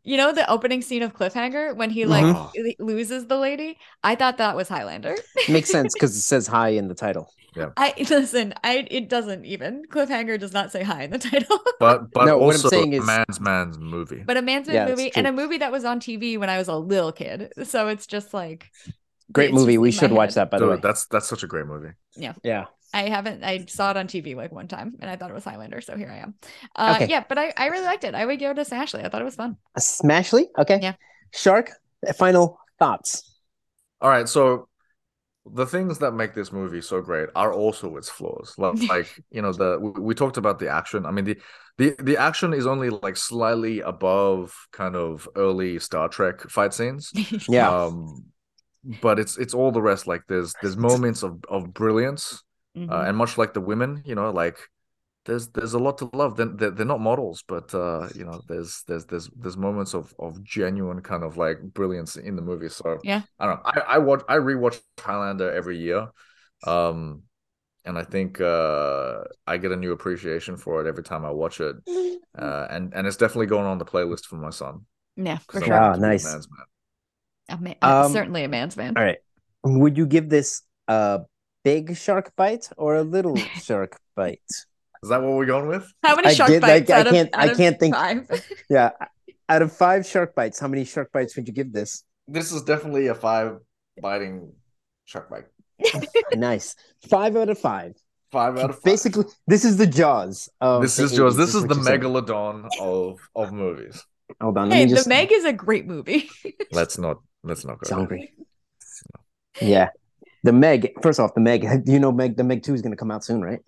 You know the opening scene of cliffhanger when he like
Mhm.
Mm-hmm.
l- loses the lady. I thought that was Highlander.
Makes sense because it says hi in
*laughs*
the title.
I listen. I it doesn't even cliffhanger does not say hi in the *laughs* title.
But but
No, what I'm
also
saying is-
a man's man's movie.
but a man's Man
Yeah, that's
movie and
true.
a movie that was on TV when I was a little kid. So it's just like
Great
it's
movie.
just
We
in my
should watch
head.
that, by the
Dude,
way.
that's that's such a great movie.
Yeah.
I haven't. I saw it on TV like one time, and I thought it was Highlander, so here I am. Uh,
Okay.
Yeah, but I, I really liked it. I would give it a Ashley. I thought it was fun. *laughs*
A Smashly? Okay.
Yeah.
Shark, final thoughts.
All right, so the things that make this movie so great are also its flaws. Like, like you know, the we, we talked about the action. I mean, the the the action is only like slightly above kind of early Star Trek fight scenes.
Mm-hmm.
Yeah.
Um, but it's it's all the rest. Like, there's there's moments of of brilliance, uh,
Mhm.
and much like the women, you know, like there's there's a lot to love. Then they're, they're not models, but uh, you know, there's there's there's there's moments of of genuine kind of like brilliance in the movie. So
Yeah.
I don't know. I, I watch I rewatch Highlander every year, um, and I think uh I get a new appreciation for it every time I watch it.
Mm-hmm.
Uh, and and it's definitely going on the playlist for my son
yeah, for
because I
sure.
Wow,
want him to be a
Ah, nice.
man's man.
A ma- uh,
Um,
certainly a man's man.
All right. Um, Would you give this a big shark bite or a
*laughs*
little shark bite?
Is that what we're going with?
How many
I
shark
did,
bites?
like, I
out of-
can't- I
out of
can't think- *laughs*
Five?
Yeah. Out of five shark bites, how many shark bites would you give
*laughs*
this?
This is definitely a five biting shark bite.
nice. Five out of five.
Five out of five.
Basically, this is the Jaws. Of
this
the
is Jaws.
80s,
This is
what
the
you're saying.
megalodon of of movies.
*laughs* Hold on. Let
Hey,
me just.
The Meg is a great movie. *laughs*
Let's not let's not go.
It's
there. *laughs*
hungry. Yeah. The Meg. First off, the Meg. *laughs* You know, Meg. The Meg Two is going to come out soon, right?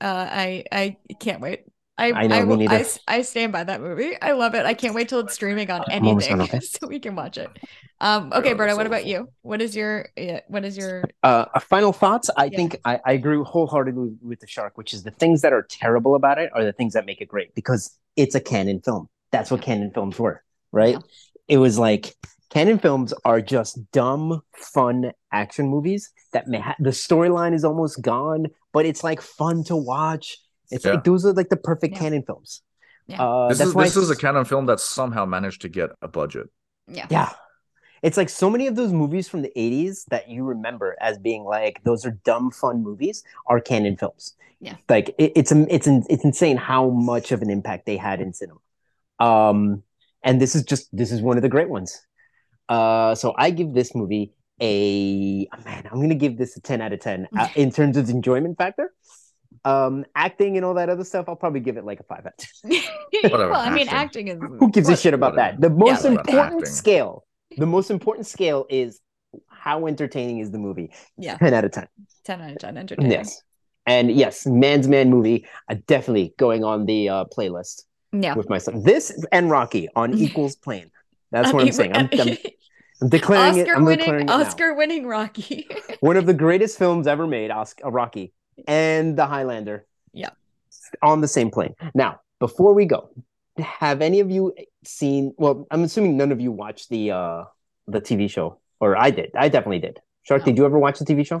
Uh, I I can't wait. I
I know, me
will-
neither.
I s- I stand by that movie. I love it. I can't wait till it's streaming on
I'm almost
anything
on it.
*laughs* so we can watch it. Um, okay,
God,
Berta,
it's
what about
awful.
you? What is your yeah, what is your
Uh, a final thoughts. I
Yeah.
think I, I agree wholeheartedly with the shark, which is the things that are terrible about it are the things that make it great because it's a canon film. That's what canon films were, right?
Yeah.
It was like canon films are just dumb, fun action movies that may ha- the storyline is almost gone, but it's like fun to watch. It's
Yeah.
like those are like the perfect
Yeah.
canon films.
Yeah.
Uh,
This
that's
is
why
this
it's-
is a canon film that somehow managed to get a budget.
yeah.
yeah. It's like so many of those movies from the 80s that you remember as being like those are dumb fun movies are canon films.
Yeah.
Like it, it's it's it's insane how much of an impact they had in cinema. Um and this is just this is one of the great ones. Uh so I give this movie a oh man I'm going to give this a 10 out of 10 uh, in terms of enjoyment factor. Um acting and all that other stuff I'll probably give it like a 5 out of 10.
*laughs* well, I mean, acting
acting.
is
Who gives a
what-
shit about
whatever.
that? The most
Yeah, like
important
acting.
scale. The most important scale is how entertaining is the movie.
Yeah.
Ten out of ten.
Ten out of ten entertaining.
Yes. And yes, Man's Man movie uh, definitely going on the uh, playlist
Yeah.
with myself. This and Rocky
*laughs*
on equals plane. That's what I'm saying. I'm, I'm, I'm declaring
*laughs*
it.
Oscar
I'm declaring it
winning
now.
Oscar winning Rocky.
*laughs* One of the greatest films ever made, Oscar, Rocky and The Highlander.
Yeah.
On the same plane. Now, before we go, have any of you seen well, I'm assuming none of you watched the uh the TV show or I did. I definitely did. Shark,
No.
did you ever watch the TV show?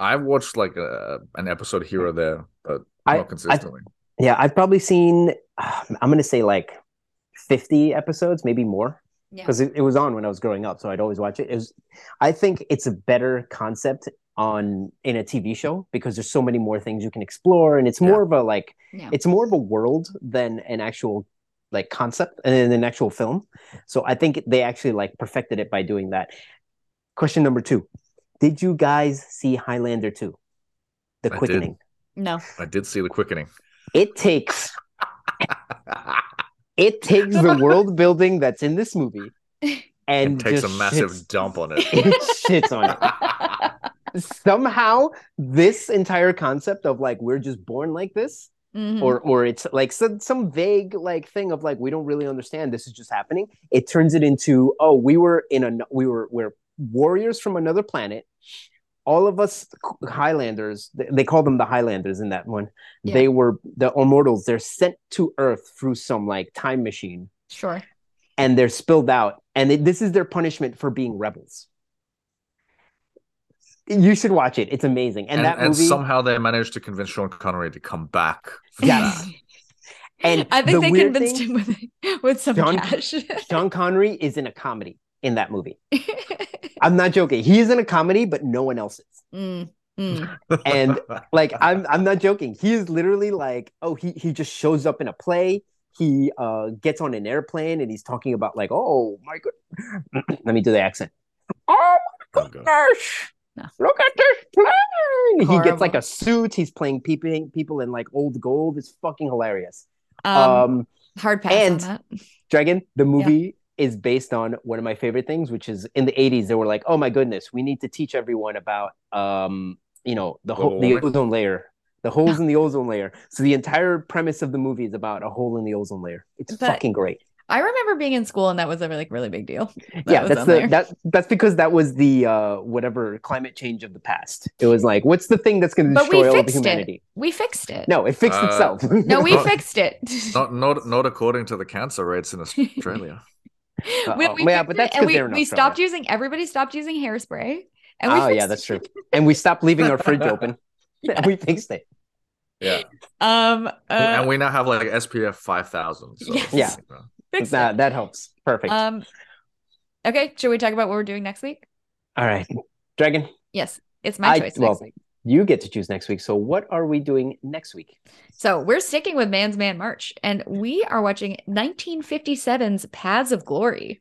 I've watched like a, an episode here or there, but
I- I-
not consistently.
Yeah, I've probably seen uh, I'm going to say like 50 episodes, maybe more.
Yeah.
because it, it was on when I was growing up, so I'd always watch it. it was, I think it's a better concept on in a TV show because there's so many more things you can explore, and it's
Yeah.
more of a like
Yeah.
it's more of a world than an actual like concept and then an actual film. So I think they actually like perfected it by doing that. Question number two: Did you guys see Highlander two? The
I did.
Quickening.
*laughs* No.
I did see the quickening.
It takes it takes the world building that's in this movie and
and takes a
just
massive
shits-
dump
*laughs*
on it.
it shits on it.
*laughs*
Mhm.
somehow this entire concept of like we're just born like this or
Mm-hmm.
or it's like some, some vague like thing of like we don't really understand this is just happening it turns it into oh we were in a we were we're warriors from another planet all of us highlanders th- they call them the highlanders in that one
Yeah.
they were the immortals they're sent to earth through some like time machine
sure.
and they're spilled out and it, this is their punishment for being rebels you should watch it it's amazing and,
And,
that
and
movie
somehow they managed to convince Sean Connery to come back. for
*laughs*
Yes.
that.
and
I think
the
they
weird
convinced
thing,
him with *laughs* with some
John-
cash.
sean connery is in a comedy in that movie i'm not joking he is in a comedy but no one else is
Mm,
Um,
mm.
*laughs* And- like i'm i'm not joking he is literally like oh he he just shows up in a play he uh gets on an airplane and he's talking about like oh my god *clears throat* let me do the accent oh
*laughs* Oh, God.
gosh,
No.
look at this plane. He
Horrible.
gets like a suit. He's playing peeping people in like old gold. It's fucking hilarious.
Um,
Um,
hard pass
and-
on that.
Dragon, the movie is based on one of my favorite things, which is in the 80s, they were like, oh my goodness, we need to teach everyone about, um, you know, the whole,
Global
the
warming.
ozone layer. The holes in the ozone layer. So the entire premise of the movie is about a hole in the ozone layer. It's
But-
fucking great.
I remember being in school and that was a like really big deal. *laughs* That
yeah,
was
that's
on
the
there.
that that's because that was the uh whatever climate change of the past. It was like, what's the thing that's going to
But we
destroy all of
fixed it.
humanity?
we fixed it.
No, it fixed
Uh,
itself.
No,
*laughs*
we
Not-
fixed it.
not not not according to the cancer rates
*laughs*
in Australia.
*laughs* we,
Uh-oh.
we
uh, Yeah,
fixed
but that's
it and
'cause
we,
they're in
we stopped
Australia.
using everybody stopped using hairspray. And we
oh yeah,
fixed
that's
it.
true. And we stopped leaving our
*laughs*
fridge open. *laughs* We fixed it.
yeah.
Um uh,
and we now have like SPF five thousand. So,
yes.
Yeah.
you know.
fixed it.
That that helps. Perfect.
Um Okay, should we talk about what we're doing next week?
All right, Dragon.
Yes, it's my
I-
choice
well,
next week.
You get to choose next week. So what are we doing next week?
So we're sticking with Man's Man March, and we are watching 1957's Paths of Glory.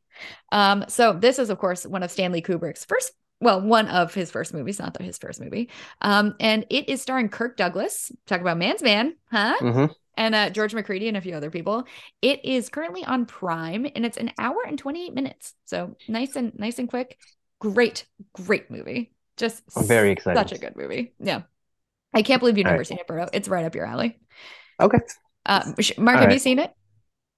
Um, so this is, of course, one of Stanley Kubrick's first, well, one of his first movies, not his first movie. Um, and it is starring Kirk Douglas. Talk about Man's Man, huh?
Mm-hmm.
and uh, George McCready and a few other people. It is currently on Prime, and it's an hour and twenty eight minutes. So nice and nice and quick. Great, great movie. Just
I'm very
such
excited.
a good movie. Yeah, I can't believe you've
All
never
right.
seen it, Berto. It's right up your alley.
Okay.
Uh, sh- Mark,
All
have you
right.
seen it?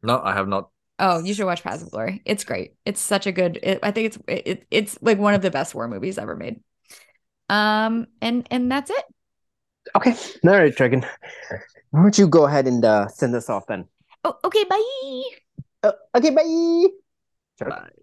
No, I have not.
Oh, you should watch Paths of Glory. It's great. It's such a good. It, I think it's it, it- it's like one of the best war movies ever made. Um, and and that's it.
Okay. All right, Dragon. Why don't you go ahead and uh, send us off then?
Oh, okay. Bye.
Oh, okay, Uh, bye. Sure.
Bye.